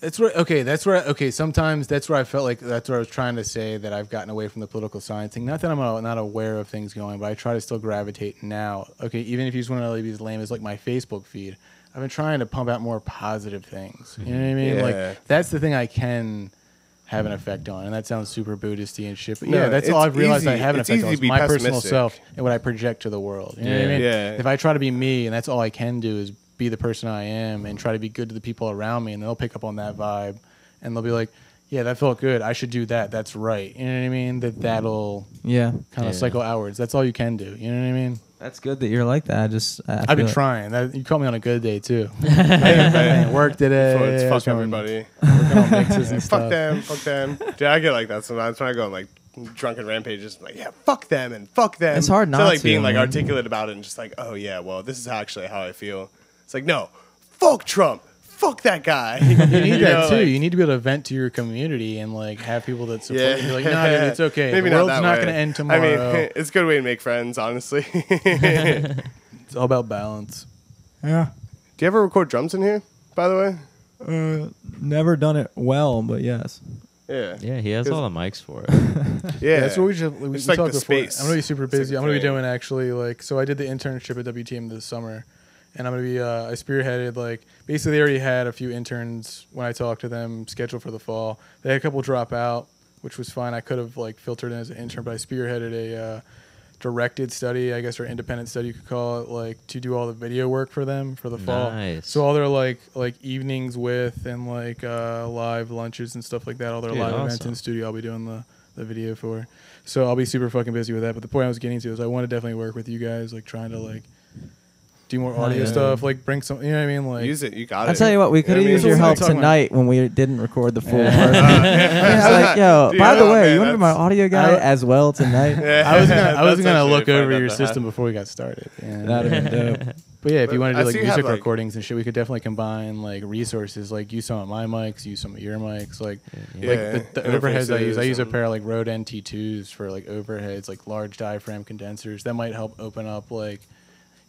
Speaker 3: That's where okay. That's where okay. Sometimes that's where I felt like that's where I was trying to say that I've gotten away from the political science thing. Not that I'm uh, not aware of things going, but I try to still gravitate now. Okay, even if you just want to be as lame as like my Facebook feed, I've been trying to pump out more positive things. You know what I mean?
Speaker 2: Mm-hmm. Yeah.
Speaker 3: Like that's the thing I can have an effect on, and that sounds super Buddhisty and shit. But
Speaker 2: No,
Speaker 3: yeah, that's all
Speaker 2: it's
Speaker 3: I've realized I
Speaker 2: easy-
Speaker 3: have an
Speaker 2: it's
Speaker 3: effect
Speaker 2: easy
Speaker 3: on
Speaker 2: to
Speaker 3: is
Speaker 2: be
Speaker 3: my personal
Speaker 2: pessimistic.
Speaker 3: self and what I project to the world. You know what I
Speaker 4: Yeah.
Speaker 3: mean?
Speaker 2: Yeah.
Speaker 3: If I try to be me and that's all I can do is be the person I am and try to be good to the people around me, and they'll pick up on that vibe, and they'll be like, "Yeah, that felt good. I should do that. That's right." You know what I mean? That that'll
Speaker 1: Yeah,
Speaker 3: kind
Speaker 4: Yeah.
Speaker 3: of cycle outwards. That's all you can do. You know what I mean?
Speaker 1: that's good that you're like that. I just I
Speaker 3: I've been
Speaker 1: feel-
Speaker 3: trying. That, you caught me on a good day
Speaker 4: [laughs]
Speaker 3: too.
Speaker 2: [laughs] Hey,
Speaker 3: Man, work today.
Speaker 2: Fuck-
Speaker 3: I was
Speaker 2: fuck
Speaker 3: going-
Speaker 2: everybody.
Speaker 3: working on
Speaker 2: [laughs]
Speaker 3: mixes and
Speaker 2: Fuck
Speaker 3: stuff.
Speaker 2: them. Fuck
Speaker 3: [laughs]
Speaker 2: them. Dude, I get like that sometimes when I go on like drunken rampages. I'm like, yeah, fuck them and fuck them.
Speaker 1: It's hard
Speaker 2: So
Speaker 1: not
Speaker 2: like being
Speaker 1: to,
Speaker 2: like
Speaker 1: man.
Speaker 2: articulate about it and just like, oh yeah, well, this is actually how I feel. It's like, no, fuck Trump. Fuck that guy. [laughs] you
Speaker 3: You need
Speaker 2: know,
Speaker 3: that too.
Speaker 2: like-
Speaker 3: you need to be able to vent to your community and like have people that support
Speaker 2: yeah,
Speaker 3: you. Like, nah, dude, it's
Speaker 2: [laughs]
Speaker 3: okay.
Speaker 2: Maybe
Speaker 3: the world's not,
Speaker 2: that way.
Speaker 3: going to end tomorrow.
Speaker 2: I [laughs] mean, it's a good way to make friends,
Speaker 3: [laughs]
Speaker 2: honestly. [laughs]
Speaker 3: it's all about balance.
Speaker 1: Yeah,
Speaker 2: Do you ever record drums in here? By the way,
Speaker 1: uh, never done it well, but yes.
Speaker 2: yeah,
Speaker 4: Yeah, he has
Speaker 2: Cause-
Speaker 4: all the mics for
Speaker 1: [laughs]
Speaker 4: it.
Speaker 2: yeah.
Speaker 3: that's what we just we, we
Speaker 2: It's like
Speaker 3: talked
Speaker 2: the
Speaker 3: before.
Speaker 2: space.
Speaker 3: I'm gonna be super
Speaker 2: It's like
Speaker 3: busy.
Speaker 2: the
Speaker 3: I'm gonna be
Speaker 2: thing.
Speaker 3: doing actually like so. I did the internship at WTM this summer, and I'm gonna be uh, I spearheaded like basically they already had a few interns when I talked to them scheduled for the fall. They had a couple drop out, which was fine. I could have like filtered in as an intern, but I spearheaded a. Uh, directed study i guess or independent study you could call it like to do all the video work for them for the fall
Speaker 4: Nice.
Speaker 3: so all their like like evenings with and like uh live lunches and stuff like that all their
Speaker 4: Dude,
Speaker 3: live events
Speaker 4: awesome.
Speaker 3: in studio i'll be doing the the video for so i'll be super fucking busy with that but the point i was getting to is i want to definitely work with you guys like trying to like do more audio
Speaker 1: yeah.
Speaker 3: stuff like bring some you know what i mean like
Speaker 2: use it. You got it.
Speaker 1: I'll tell you what, we could have
Speaker 2: I mean,
Speaker 1: used
Speaker 2: it's
Speaker 1: your
Speaker 2: like-
Speaker 1: help
Speaker 3: talking about-
Speaker 1: tonight when we didn't record the full
Speaker 4: Yeah.
Speaker 1: version. I was like, yo,
Speaker 2: Dude,
Speaker 1: by the
Speaker 2: oh,
Speaker 1: way,
Speaker 2: man,
Speaker 1: you want to be my
Speaker 2: that's-
Speaker 1: audio guy
Speaker 3: I-
Speaker 1: as well tonight?
Speaker 2: [laughs]
Speaker 3: i was gonna, I was
Speaker 2: That's
Speaker 3: gonna
Speaker 2: actually
Speaker 3: look
Speaker 2: funny
Speaker 3: over
Speaker 2: that
Speaker 3: your
Speaker 2: that
Speaker 3: system before we got started and,
Speaker 1: That'd have been dope.
Speaker 3: But yeah, if you
Speaker 2: But
Speaker 3: want to
Speaker 2: I
Speaker 3: do like
Speaker 2: see you have,
Speaker 3: music
Speaker 2: like-
Speaker 3: recordings and shit, we could definitely combine like resources, like use some of my mics, use some of your mics, like
Speaker 2: Yeah,
Speaker 3: like the, the overheads I use. I
Speaker 2: interfaces
Speaker 3: use a
Speaker 2: and-
Speaker 3: pair of like Rode NT2s for like overheads, like large diaphragm condensers. That might help open up like.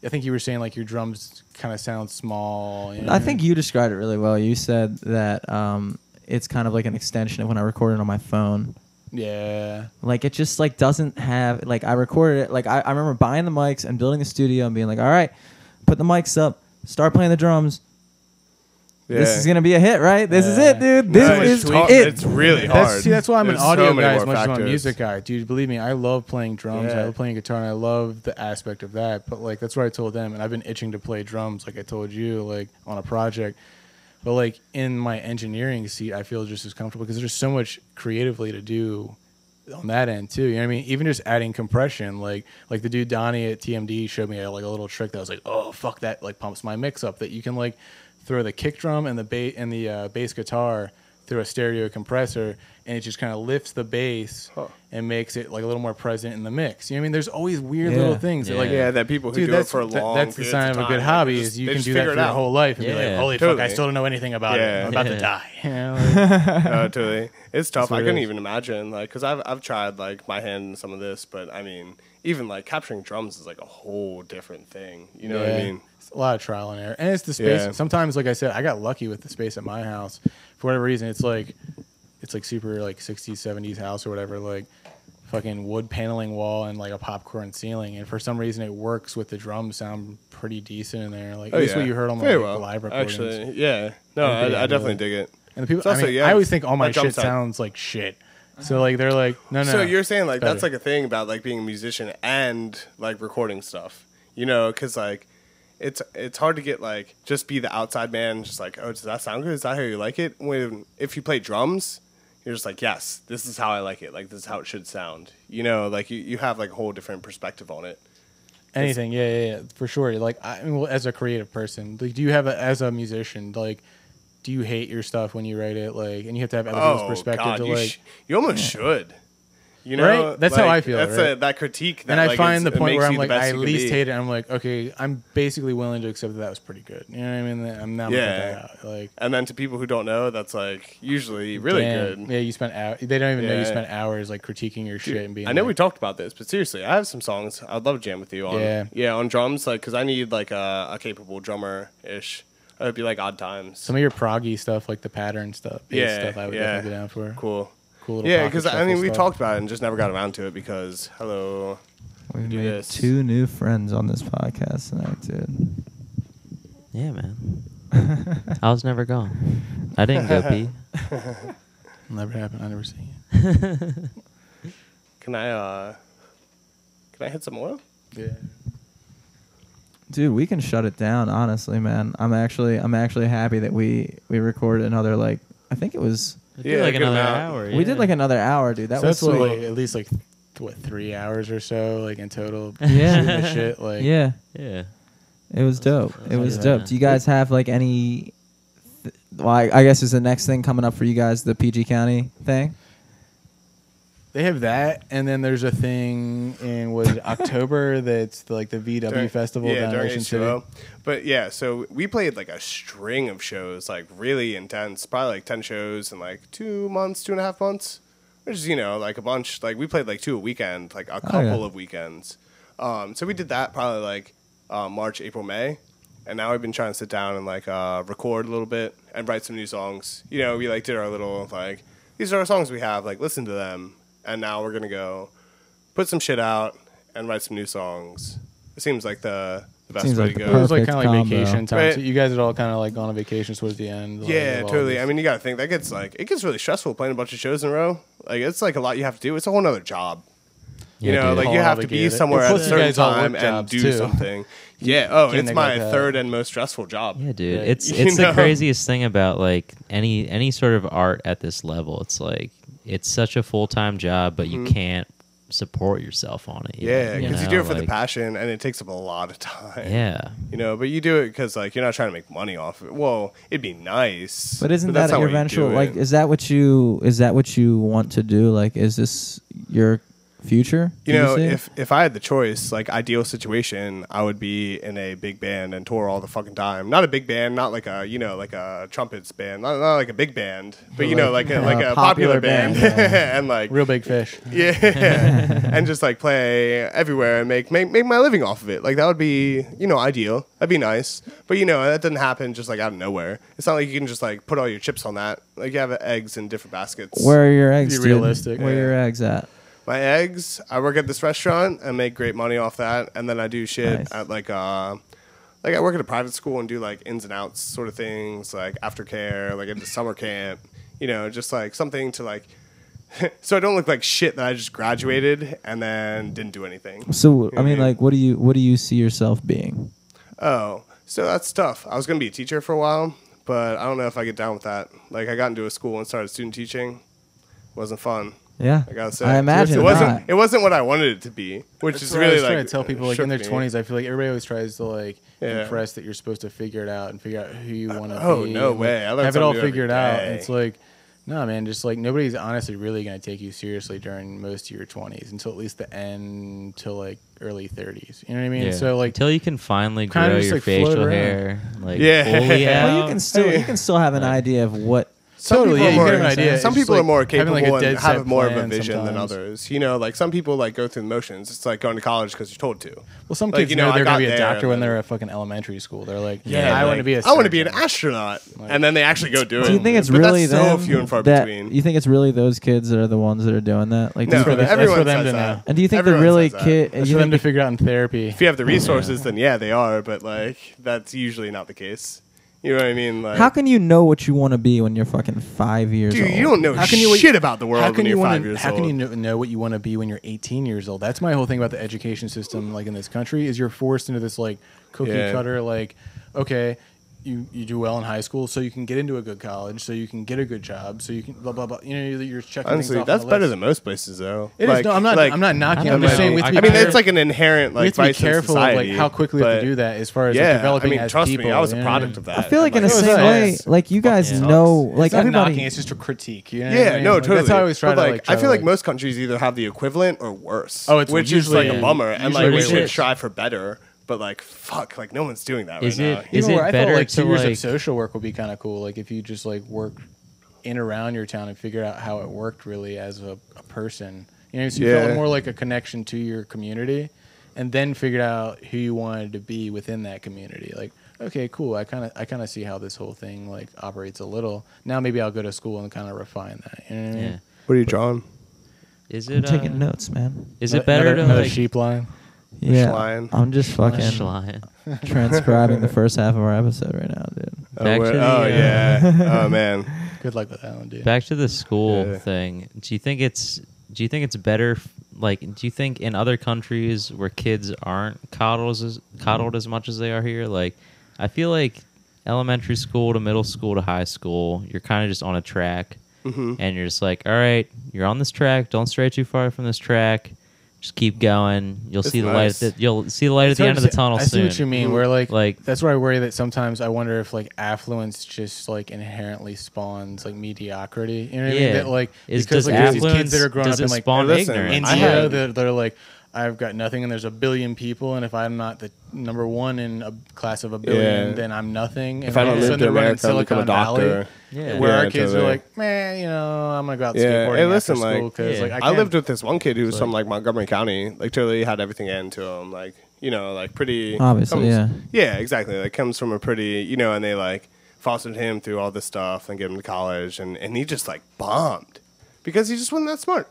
Speaker 3: I think you were saying like your drums kind of sound small. you know?
Speaker 1: I think you described it really well. You said that um, it's kind of like an extension of when I recorded on my phone.
Speaker 3: Yeah.
Speaker 1: Like it just like doesn't have like I recorded it like I, I remember buying the mics and building the studio and being like, all right, put the mics up, start playing the drums. This
Speaker 2: Yeah.
Speaker 1: is gonna be a hit, right? This is it,
Speaker 3: Yeah.
Speaker 1: dude.
Speaker 2: No,
Speaker 1: This
Speaker 2: it's
Speaker 1: is
Speaker 2: tough.
Speaker 1: it.
Speaker 2: It's really hard.
Speaker 3: That's, see, that's why I'm
Speaker 2: There's
Speaker 3: an
Speaker 2: so
Speaker 3: audio
Speaker 2: many
Speaker 3: guy as
Speaker 2: more
Speaker 3: much as I'm a
Speaker 2: factors.
Speaker 3: music guy, dude. Believe me, I love playing drums.
Speaker 2: Yeah.
Speaker 3: I love playing guitar, and I love the aspect of that. But like, that's what I told them, and I've been itching to play drums, like I told you, like on a project. But like in my engineering seat, I feel just as comfortable because there's so much creatively to do on that end too. You know what I mean? Even just adding compression, like like the dude Donnie at TMD showed me a, like a little trick that I was like, oh fuck that, like pumps my mix up. That you can like throw the kick drum and the ba- and the uh, bass guitar through a stereo compressor, and it just kind of lifts the bass
Speaker 2: Huh.
Speaker 3: and makes it like a little more present in the mix. You know what I mean? There's always weird
Speaker 1: Yeah.
Speaker 3: little things that like
Speaker 2: Yeah, that people who
Speaker 3: Dude,
Speaker 2: do it
Speaker 3: that's,
Speaker 2: for a
Speaker 3: that-
Speaker 2: long
Speaker 3: that's the
Speaker 2: periods
Speaker 3: sign of a
Speaker 2: time,
Speaker 3: good
Speaker 2: they
Speaker 3: hobby
Speaker 2: just-
Speaker 3: is you
Speaker 2: they
Speaker 3: can
Speaker 2: just
Speaker 3: do that
Speaker 2: figure
Speaker 3: for
Speaker 2: it
Speaker 3: your
Speaker 2: out. [laughs]
Speaker 3: whole life and be
Speaker 4: Yeah.
Speaker 3: like, holy fuck,
Speaker 2: Totally.
Speaker 3: I still don't know anything about
Speaker 2: Yeah.
Speaker 3: it. I'm about
Speaker 4: Yeah.
Speaker 3: to die. [laughs] You
Speaker 2: [laughs]
Speaker 3: know,
Speaker 2: No, totally. Uh, It's tough.
Speaker 3: what
Speaker 2: I
Speaker 3: it
Speaker 2: couldn't
Speaker 3: is.
Speaker 2: even imagine, like, because I've I've tried like my hand in some of this, but I mean, even like capturing drums is like a whole different thing. You know what I
Speaker 3: Yeah.
Speaker 2: mean?
Speaker 3: It's a lot of trial and error. And it's the space.
Speaker 2: Yeah.
Speaker 3: Sometimes, like I said, I got lucky with the space at my house. For whatever reason, it's like it's like super like 60s, 70s house or whatever, like fucking wood paneling wall and like a popcorn ceiling. And for some reason it works with the drums sound pretty decent in there. Like that's what you heard on the
Speaker 2: Oh, Very
Speaker 3: like,
Speaker 2: well,
Speaker 3: live recordings.
Speaker 2: Actually, yeah. No,
Speaker 3: Everything
Speaker 2: I, I
Speaker 3: I do,
Speaker 2: definitely
Speaker 3: like-
Speaker 2: dig it.
Speaker 3: And the people
Speaker 2: It's also,
Speaker 3: I, mean,
Speaker 2: yeah,
Speaker 3: I always think all my
Speaker 2: that drum
Speaker 3: shit
Speaker 2: sound.
Speaker 3: sounds like shit. So like they're like, no no
Speaker 2: So you're saying like that's like
Speaker 3: better.
Speaker 2: a thing about like being a musician and like recording stuff, you know? Because like it's it's hard to get like just be the outside man, just like oh does that sound good? Is that how you like it? When if you play drums, you're just like yes, this is how I like it. Like this is how it should sound, you know? Like you, you have like a whole different perspective on it.
Speaker 3: anything yeah, yeah yeah for sure like i I mean, well, as a creative person like do you have a, as a musician like do you hate your stuff when you write it like and you have to have other people's
Speaker 2: Oh
Speaker 3: perspective
Speaker 2: God,
Speaker 3: to
Speaker 2: you,
Speaker 3: like
Speaker 2: sh- you almost should. You
Speaker 3: Right?
Speaker 2: know,
Speaker 3: That's how I feel,
Speaker 2: That's
Speaker 3: right?
Speaker 2: a, that critique. That,
Speaker 3: and i
Speaker 2: like, is-
Speaker 3: find the
Speaker 2: it
Speaker 3: point
Speaker 2: makes
Speaker 3: where
Speaker 2: you
Speaker 3: i'm
Speaker 2: the
Speaker 3: like
Speaker 2: best
Speaker 3: i
Speaker 2: you can
Speaker 3: at least
Speaker 2: be.
Speaker 3: hate it i'm like okay i'm basically willing to accept that that was pretty good you know what i mean That i'm not
Speaker 2: Yeah.
Speaker 3: yeah. that out. like
Speaker 2: And then to people who don't know, that's like usually really
Speaker 3: damn,
Speaker 2: good.
Speaker 3: yeah you spent hours they don't even know
Speaker 2: Yeah.
Speaker 3: you spent hours like critiquing your shit and being
Speaker 2: I know
Speaker 3: like,
Speaker 2: we talked about this, but seriously, I have some songs I'd love to jam with you on.
Speaker 3: Yeah.
Speaker 2: on drums, like because I need like a, a capable drummer ish. Or it'd be like odd times.
Speaker 3: Some of your proggy stuff, like the pattern stuff, bass
Speaker 2: Yeah,
Speaker 3: stuff, I would
Speaker 2: yeah.
Speaker 3: definitely be down for.
Speaker 2: cool.
Speaker 3: Cool little
Speaker 2: Yeah,
Speaker 3: pocket
Speaker 2: because I
Speaker 3: shuffle
Speaker 2: mean we
Speaker 3: stuff.
Speaker 2: talked about it and just never got around to it because hello.
Speaker 1: We made
Speaker 2: do this.
Speaker 1: two new friends on this podcast tonight, dude. [laughs]
Speaker 4: Yeah, man. I was never gone. I didn't go
Speaker 2: [laughs]
Speaker 4: pee.
Speaker 3: Never happened. I never seen
Speaker 2: Can I uh can I hit some oil?
Speaker 3: it. Yeah.
Speaker 1: Dude, we can shut it down, honestly, man. I'm actually I'm actually happy that we we recorded another like I think it was
Speaker 2: Yeah,
Speaker 4: like
Speaker 2: good
Speaker 4: another
Speaker 2: amount.
Speaker 4: hour.
Speaker 1: we did like another hour, dude. That
Speaker 3: so
Speaker 1: was
Speaker 3: that's what,
Speaker 1: sweet.
Speaker 3: like, at least like th- what three hours or so, like in total.
Speaker 1: [laughs] Yeah.
Speaker 3: shooting the shit. Like
Speaker 1: yeah.
Speaker 4: yeah.
Speaker 1: It was dope. It was
Speaker 4: Yeah.
Speaker 1: dope. Do you guys have like any? Th- well, I, I guess is the next thing coming up for you guys the PG County thing.
Speaker 3: they have that, and then there's a thing in was it October that's the, like the VW
Speaker 2: During-
Speaker 3: festival
Speaker 2: yeah,
Speaker 3: down in
Speaker 2: during
Speaker 3: Ocean
Speaker 2: H2O.
Speaker 3: City.
Speaker 2: But yeah, so we played like a string of shows, like really intense, probably like ten shows in like two months, two and a half months, which is you know like a bunch. Like we played like two a weekend, like
Speaker 3: Oh,
Speaker 2: a couple of weekends. Um, so we did that probably like uh, March, April, May, and now we've been trying to sit down and like uh, record a little bit and write some new songs. You know, we like did our little like these are our songs we have, like listen to them, and now we're gonna go put some shit out and write some new songs. It seems like the, the best
Speaker 1: Seems
Speaker 2: way
Speaker 1: like
Speaker 2: to
Speaker 1: the
Speaker 2: go.
Speaker 3: It was like
Speaker 1: Perfect
Speaker 3: kind of like
Speaker 1: combo.
Speaker 3: vacation time.
Speaker 2: Right.
Speaker 3: So you guys had all kind of like gone on vacation towards the end. like,
Speaker 2: yeah,
Speaker 3: of all
Speaker 2: totally.
Speaker 3: this.
Speaker 2: I mean, you gotta think that gets like it gets really stressful playing a bunch of shows in a row. Like it's like a lot you have to do. It's a whole other job. You
Speaker 4: Yeah,
Speaker 2: know,
Speaker 4: dude.
Speaker 2: like you
Speaker 3: Whole
Speaker 2: have to
Speaker 3: other
Speaker 2: be
Speaker 3: gig.
Speaker 2: somewhere
Speaker 3: It
Speaker 2: at a
Speaker 3: puts you
Speaker 2: certain
Speaker 3: guys all
Speaker 2: time
Speaker 3: wet
Speaker 2: and
Speaker 3: jobs,
Speaker 2: do
Speaker 3: too.
Speaker 2: something. Yeah. Oh,
Speaker 3: can't
Speaker 2: it's
Speaker 3: neglect
Speaker 2: my
Speaker 3: that.
Speaker 2: third and most stressful job.
Speaker 4: Yeah, dude.
Speaker 3: Yeah.
Speaker 4: It's
Speaker 2: [laughs] You
Speaker 4: it's
Speaker 2: know?
Speaker 4: the craziest thing about like any any sort of art at this level. It's like it's such a full time job, but you can't support yourself on it.
Speaker 2: Mm-hmm.
Speaker 4: you
Speaker 2: Yeah,
Speaker 4: know?
Speaker 2: because you,
Speaker 4: know,
Speaker 2: do it for the
Speaker 4: like-
Speaker 2: passion, and it takes up a lot of time.
Speaker 4: Yeah,
Speaker 2: You know, but you do it because like you're not trying to make money off it. Well, it'd be nice,
Speaker 1: But isn't
Speaker 2: that's
Speaker 1: that
Speaker 2: not
Speaker 1: your
Speaker 2: why you
Speaker 1: eventual?
Speaker 2: do it.
Speaker 1: Like, is that what you is that what you want to do? Like, is this your future?
Speaker 2: you
Speaker 1: Do
Speaker 2: know,
Speaker 1: see it?
Speaker 2: if if I had the choice, like ideal situation, I would be in a big band and tour all the fucking time. Not a big band, not like a you know like a trumpets band, not, not like a big band, but you know like a like a, popular, band, [laughs] and like
Speaker 3: real big fish.
Speaker 2: [laughs] yeah, and just like play everywhere and make, make make my living off of it. Like that would be you know ideal. That'd be nice, but you know that doesn't happen just like out of nowhere. It's not like you can just like put all your chips on that. Like you have eggs in different baskets.
Speaker 1: where are your eggs?
Speaker 3: Be
Speaker 1: dude?
Speaker 3: realistic.
Speaker 1: Where
Speaker 2: Yeah.
Speaker 1: your eggs at?
Speaker 2: my eggs. I work at this restaurant and make great money off that, and then I do shit
Speaker 1: Nice.
Speaker 2: at like uh, like I work at a private school and do like ins and outs sort of things, like aftercare, like at the summer camp, you know, just like something to like. [laughs] so I don't look like shit that I just graduated and then didn't do anything.
Speaker 1: So I
Speaker 2: I
Speaker 1: mean,
Speaker 2: mean-
Speaker 1: like, what do you what do you see yourself being?
Speaker 2: Oh, so that's tough. I was gonna be a teacher for a while, but I don't know if I get down with that. Like I got into a school and started student teaching. Wasn't fun.
Speaker 1: Yeah,
Speaker 2: I gotta say,
Speaker 1: I imagine
Speaker 2: it wasn't.
Speaker 1: not.
Speaker 2: It wasn't what I wanted it to be, which
Speaker 3: That's
Speaker 2: is
Speaker 3: what I
Speaker 2: really
Speaker 3: was
Speaker 2: like uh,
Speaker 3: trying to tell people like
Speaker 2: shook
Speaker 3: in their
Speaker 2: me.
Speaker 3: twenties. I feel like everybody always tries to like
Speaker 2: Yeah.
Speaker 3: impress that you're supposed to figure it out and figure out who you want to
Speaker 2: oh,
Speaker 3: be.
Speaker 2: no
Speaker 3: and, like,
Speaker 2: way. I learn
Speaker 3: have it all
Speaker 2: something new every
Speaker 3: figured out. And
Speaker 2: day.
Speaker 3: it's like, no, man, just like nobody's honestly really going to take you seriously during most of your twenties until at least the end till like early thirties. You know what I mean?
Speaker 4: yeah.
Speaker 3: So like,
Speaker 4: until you can finally
Speaker 3: kinda
Speaker 4: grow
Speaker 3: just,
Speaker 4: your
Speaker 3: like, float
Speaker 4: facial
Speaker 3: around.
Speaker 4: hair, like
Speaker 2: Yeah.
Speaker 4: fully out.
Speaker 1: Well, you can still you can still have an idea of what.
Speaker 2: Some
Speaker 3: Totally,
Speaker 2: people
Speaker 1: yeah,
Speaker 2: are
Speaker 1: you
Speaker 2: more,
Speaker 1: get an idea.
Speaker 2: Some
Speaker 3: It's
Speaker 2: people
Speaker 3: like
Speaker 2: are more
Speaker 3: having,
Speaker 2: capable
Speaker 3: like, a
Speaker 2: and
Speaker 3: dead set
Speaker 2: have more of a
Speaker 3: plan
Speaker 2: vision than
Speaker 3: sometimes.
Speaker 2: others. You know, like some people like go through the motions. It's like going to college because you're told to.
Speaker 3: well, some
Speaker 2: like,
Speaker 3: kids
Speaker 2: you know,
Speaker 3: know,
Speaker 2: I
Speaker 3: they're going
Speaker 2: got
Speaker 3: to be a
Speaker 2: there
Speaker 3: doctor when
Speaker 2: and then-
Speaker 3: they're at fucking elementary school. They're like, yeah,
Speaker 4: Yeah,
Speaker 3: I want to
Speaker 2: Like,
Speaker 3: be a
Speaker 2: I want to be an
Speaker 3: surgeon."
Speaker 2: astronaut, and then they actually go do it.
Speaker 1: Do you think it's
Speaker 2: But
Speaker 1: really
Speaker 2: that's so
Speaker 1: them
Speaker 2: few and far
Speaker 1: that
Speaker 2: between?
Speaker 1: you think it's really those kids that are the ones that are doing that? Like, do
Speaker 2: no,
Speaker 1: you
Speaker 3: for
Speaker 1: think-
Speaker 3: the- that's for
Speaker 2: everyone
Speaker 3: them
Speaker 2: says
Speaker 3: to
Speaker 2: that.
Speaker 3: know.
Speaker 1: and do you think
Speaker 2: Everyone
Speaker 1: the really
Speaker 2: says that.
Speaker 1: kid?
Speaker 3: That's
Speaker 1: you
Speaker 3: for them to
Speaker 1: think-
Speaker 3: figure out in therapy.
Speaker 2: If you have the resources, then yeah, they are. But like, that's usually not the case. You know what I mean? Like,
Speaker 1: how can you know what you want to be when you're fucking five years
Speaker 2: dude,
Speaker 1: old?
Speaker 2: you don't know
Speaker 3: How can you-
Speaker 2: shit about the world
Speaker 3: How can
Speaker 2: when
Speaker 3: you
Speaker 2: you're
Speaker 3: wanna-
Speaker 2: five years
Speaker 3: How
Speaker 2: old?
Speaker 3: can you kn- know what you want to be when you're 18 years old? That's my whole thing about the education system, like in this country, is you're forced into this like cookie
Speaker 2: Yeah.
Speaker 3: cutter, like okay. You, you do well in high school, so you can get into a good college, so you can get a good job, so you can blah blah blah. You know, you're- you're checking. things
Speaker 2: Honestly,
Speaker 3: off
Speaker 2: that's
Speaker 3: on the
Speaker 2: better
Speaker 3: list.
Speaker 2: than most places, though.
Speaker 3: It is. No, I'm not- I'm not knocking.
Speaker 4: I
Speaker 3: I'm
Speaker 4: don't
Speaker 3: just
Speaker 4: know.
Speaker 3: saying. We have to
Speaker 4: I
Speaker 3: be
Speaker 2: I mean,
Speaker 3: careful-
Speaker 2: it's like an inherent
Speaker 3: we
Speaker 2: like
Speaker 3: have to be
Speaker 2: vice in
Speaker 3: careful of like
Speaker 2: society,
Speaker 3: how quickly we have
Speaker 2: but-
Speaker 3: to do that as far as like,
Speaker 2: yeah,
Speaker 3: developing
Speaker 2: I mean,
Speaker 3: as
Speaker 2: trust
Speaker 3: people.
Speaker 2: me, I was a
Speaker 3: you know?
Speaker 2: product of that.
Speaker 1: I feel like in the
Speaker 2: it
Speaker 1: same
Speaker 2: sucks.
Speaker 1: way,
Speaker 3: sucks.
Speaker 1: like you guys
Speaker 4: sucks.
Speaker 1: know, like
Speaker 3: It's not
Speaker 1: everybody.
Speaker 3: knocking, it's just a critique. You know what I
Speaker 2: Yeah,
Speaker 3: mean?
Speaker 2: no,
Speaker 3: Like,
Speaker 2: totally.
Speaker 3: That's how I always try
Speaker 2: but
Speaker 3: to
Speaker 2: like,
Speaker 3: like.
Speaker 2: I
Speaker 3: try
Speaker 2: feel
Speaker 3: to,
Speaker 2: like most countries either have the equivalent or worse.
Speaker 3: Oh, it's
Speaker 2: which
Speaker 3: usually-
Speaker 2: is like a bummer, and
Speaker 3: usually
Speaker 2: like we
Speaker 4: worse.
Speaker 2: should strive for better. But like, fuck, like no one's doing that
Speaker 4: Is
Speaker 2: right
Speaker 4: it-
Speaker 2: now.
Speaker 4: is
Speaker 3: You know,
Speaker 4: it
Speaker 3: I
Speaker 4: better
Speaker 3: thought like two
Speaker 4: to,
Speaker 3: years
Speaker 4: like-
Speaker 3: of social work would be kind of cool. Like if you just like work in around your town and figure out how it worked really as a, a person. You know, so you
Speaker 2: Yeah.
Speaker 3: felt more like a connection to your community and then figured out who you wanted to be within that community. Like, okay, cool. I kind of I kind of see how this whole thing like operates a little. Now maybe I'll go to school and kind of refine that. You know what I mean?
Speaker 4: Yeah.
Speaker 2: What are you drawing?
Speaker 4: Is
Speaker 1: I'm
Speaker 4: it
Speaker 1: taking
Speaker 4: uh,
Speaker 1: notes, man.
Speaker 4: Is
Speaker 3: Ano-
Speaker 4: it better
Speaker 3: another,
Speaker 4: to
Speaker 3: another
Speaker 4: like, [laughs]
Speaker 3: sheep line?
Speaker 1: Yeah,
Speaker 2: Schlein.
Speaker 1: I'm just fucking
Speaker 4: Schlein.
Speaker 1: [laughs] transcribing the first half of our episode right now, dude.
Speaker 2: Oh,
Speaker 4: Back
Speaker 2: where-
Speaker 4: to the,
Speaker 2: oh
Speaker 4: uh,
Speaker 2: yeah. oh
Speaker 3: [laughs]
Speaker 2: man.
Speaker 3: Good luck with that one, dude.
Speaker 4: Back to the school
Speaker 2: Yeah.
Speaker 4: thing. Do you think it's do you think it's better f- like do you think in other countries where kids aren't coddled as
Speaker 3: Mm-hmm.
Speaker 4: coddled as much as they are here like I feel like elementary school to middle school to high school you're kind of just on a track
Speaker 3: Mm-hmm.
Speaker 4: and you're just like all right you're on this track don't stray too far from this track just keep going you'll
Speaker 2: It's
Speaker 4: see the
Speaker 2: nice.
Speaker 4: light at the, you'll see the light at
Speaker 3: It's
Speaker 4: the
Speaker 3: hard
Speaker 4: end
Speaker 3: to
Speaker 4: of the
Speaker 3: say-
Speaker 4: tunnel
Speaker 3: I
Speaker 4: soon
Speaker 3: see what you mean. Where like,
Speaker 4: Like-
Speaker 3: that's where I worry that sometimes I wonder if like affluence just like inherently spawns like mediocrity. You know what I mean? That like
Speaker 4: is
Speaker 3: because
Speaker 4: does
Speaker 3: like there's these
Speaker 4: affluence
Speaker 3: kids that are growing
Speaker 4: does
Speaker 3: up in
Speaker 4: it
Speaker 3: like
Speaker 4: spawn
Speaker 2: Hey, listen,
Speaker 4: ignorance?
Speaker 2: I
Speaker 3: India
Speaker 2: had-
Speaker 3: that they're like, I've got nothing, and there's a billion people, and if I'm not the number one in a class of a billion,
Speaker 2: Yeah.
Speaker 3: then I'm nothing. And
Speaker 2: If I
Speaker 3: all
Speaker 2: don't
Speaker 3: of a
Speaker 2: live
Speaker 3: sudden
Speaker 2: to
Speaker 3: they're running
Speaker 2: America, I'll become a
Speaker 3: Silicon Valley,
Speaker 2: doctor.
Speaker 4: Yeah.
Speaker 3: where
Speaker 2: Yeah,
Speaker 3: our kids
Speaker 2: totally.
Speaker 3: are like, man, you know, I'm gonna go out
Speaker 2: Yeah. Hey,
Speaker 3: skateboarding
Speaker 2: listen,
Speaker 3: after
Speaker 2: like-
Speaker 3: school because
Speaker 4: Yeah.
Speaker 3: like I,
Speaker 2: I
Speaker 3: can't-
Speaker 2: lived with this one kid who was
Speaker 4: It's
Speaker 2: from like Montgomery County, like totally had everything into him, like you know, like pretty
Speaker 1: Obviously,
Speaker 2: comes-
Speaker 1: yeah.
Speaker 2: yeah, exactly. Like comes from a pretty, you know, and they like fostered him through all this stuff and get him to college, and and he just like bombed because he just wasn't that smart.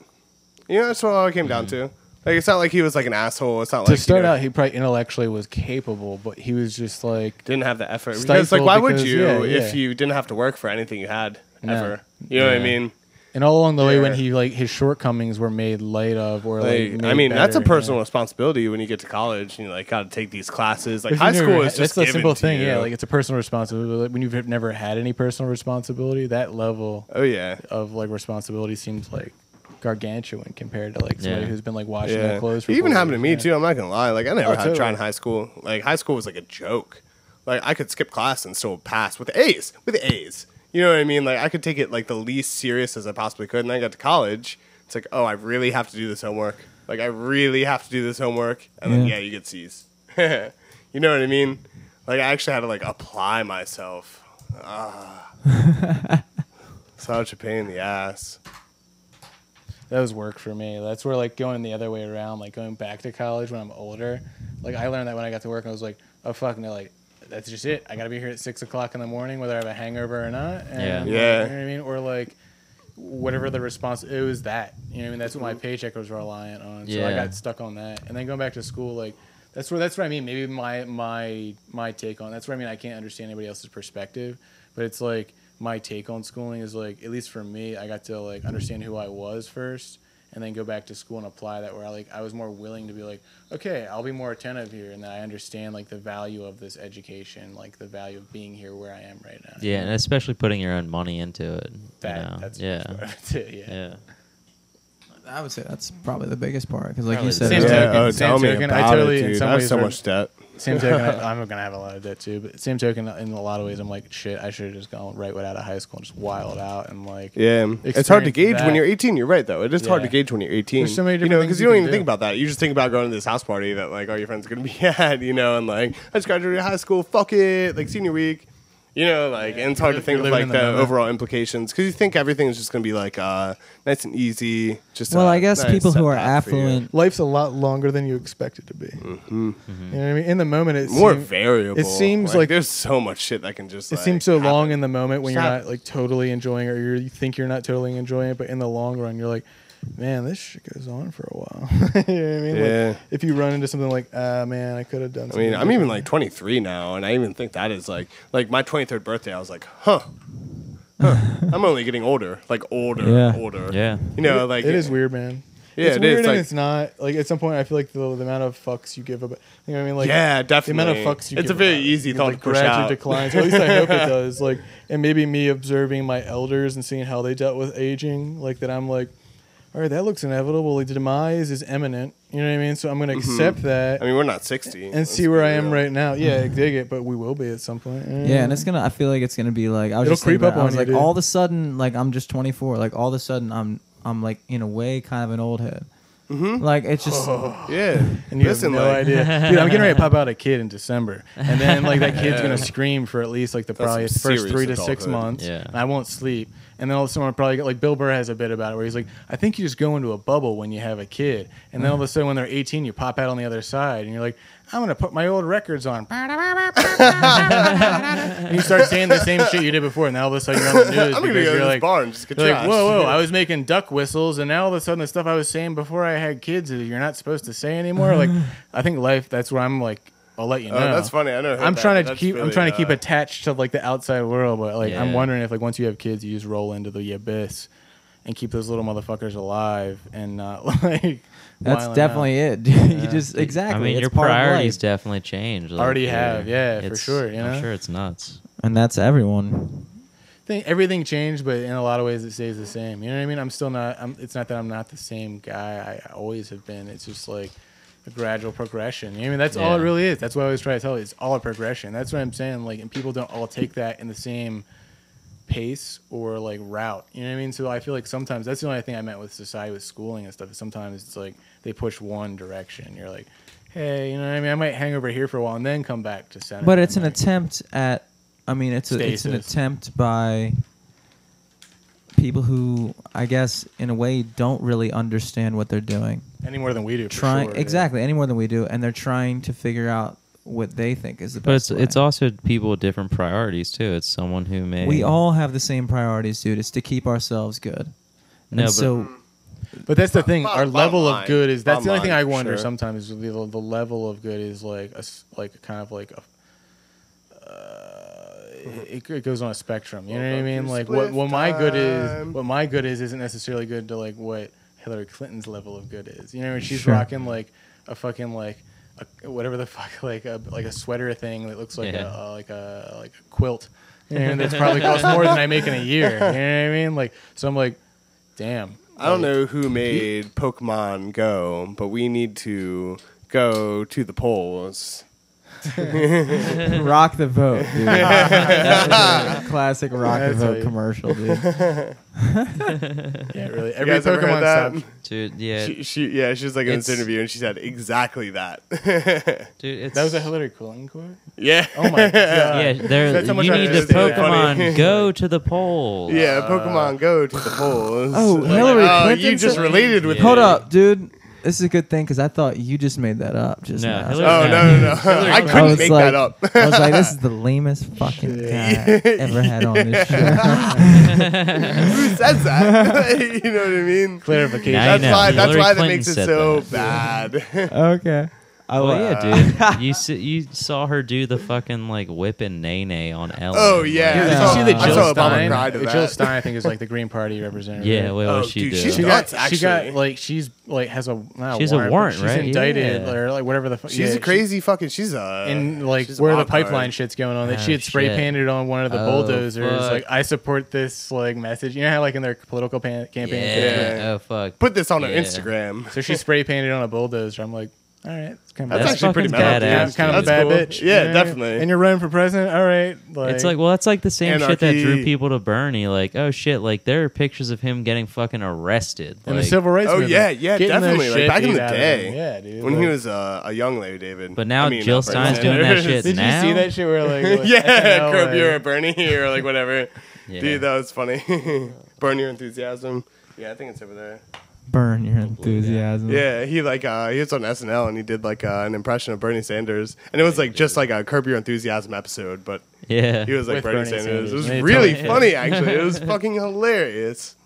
Speaker 2: You know, that's what it all came down to. Like it's not like he was like an asshole. It's not
Speaker 3: Mm-hmm. to
Speaker 2: like
Speaker 3: start
Speaker 2: you know,
Speaker 3: out, he probably intellectually was capable, but he was just like
Speaker 2: didn't have the effort because like
Speaker 3: stifled
Speaker 2: why would
Speaker 3: because-
Speaker 2: you
Speaker 3: yeah,
Speaker 2: if
Speaker 3: yeah.
Speaker 2: you didn't have to work for anything you had
Speaker 3: No.
Speaker 2: ever? You know what I
Speaker 3: Yeah.
Speaker 2: mean?
Speaker 3: And all along the way, when
Speaker 2: Yeah.
Speaker 3: he like his shortcomings were made light of, or
Speaker 2: Like,
Speaker 3: like, made
Speaker 2: I mean, that's a
Speaker 3: better,
Speaker 2: personal
Speaker 3: yeah.
Speaker 2: responsibility when you get to college and you like got to take these classes. Like
Speaker 3: If
Speaker 2: high
Speaker 3: you've never
Speaker 2: school
Speaker 3: had-
Speaker 2: is just
Speaker 3: that's a
Speaker 2: given
Speaker 3: simple
Speaker 2: to
Speaker 3: thing,
Speaker 2: you.
Speaker 3: yeah. Like it's a personal responsibility. Like, when you've never had any personal responsibility, that level
Speaker 2: oh yeah,
Speaker 3: of like responsibility seems like gargantuan compared to like somebody
Speaker 4: Yeah.
Speaker 3: who's been like washing
Speaker 2: yeah.
Speaker 3: their clothes. For
Speaker 2: It even
Speaker 3: four
Speaker 2: happened to
Speaker 3: years,
Speaker 2: me
Speaker 3: yeah.
Speaker 2: too. I'm not gonna lie. Like I never
Speaker 3: Oh,
Speaker 2: had to try
Speaker 3: totally.
Speaker 2: in high school. Like high school was like a joke. Like I could skip class and still pass with A's. With A's. You know what I mean? Like I could take it like the least serious as I possibly could. And then I got to college. It's like, oh, I really have to do this homework. Like I really have to do this homework. And then
Speaker 1: Yeah.
Speaker 2: yeah, you get C's. [laughs] you know what I mean? Like I actually had to like apply myself.
Speaker 3: [laughs]
Speaker 2: Ah. Such a pain in the ass.
Speaker 3: That was work for me. That's where like going the other way around, like going back to college when I'm older. Like I learned that when I got to work, I was like, oh fuck, no, like that's just it. I gotta be here at six o'clock in the morning, whether I have a hangover or not. And,
Speaker 2: Yeah. Yeah.
Speaker 3: You know what I mean? Or like whatever the response, it was that. You know what I mean? That's what my paycheck was reliant on. So I
Speaker 4: Yeah.
Speaker 3: got stuck on that. And then going back to school, like that's where that's what I mean. Maybe my my my take on that's what I mean. I can't understand anybody else's perspective, but it's like my take on schooling is like at least for me, I got to like understand who I was first, and then go back to school and apply that. Where I like I was more willing to be like, okay, I'll be more attentive here, and then I understand like the value of this education, like the value of being here where I am right now.
Speaker 4: Yeah, and especially putting your own money into it. you
Speaker 3: that
Speaker 4: know?
Speaker 3: that's
Speaker 4: yeah.
Speaker 3: yeah.
Speaker 4: [laughs] Yeah.
Speaker 1: I would say that's probably the biggest part because, like
Speaker 4: Probably
Speaker 1: you
Speaker 4: the
Speaker 1: said,
Speaker 3: Same
Speaker 1: it's
Speaker 3: token,
Speaker 1: like-
Speaker 2: oh,
Speaker 3: same
Speaker 2: tell me
Speaker 3: token. I
Speaker 2: about
Speaker 3: totally-
Speaker 2: it,
Speaker 3: in
Speaker 2: dude.
Speaker 3: some
Speaker 2: I have
Speaker 3: ways
Speaker 2: so
Speaker 3: we're-
Speaker 2: much debt.
Speaker 3: Same [laughs] token, I, I'm gonna have a lot of debt too. But same token, in a lot of ways, I'm like, shit, I should have just gone right out of high school and just wild out and like,
Speaker 2: Yeah, it's hard to
Speaker 3: experience
Speaker 2: gauge when
Speaker 3: that.
Speaker 2: you're 18. You're right, though. It is hard to
Speaker 3: Yeah.
Speaker 2: gauge when you're 18.
Speaker 3: There's so many
Speaker 2: you know,
Speaker 3: different
Speaker 2: because
Speaker 3: things
Speaker 2: you
Speaker 3: you
Speaker 2: don't
Speaker 3: can
Speaker 2: even think
Speaker 3: do.
Speaker 2: about that. You just think about going to this house party that like all your friends are gonna be [laughs] at, you know, and like I just graduated high school. Fuck it, like senior week, you know, like and it's hard to
Speaker 3: you're
Speaker 2: think of
Speaker 3: living
Speaker 2: like
Speaker 3: in
Speaker 2: the,
Speaker 3: the moment.
Speaker 2: overall implications because you think everything's just gonna be like uh, nice and easy. Just
Speaker 1: well,
Speaker 2: a
Speaker 1: I guess
Speaker 2: nice
Speaker 1: people who are
Speaker 2: setback for you.
Speaker 1: affluent,
Speaker 3: life's a lot longer than you expect it to be. You know what I mean? In the moment, it's
Speaker 2: Mm-hmm. more variable.
Speaker 3: It seems like,
Speaker 2: there's so much shit that can just.
Speaker 3: it
Speaker 2: like,
Speaker 3: seems so
Speaker 2: happen.
Speaker 3: long in the moment when
Speaker 2: Just
Speaker 3: you're not
Speaker 2: happens.
Speaker 3: like totally enjoying, it or you're, you think you're not totally enjoying it, but in the long run, you're like, man, this shit goes on for a while. [laughs] you know what I mean?
Speaker 2: Yeah.
Speaker 3: Like, if you run into something like, ah, man, I could have done.
Speaker 2: I
Speaker 3: something
Speaker 2: mean, I'm even like
Speaker 3: different."
Speaker 2: 23 now, and I even think that is like, like my 23rd birthday. I was like, huh, huh. I'm only getting older, like older,
Speaker 1: Yeah.
Speaker 2: older.
Speaker 4: Yeah.
Speaker 2: You know,
Speaker 3: It-
Speaker 2: like
Speaker 3: it is weird, man.
Speaker 2: Yeah,
Speaker 3: it's
Speaker 2: it is,
Speaker 3: weird and
Speaker 2: like-
Speaker 3: it's not. Like at some point, I feel like the, the amount of fucks you give about, you know what I mean? Like
Speaker 2: yeah, definitely.
Speaker 3: The amount of fucks you
Speaker 2: It's
Speaker 3: give
Speaker 2: a very
Speaker 3: about it.
Speaker 2: easy
Speaker 3: It,
Speaker 2: thought
Speaker 3: like,
Speaker 2: to push
Speaker 3: gradually
Speaker 2: out.
Speaker 3: declines. or at least I
Speaker 2: [laughs]
Speaker 3: hope it does. Like, and maybe me observing my elders and seeing how they dealt with aging, like that. I'm like, all right, that looks inevitable. Like, demise is imminent. You know what I mean? So I'm gonna accept that
Speaker 2: Mm-hmm. I mean, we're not 60.
Speaker 3: and see where I
Speaker 2: [sighs]
Speaker 3: am right now. Yeah,
Speaker 2: [laughs]
Speaker 3: I dig it, but we will be at some point.
Speaker 1: yeah, and it's gonna. I feel like it's gonna be like I was
Speaker 3: Mm. It'll
Speaker 1: just thinking
Speaker 3: creep
Speaker 1: about
Speaker 3: up
Speaker 1: it, I
Speaker 3: on
Speaker 1: was
Speaker 3: you,
Speaker 1: like
Speaker 3: dude.
Speaker 1: all of a sudden, like I'm just 24. Like all of a sudden, I'm I'm like in a way kind of an old head. Like it's just
Speaker 2: Yeah.
Speaker 3: And you
Speaker 2: Listen,
Speaker 3: have no
Speaker 2: like, [laughs]
Speaker 3: idea, dude. I'm getting ready to pop out a kid in December, and
Speaker 2: [laughs]
Speaker 3: then like that kid's gonna scream for at least like the
Speaker 2: That's
Speaker 3: probably
Speaker 2: some
Speaker 3: first
Speaker 2: serious
Speaker 3: three to six
Speaker 2: adulthood.
Speaker 3: months.
Speaker 4: Yeah.
Speaker 3: and I won't sleep, And then all of a sudden, I probably got like Bill Burr has a bit about it where he's like, I think you just go into a bubble when you have a kid. And then all of a sudden, when they're 18, you pop out on the other side and you're like, I'm going to put my old records on. and you start saying the same shit you did before. And then all of a sudden, you're on the
Speaker 2: [laughs]
Speaker 3: news.
Speaker 2: I'm gonna
Speaker 3: because
Speaker 2: go to
Speaker 3: you're
Speaker 2: this
Speaker 3: like,
Speaker 2: bar and just get
Speaker 3: you're like,
Speaker 2: trashed.
Speaker 3: whoa, whoa, I was making duck whistles, and now all of a sudden the stuff I was saying before I had kids is you're not supposed to say anymore.
Speaker 2: [laughs]
Speaker 3: Like, I think life, that's where I'm like, I'll let you know.
Speaker 2: Oh, that's funny. I know.
Speaker 3: I'm trying to keep. I'm trying
Speaker 2: uh,
Speaker 3: to keep attached to like the outside world, but like I'm
Speaker 4: Yeah.
Speaker 3: wondering if like once you have kids, you just roll into the abyss and keep those little motherfuckers alive and not [laughs] like.
Speaker 1: That's
Speaker 3: wiling out.
Speaker 1: definitely it. [laughs] you just exactly.
Speaker 4: I mean,
Speaker 1: it's
Speaker 4: your
Speaker 1: part of
Speaker 4: priorities
Speaker 1: life.
Speaker 4: definitely change. like,
Speaker 3: Already
Speaker 4: you're-
Speaker 3: have, yeah, for
Speaker 4: it's-
Speaker 3: sure, you know?
Speaker 4: I'm sure it's nuts.
Speaker 1: and that's everyone.
Speaker 3: I think everything changed, but in a lot of ways it stays the same. You know what I mean? I'm still not. I'm, it's not that I'm not the same guy I always have been. It's just like a gradual progression. You know what I mean? That's all it
Speaker 4: Yeah.
Speaker 3: really is. That's what I always try to tell you. It's all a progression. That's what I'm saying. Like, and people don't all take that in the same pace or like route. You know what I mean? So I feel like sometimes that's the only thing I meant with society with schooling and stuff. Is sometimes it's like they push one direction. You're like, hey, you know what I mean? I might hang over here for a while and then come back to center.
Speaker 1: But it's an
Speaker 3: I'm like,
Speaker 1: attempt at. I mean, it's a, it's an
Speaker 3: Stasis.
Speaker 1: attempt by people who, I guess, in a way, don't really understand what they're doing.
Speaker 3: any more than we do. for
Speaker 1: Trying
Speaker 3: sure.
Speaker 1: exactly any more than we do, and they're trying to figure out what they think is the
Speaker 4: But
Speaker 1: best.
Speaker 4: it's it's
Speaker 1: way.
Speaker 4: also people with different priorities too. It's someone who may
Speaker 1: We all have the same priorities, dude. It's to keep ourselves good. and
Speaker 4: No, but- [laughs]
Speaker 1: so
Speaker 3: But that's the thing.
Speaker 2: bottom-
Speaker 3: Our
Speaker 2: bottom
Speaker 3: level
Speaker 2: line.
Speaker 3: of good is that's
Speaker 2: Bottom
Speaker 3: the only thing
Speaker 2: line,
Speaker 3: I
Speaker 2: for
Speaker 3: wonder
Speaker 2: sure.
Speaker 3: sometimes. Is the, the level of good is like a s- like kind of like a. Uh, it, it goes on a spectrum. You know what I
Speaker 2: Welcome
Speaker 3: mean?
Speaker 2: to
Speaker 3: Like what what my good is,
Speaker 2: Spliff
Speaker 3: what my good is, isn't necessarily good to like what Hillary Clinton's level of good is. You know, she's
Speaker 1: Sure.
Speaker 3: rocking like a fucking like. A, whatever the fuck, [laughs] like a like a sweater thing that looks like
Speaker 4: Yeah.
Speaker 3: a, a like a like a quilt, and that's probably cost more than I make in a year. You know what I mean? Like, so I'm like, damn.
Speaker 2: I don't
Speaker 3: like,
Speaker 2: know who made Pokemon Go, but we need to go to the polls.
Speaker 1: rock the vote, dude. That was a classic rock the
Speaker 3: That's how
Speaker 1: vote
Speaker 3: you-
Speaker 1: commercial, dude.
Speaker 3: Yeah, really.
Speaker 2: You
Speaker 3: Every
Speaker 2: guys ever heard that?
Speaker 3: [laughs] Pokemon stop.
Speaker 4: dude, yeah,
Speaker 2: She, she, yeah, she was like in this
Speaker 4: It's-
Speaker 2: interview, and she said exactly that. [laughs]
Speaker 3: Oh
Speaker 4: dude, it's,
Speaker 3: That was a Hillary Clinton quote.
Speaker 2: yeah,
Speaker 3: Oh [laughs] my god.
Speaker 4: yeah. There,
Speaker 3: That's how
Speaker 4: you
Speaker 3: much I
Speaker 4: need to
Speaker 2: understand that.
Speaker 4: Pokemon go to the polls.
Speaker 2: yeah. Pokemon Go to the polls.
Speaker 1: Oh, Hillary Clinton
Speaker 2: You just
Speaker 1: said-
Speaker 2: related with.
Speaker 4: Yeah.
Speaker 1: Hold up, dude. This is a good thing because I thought you just made that up just
Speaker 4: No,
Speaker 1: now.
Speaker 4: Hillary-
Speaker 2: Oh no, no, no! [laughs] I
Speaker 1: I
Speaker 2: couldn't
Speaker 1: was
Speaker 2: make
Speaker 1: like-
Speaker 2: that up. [laughs]
Speaker 1: I was like, this is the lamest fucking guy I've ever had on this show.
Speaker 2: Who says that? [laughs] you know what I mean?
Speaker 3: Clarification.
Speaker 4: Now you
Speaker 2: That's
Speaker 4: know.
Speaker 2: why. That's
Speaker 4: Hillary
Speaker 2: why that
Speaker 4: Clinton
Speaker 2: makes it
Speaker 4: said
Speaker 2: so
Speaker 4: that.
Speaker 2: bad. [laughs]
Speaker 1: okay. I
Speaker 4: Oh
Speaker 1: like-
Speaker 4: yeah, dude. [laughs] you s- you saw her do the fucking like whipping nay nay on Ellen.
Speaker 2: oh
Speaker 4: like-
Speaker 2: [laughs] yeah.
Speaker 3: Did
Speaker 1: Yeah.
Speaker 3: you see the
Speaker 1: I
Speaker 2: I
Speaker 3: Jill
Speaker 2: saw Obama
Speaker 3: Stein?
Speaker 2: cry to
Speaker 3: uh,
Speaker 2: that.
Speaker 3: Jill Stein, I think, is like the Green Party representative.
Speaker 4: Yeah,
Speaker 3: right?
Speaker 4: what
Speaker 2: Oh,
Speaker 4: was she
Speaker 2: dude,
Speaker 4: do?
Speaker 2: she's
Speaker 3: She
Speaker 2: nuts,
Speaker 3: got, she got
Speaker 2: actually.
Speaker 3: like she's like has a not
Speaker 4: She's a
Speaker 3: but
Speaker 4: warrant,
Speaker 3: she's
Speaker 4: right?
Speaker 3: indicted
Speaker 4: Yeah.
Speaker 3: or like whatever the
Speaker 2: [laughs]
Speaker 3: fuck.
Speaker 2: She's
Speaker 3: yeah,
Speaker 2: a crazy fucking. She's a
Speaker 3: she- and like
Speaker 2: she's a
Speaker 3: where the
Speaker 2: wild card.
Speaker 3: pipeline shit's going on, that
Speaker 4: Oh,
Speaker 3: she had spray
Speaker 4: shit.
Speaker 3: painted on one of the
Speaker 4: Oh,
Speaker 3: bulldozers.
Speaker 4: fuck.
Speaker 3: Like I support this like message. You know how like in their political pan- campaign.
Speaker 4: Yeah.
Speaker 2: Yeah.
Speaker 4: Oh fuck.
Speaker 2: Put this on her
Speaker 4: Yeah.
Speaker 2: Instagram.
Speaker 4: [laughs]
Speaker 3: So she spray painted on a bulldozer. I'm like, all right, it's kind of
Speaker 2: That's,
Speaker 4: That's
Speaker 2: actually pretty
Speaker 4: fucking
Speaker 2: metal, dude.
Speaker 4: badass,
Speaker 3: Yeah, I'm kind of a
Speaker 4: dude.
Speaker 3: bad
Speaker 2: That's
Speaker 3: bitch.
Speaker 2: cool. Yeah,
Speaker 3: you know?
Speaker 2: definitely.
Speaker 3: And you're running for president. All right, like,
Speaker 4: It's like well, that's like the same shit that drew
Speaker 2: Anarchy.
Speaker 4: people to Bernie. Like oh shit, like there are pictures of him getting fucking arrested.
Speaker 3: in
Speaker 4: like-
Speaker 3: the civil rights.
Speaker 2: Oh,
Speaker 3: movement.
Speaker 2: yeah, yeah,
Speaker 3: Getting those
Speaker 2: definitely. Like,
Speaker 3: shit
Speaker 2: back in
Speaker 3: beat
Speaker 2: the
Speaker 3: out of
Speaker 2: day,
Speaker 3: them. yeah, dude.
Speaker 2: when
Speaker 3: like,
Speaker 2: he was uh, a young lady, David.
Speaker 4: But now
Speaker 2: I mean,
Speaker 4: Jill
Speaker 2: not
Speaker 4: Stein's
Speaker 2: Bernie
Speaker 4: doing that
Speaker 2: Sanders.
Speaker 4: shit
Speaker 3: Did
Speaker 4: now.
Speaker 3: you see that shit where
Speaker 2: [laughs]
Speaker 3: like what,
Speaker 2: yeah,
Speaker 3: SNL,
Speaker 2: curb
Speaker 3: like-
Speaker 2: your Bernie or like
Speaker 4: [laughs]
Speaker 2: whatever.
Speaker 4: Yeah.
Speaker 2: Dude, that was funny. [laughs] Burn your enthusiasm. Yeah, I think it's over there.
Speaker 1: [laughs] Burn your enthusiasm.
Speaker 2: Yeah, he like uh, he was on SNL and he did like uh, an impression of Bernie Sanders, and it was like just like a Curb Your Enthusiasm episode, but
Speaker 4: Yeah.
Speaker 2: he was like
Speaker 3: With
Speaker 2: Bernie,
Speaker 3: Bernie
Speaker 2: Sanders.
Speaker 3: Sanders.
Speaker 2: It was
Speaker 3: They
Speaker 2: really
Speaker 3: totally-
Speaker 2: funny actually.
Speaker 4: [laughs]
Speaker 2: It was fucking hilarious.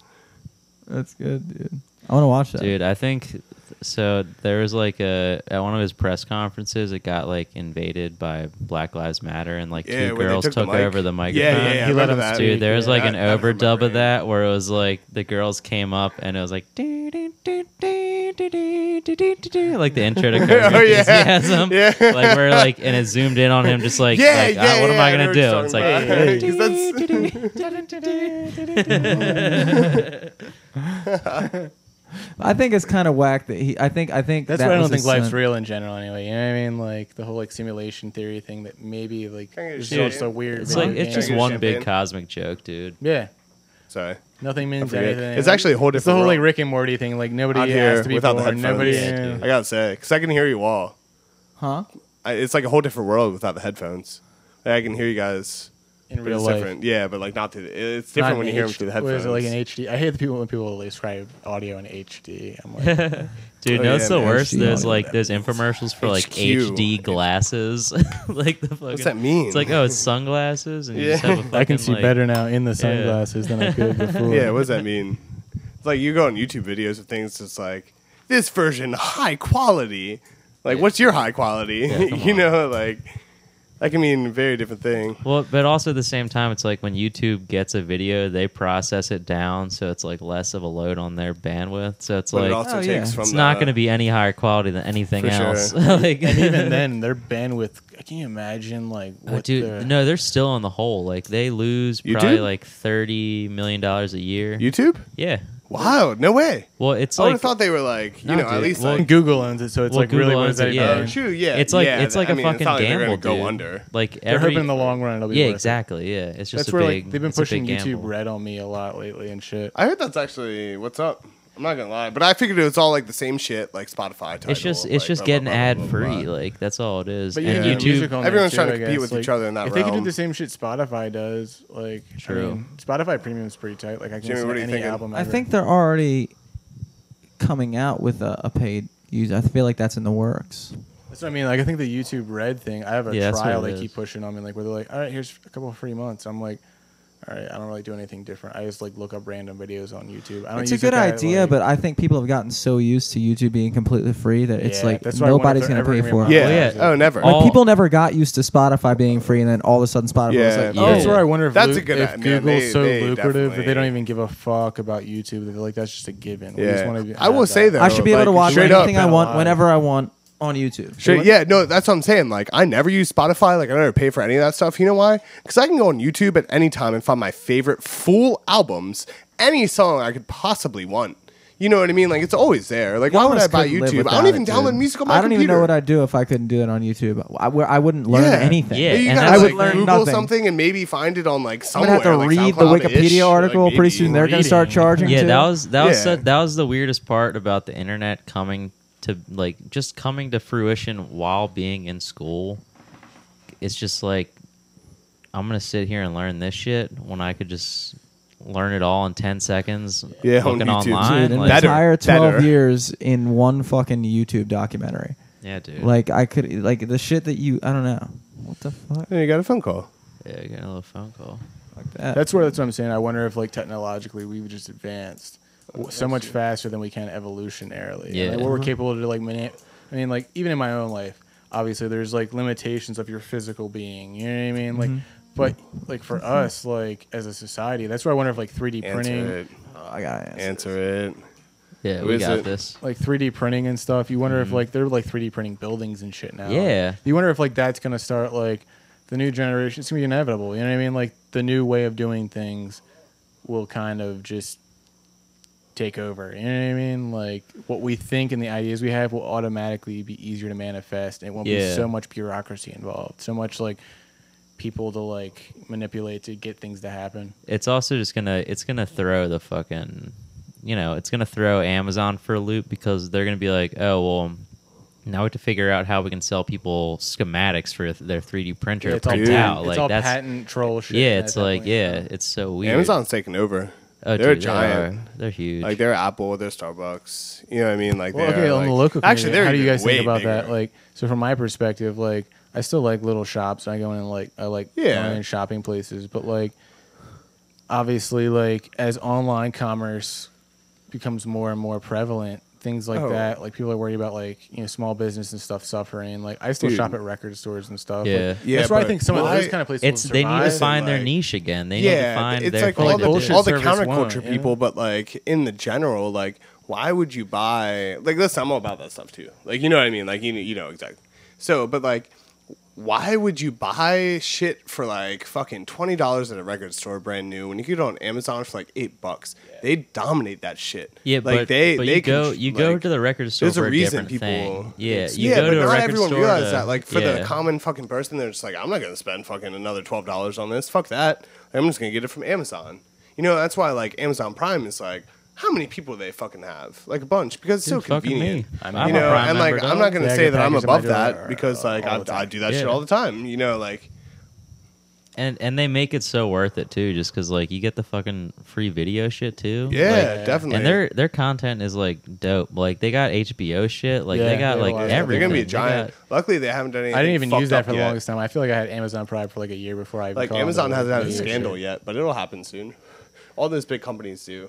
Speaker 1: That's good, dude. I want to watch that.
Speaker 4: Dude, I think so. There was like a at one of his press conferences, it got like invaded by Black Lives Matter, and like
Speaker 2: Yeah,
Speaker 4: two
Speaker 2: when they
Speaker 4: girls
Speaker 2: took
Speaker 4: took,
Speaker 2: the mic.
Speaker 4: over the microphone.
Speaker 2: Yeah, yeah, yeah. I
Speaker 3: He let
Speaker 2: remember
Speaker 3: him
Speaker 2: that.
Speaker 3: speak.
Speaker 4: Dude, there was
Speaker 3: Yeah,
Speaker 4: like an
Speaker 2: that- that
Speaker 4: overdub
Speaker 2: remember.
Speaker 4: of that where it was like the girls came up and it was like "Doo, doo, doo, doo, doo, doo, doo, doo, doo, doo," like the
Speaker 2: [laughs]
Speaker 4: intro to Curb
Speaker 2: Oh,
Speaker 4: Your
Speaker 2: yeah.
Speaker 4: enthusiasm.
Speaker 2: Yeah.
Speaker 4: Like we're like and it zoomed in on him just like,
Speaker 2: Yeah,
Speaker 4: like,
Speaker 2: yeah,
Speaker 4: "Ah, what am
Speaker 2: yeah,
Speaker 4: I
Speaker 2: I know
Speaker 4: gonna
Speaker 2: what you're
Speaker 4: do? It's like
Speaker 2: talking about.
Speaker 4: "Doo, doo,
Speaker 2: [laughs] 'Cause that's-
Speaker 4: doo, [laughs] doo, doo."
Speaker 2: [laughs]
Speaker 1: I think it's kind of whack that he. I think. I think
Speaker 3: That's
Speaker 1: that
Speaker 3: why I don't
Speaker 1: was a
Speaker 3: think life's
Speaker 1: sin-
Speaker 3: real in general, anyway. You know what I mean? Like the whole like simulation theory thing that maybe like
Speaker 2: Can I get a
Speaker 3: is
Speaker 2: shot?
Speaker 3: just a weird.
Speaker 4: It's
Speaker 3: video
Speaker 4: like it's
Speaker 3: game.
Speaker 4: just
Speaker 2: Yeah.
Speaker 4: one big
Speaker 2: Champagne.
Speaker 4: cosmic joke, dude.
Speaker 3: Yeah,
Speaker 2: Sorry,
Speaker 3: nothing
Speaker 2: I
Speaker 3: means
Speaker 2: forget.
Speaker 3: anything.
Speaker 2: It's actually a whole different.
Speaker 3: It's the whole
Speaker 2: world.
Speaker 3: like Rick and Morty thing. Like nobody
Speaker 2: out
Speaker 3: has
Speaker 2: here
Speaker 3: to be
Speaker 2: without the
Speaker 3: born.
Speaker 2: headphones.
Speaker 3: Nobody.
Speaker 4: Yeah, dude.
Speaker 2: I gotta say, because I can hear you all.
Speaker 1: Huh?
Speaker 2: I, it's like a whole different world without the headphones. Like, I can hear you guys
Speaker 3: in
Speaker 2: But
Speaker 3: real
Speaker 2: it's
Speaker 3: life.
Speaker 2: different. Yeah, but like not through. The, it's different
Speaker 3: Not
Speaker 2: when you
Speaker 3: in
Speaker 2: hear them
Speaker 3: HD.
Speaker 2: through the
Speaker 3: What
Speaker 2: headphones.
Speaker 3: is it like in HD? I hate the people when people describe audio in HD.
Speaker 2: [laughs]
Speaker 3: I'm like,
Speaker 4: Dude,
Speaker 2: Oh,
Speaker 4: no,
Speaker 2: yeah,
Speaker 4: it's the
Speaker 2: man,
Speaker 4: worst.
Speaker 1: HD
Speaker 4: There's
Speaker 1: audio.
Speaker 4: like those infomercials for like
Speaker 2: HQ.
Speaker 4: HD glasses, [laughs] like the fucking.
Speaker 2: What's that mean?
Speaker 4: It's like oh, it's sunglasses, and you just
Speaker 2: Yeah.
Speaker 4: have a
Speaker 3: I can
Speaker 4: fucking,
Speaker 3: see
Speaker 4: like-
Speaker 3: better now in the sunglasses than
Speaker 2: [laughs]
Speaker 3: I could before.
Speaker 2: yeah, what does that mean? It's like you go on YouTube videos of things. It's like this version high quality. Like, what's your high quality? [laughs]
Speaker 4: Yeah, come
Speaker 2: you
Speaker 4: on.
Speaker 2: know, like that can mean a very different thing.
Speaker 4: Well, but also at the same time, it's like when YouTube gets a video, they process it down, so it's like less of a load on their bandwidth. So it's
Speaker 2: But it
Speaker 4: like
Speaker 2: also
Speaker 1: Oh, yeah.
Speaker 2: takes from
Speaker 4: it's not
Speaker 2: the-
Speaker 4: going to be any higher quality than anything
Speaker 2: For sure.
Speaker 4: else. [laughs] like,
Speaker 3: and even then, their bandwidth. Can you imagine like
Speaker 4: Oh,
Speaker 3: what?
Speaker 4: [laughs]
Speaker 3: [laughs]
Speaker 4: dude,
Speaker 3: their-
Speaker 4: no, they're still on the hole. Like they lose
Speaker 2: You
Speaker 4: probably
Speaker 2: do?
Speaker 4: like thirty million dollars a year.
Speaker 2: YouTube.
Speaker 4: yeah.
Speaker 2: Wow, no way.
Speaker 4: Well, it's
Speaker 2: I would
Speaker 4: like
Speaker 2: have thought they were like you
Speaker 4: No,
Speaker 2: know at
Speaker 4: dude.
Speaker 2: least
Speaker 4: Well,
Speaker 2: like
Speaker 3: Google owns it, so it's
Speaker 4: Well,
Speaker 3: like really
Speaker 4: Google
Speaker 3: what
Speaker 4: owns
Speaker 3: is that?
Speaker 4: it, yeah.
Speaker 2: oh, true yeah
Speaker 4: it's like
Speaker 2: yeah,
Speaker 4: it's like
Speaker 2: I
Speaker 4: a
Speaker 2: mean, it's
Speaker 4: fucking
Speaker 2: not like they're
Speaker 4: gamble,
Speaker 2: gonna go
Speaker 4: dude.
Speaker 2: under.
Speaker 4: Like
Speaker 3: They're
Speaker 4: every
Speaker 3: hoping in the long run it'll be
Speaker 4: yeah,
Speaker 3: worth it.
Speaker 4: exactly. Yeah, it's just
Speaker 3: That's
Speaker 4: a
Speaker 3: where
Speaker 4: big.
Speaker 3: like they've been
Speaker 4: it's a
Speaker 3: pushing
Speaker 4: big
Speaker 3: YouTube
Speaker 4: gamble.
Speaker 3: Red on me a lot lately and shit.
Speaker 2: I heard that's actually what's up. I'm not gonna lie, but I figured it was all like the same shit, like Spotify. Tidal,
Speaker 4: It's just
Speaker 2: like,
Speaker 4: it's just
Speaker 2: blah,
Speaker 4: getting
Speaker 2: blah, blah, blah,
Speaker 4: ad
Speaker 2: blah,
Speaker 4: free.
Speaker 2: blah.
Speaker 4: Like that's all it is.
Speaker 3: But
Speaker 4: and
Speaker 3: yeah,
Speaker 2: you
Speaker 3: the
Speaker 2: do-
Speaker 3: music on there,
Speaker 2: everyone's
Speaker 3: too,
Speaker 2: trying to
Speaker 3: I
Speaker 2: compete with
Speaker 3: guess.
Speaker 2: each
Speaker 3: Like,
Speaker 2: other in that
Speaker 3: If they could
Speaker 2: realm.
Speaker 3: do the same shit Spotify does, like I
Speaker 4: True.
Speaker 3: mean, Spotify Premium's pretty tight. Like I can
Speaker 2: Jimmy,
Speaker 3: listen
Speaker 2: what
Speaker 3: to
Speaker 2: are you
Speaker 3: any
Speaker 2: thinking?
Speaker 3: album.
Speaker 1: I
Speaker 3: ever.
Speaker 1: think they're already coming out with a, a paid user. I feel like that's in the works.
Speaker 3: That's what I mean. Like I think the YouTube Red thing. I have a
Speaker 4: Yeah, that's what
Speaker 3: trial
Speaker 4: it
Speaker 3: they
Speaker 4: is.
Speaker 3: keep pushing on me, like where they're like, "All right, here's a couple of free months." I'm like, "All right, I don't really do anything different. I just like look up random videos on YouTube." I don't
Speaker 1: It's a
Speaker 3: use
Speaker 1: good
Speaker 3: it that,
Speaker 1: idea,
Speaker 3: like-
Speaker 1: but I think people have gotten so used to YouTube being completely free that it's
Speaker 3: Yeah,
Speaker 1: like
Speaker 3: that's what I wonder if
Speaker 1: nobody's
Speaker 3: they're
Speaker 1: going to
Speaker 3: ever
Speaker 1: pay
Speaker 3: gonna be
Speaker 1: for it.
Speaker 3: able
Speaker 2: Yeah.
Speaker 4: Well, yeah.
Speaker 2: Oh, never.
Speaker 1: Like
Speaker 4: All-
Speaker 1: people never got used to Spotify being free, and then all of a sudden Spotify was
Speaker 2: Yeah.
Speaker 1: like,
Speaker 2: Yeah.
Speaker 1: "Oh,
Speaker 3: That's where I wonder if,
Speaker 2: That's
Speaker 3: Lu-
Speaker 2: a good
Speaker 3: if
Speaker 2: idea, man.
Speaker 3: Google's
Speaker 2: They-
Speaker 3: so
Speaker 2: they
Speaker 3: lucrative that
Speaker 2: definitely-
Speaker 3: they don't even give a fuck about YouTube. That They're like, that's just a given. We
Speaker 2: Yeah.
Speaker 3: just wanna be-
Speaker 2: I will
Speaker 3: have
Speaker 2: say though,
Speaker 3: that.
Speaker 1: "Oh, I should be able to
Speaker 2: like,
Speaker 1: watch
Speaker 2: straight up-
Speaker 1: anything I want
Speaker 3: Live.
Speaker 1: whenever I want on YouTube."
Speaker 2: Straight, yeah, no, that's what I'm saying. Like, I never use Spotify. Like, I never pay for any of that stuff. You know why? Because I can go on YouTube at any time and find my favorite full albums, any song I could possibly want. You know what I mean? Like, it's always there. Like,
Speaker 1: You
Speaker 2: why would I
Speaker 1: almost
Speaker 2: buy
Speaker 1: couldn't live
Speaker 2: YouTube? I
Speaker 1: without
Speaker 2: don't even
Speaker 1: it, dude.
Speaker 2: download music on my
Speaker 1: I don't even
Speaker 2: computer.
Speaker 1: know what I'd do if I couldn't do it on YouTube. I, where I wouldn't learn
Speaker 2: Yeah.
Speaker 1: anything.
Speaker 4: Yeah,
Speaker 2: you
Speaker 4: and
Speaker 2: gotta,
Speaker 4: I would
Speaker 2: like,
Speaker 1: learn
Speaker 2: Google
Speaker 1: nothing.
Speaker 2: something and maybe find it on like
Speaker 1: I'm
Speaker 2: somewhere.
Speaker 1: gonna have to
Speaker 2: like,
Speaker 1: read the
Speaker 2: SoundCloud-ish,
Speaker 1: Wikipedia
Speaker 2: or, like,
Speaker 1: article pretty soon.
Speaker 2: maybe.
Speaker 1: They're going to start
Speaker 3: Reading.
Speaker 1: charging.
Speaker 4: yeah,
Speaker 1: too.
Speaker 4: that was that was
Speaker 2: Yeah.
Speaker 4: su- that was the weirdest part about the internet coming to like just coming to fruition while being in school. It's just like I'm gonna sit here and learn this shit when I could just learn it all in ten seconds.
Speaker 2: Yeah, on
Speaker 4: looking
Speaker 2: YouTube. Dude,
Speaker 4: online.
Speaker 1: Dude, an
Speaker 4: like-
Speaker 2: Better,
Speaker 1: entire twelve
Speaker 2: better.
Speaker 1: years in one fucking YouTube documentary.
Speaker 4: yeah, dude.
Speaker 1: Like I could, like the shit that you, I don't know, what the fuck,
Speaker 2: Yeah, you got a phone call.
Speaker 4: yeah, I got a little phone call.
Speaker 1: like that.
Speaker 3: That's where that's what I'm saying. I wonder if like technologically we've just advanced w- so much faster than we can evolutionarily.
Speaker 4: Yeah.
Speaker 3: Yeah, like, what we're capable to like. Mani- I mean, like even in my own life, obviously there's like limitations of your physical being. You know what I mean? Like, but like for us, like as a society, that's where I wonder if like 3D printing.
Speaker 2: Answer it.
Speaker 1: Oh, I got it.
Speaker 2: Answer it.
Speaker 4: Yeah,
Speaker 2: Who
Speaker 4: we
Speaker 2: is
Speaker 4: got
Speaker 2: it?
Speaker 4: this.
Speaker 3: like 3D printing and stuff. You wonder if like they're like 3D printing buildings and shit now.
Speaker 4: Mm-hmm. Yeah.
Speaker 3: You wonder if like that's gonna start like the new generation. It's gonna be inevitable. You know what I mean? Like the new way of doing things will kind of just take over. You know what I mean? Like what we think and the ideas we have will automatically be easier to manifest. And it won't
Speaker 4: Yeah.
Speaker 3: be so much bureaucracy involved. So much like people to like manipulate to get things to happen.
Speaker 4: it's also just gonna it's gonna throw the fucking you know it's gonna throw amazon for a loop because they're gonna be like oh well now we have to figure out how we can sell people schematics for their 3d printer
Speaker 3: it's all,
Speaker 4: print
Speaker 2: dude.
Speaker 4: out
Speaker 3: patent-
Speaker 4: like
Speaker 3: it's all
Speaker 4: that's
Speaker 3: patent troll shit.
Speaker 4: yeah
Speaker 3: at
Speaker 4: it's
Speaker 3: that
Speaker 4: like
Speaker 3: point.
Speaker 4: yeah it's so weird
Speaker 2: Amazon's taking over.
Speaker 4: oh,
Speaker 2: They're
Speaker 4: dude,
Speaker 2: giant.
Speaker 4: they are. they're huge
Speaker 2: Like they're Apple, they're Starbucks. You know what I mean? Like
Speaker 3: Well,
Speaker 2: they're
Speaker 3: okay, on
Speaker 2: like-
Speaker 3: the local
Speaker 2: Actually,
Speaker 3: actually,
Speaker 2: they're
Speaker 3: how do you
Speaker 2: even
Speaker 3: guys think
Speaker 2: way
Speaker 3: about
Speaker 2: bigger.
Speaker 3: that? Like, so from my perspective, like I still like little shops. I go in and like I like
Speaker 2: Yeah.
Speaker 3: going in shopping places, but like obviously, like as online commerce becomes more and more prevalent, things like
Speaker 2: Oh.
Speaker 3: that, like people are worried about like you know small business and stuff suffering. Like I still
Speaker 2: Dude.
Speaker 3: shop at record stores and stuff.
Speaker 4: Yeah.
Speaker 3: like,
Speaker 2: Yeah,
Speaker 3: that's why I
Speaker 2: but
Speaker 3: think some of
Speaker 2: why-
Speaker 3: those kind of places.
Speaker 4: it's
Speaker 3: will
Speaker 4: they need to
Speaker 3: survive.
Speaker 4: find their
Speaker 2: like-
Speaker 4: niche again they need to
Speaker 2: yeah,
Speaker 4: find
Speaker 2: it's
Speaker 4: their
Speaker 2: like all
Speaker 4: thing
Speaker 2: the,
Speaker 4: to do.
Speaker 3: bullshit
Speaker 2: all the
Speaker 3: service
Speaker 2: counterculture
Speaker 3: won't, yeah.
Speaker 2: people, but like in the general, like why would you buy? Like, listen, I'm all about that stuff too. Like, you know what I mean? Like, you you know exactly. So, but like, why would you buy shit for like fucking twenty dollars at a record store, brand new, when you could get it on Amazon for like eight bucks? They dominate that shit.
Speaker 4: Yeah,
Speaker 2: like
Speaker 4: but, but you go you go to the record store
Speaker 2: there's a
Speaker 4: for a,
Speaker 2: reason
Speaker 4: different
Speaker 2: people.
Speaker 4: thing. Yeah,
Speaker 2: it's-
Speaker 4: you go
Speaker 2: but
Speaker 4: to a
Speaker 2: not
Speaker 4: record
Speaker 2: everyone
Speaker 4: store
Speaker 2: realizes
Speaker 4: to-
Speaker 2: that. Like for the
Speaker 4: yeah.
Speaker 2: common fucking person, they're just like, I'm not gonna spend fucking another twelve dollars on this. Fuck that. I'm just gonna get it from Amazon. You know, that's why like Amazon Prime is like, how many people they fucking have? Like a bunch because it's
Speaker 4: Dude,
Speaker 2: so
Speaker 4: fucking
Speaker 2: convenient.
Speaker 4: me. I'm-
Speaker 2: you
Speaker 4: I'm a
Speaker 2: know,
Speaker 4: Prime
Speaker 2: and
Speaker 4: member,
Speaker 2: like I'm
Speaker 4: dog.
Speaker 2: not gonna
Speaker 3: Yeah, I
Speaker 2: say
Speaker 3: get
Speaker 2: that I'm
Speaker 3: packages in
Speaker 2: above
Speaker 3: my door
Speaker 2: that because like
Speaker 3: all
Speaker 2: I,
Speaker 3: the
Speaker 2: I
Speaker 3: time.
Speaker 2: do that shit
Speaker 4: Yeah.
Speaker 2: all the time. You know, like
Speaker 4: and and they make it so worth it too, just because like you get the fucking free video shit too.
Speaker 2: Yeah,
Speaker 4: Like,
Speaker 2: definitely.
Speaker 4: and their their content is like dope. Like they got HBO shit. Like
Speaker 3: Yeah,
Speaker 4: they got
Speaker 3: they
Speaker 4: like
Speaker 3: have a lot of-
Speaker 4: everything.
Speaker 3: they're
Speaker 2: They're gonna be a
Speaker 4: They
Speaker 2: giant. Luckily, they haven't done anything.
Speaker 3: I didn't even
Speaker 2: fucked
Speaker 3: use that
Speaker 2: up
Speaker 3: for the
Speaker 2: yet.
Speaker 3: longest time. I feel like I had Amazon Prime for like a year before I
Speaker 2: Like
Speaker 3: caught
Speaker 2: Amazon
Speaker 3: it.
Speaker 2: hasn't had a
Speaker 3: Yeah,
Speaker 2: scandal
Speaker 3: shit.
Speaker 2: yet, but it'll happen soon. All those big companies do.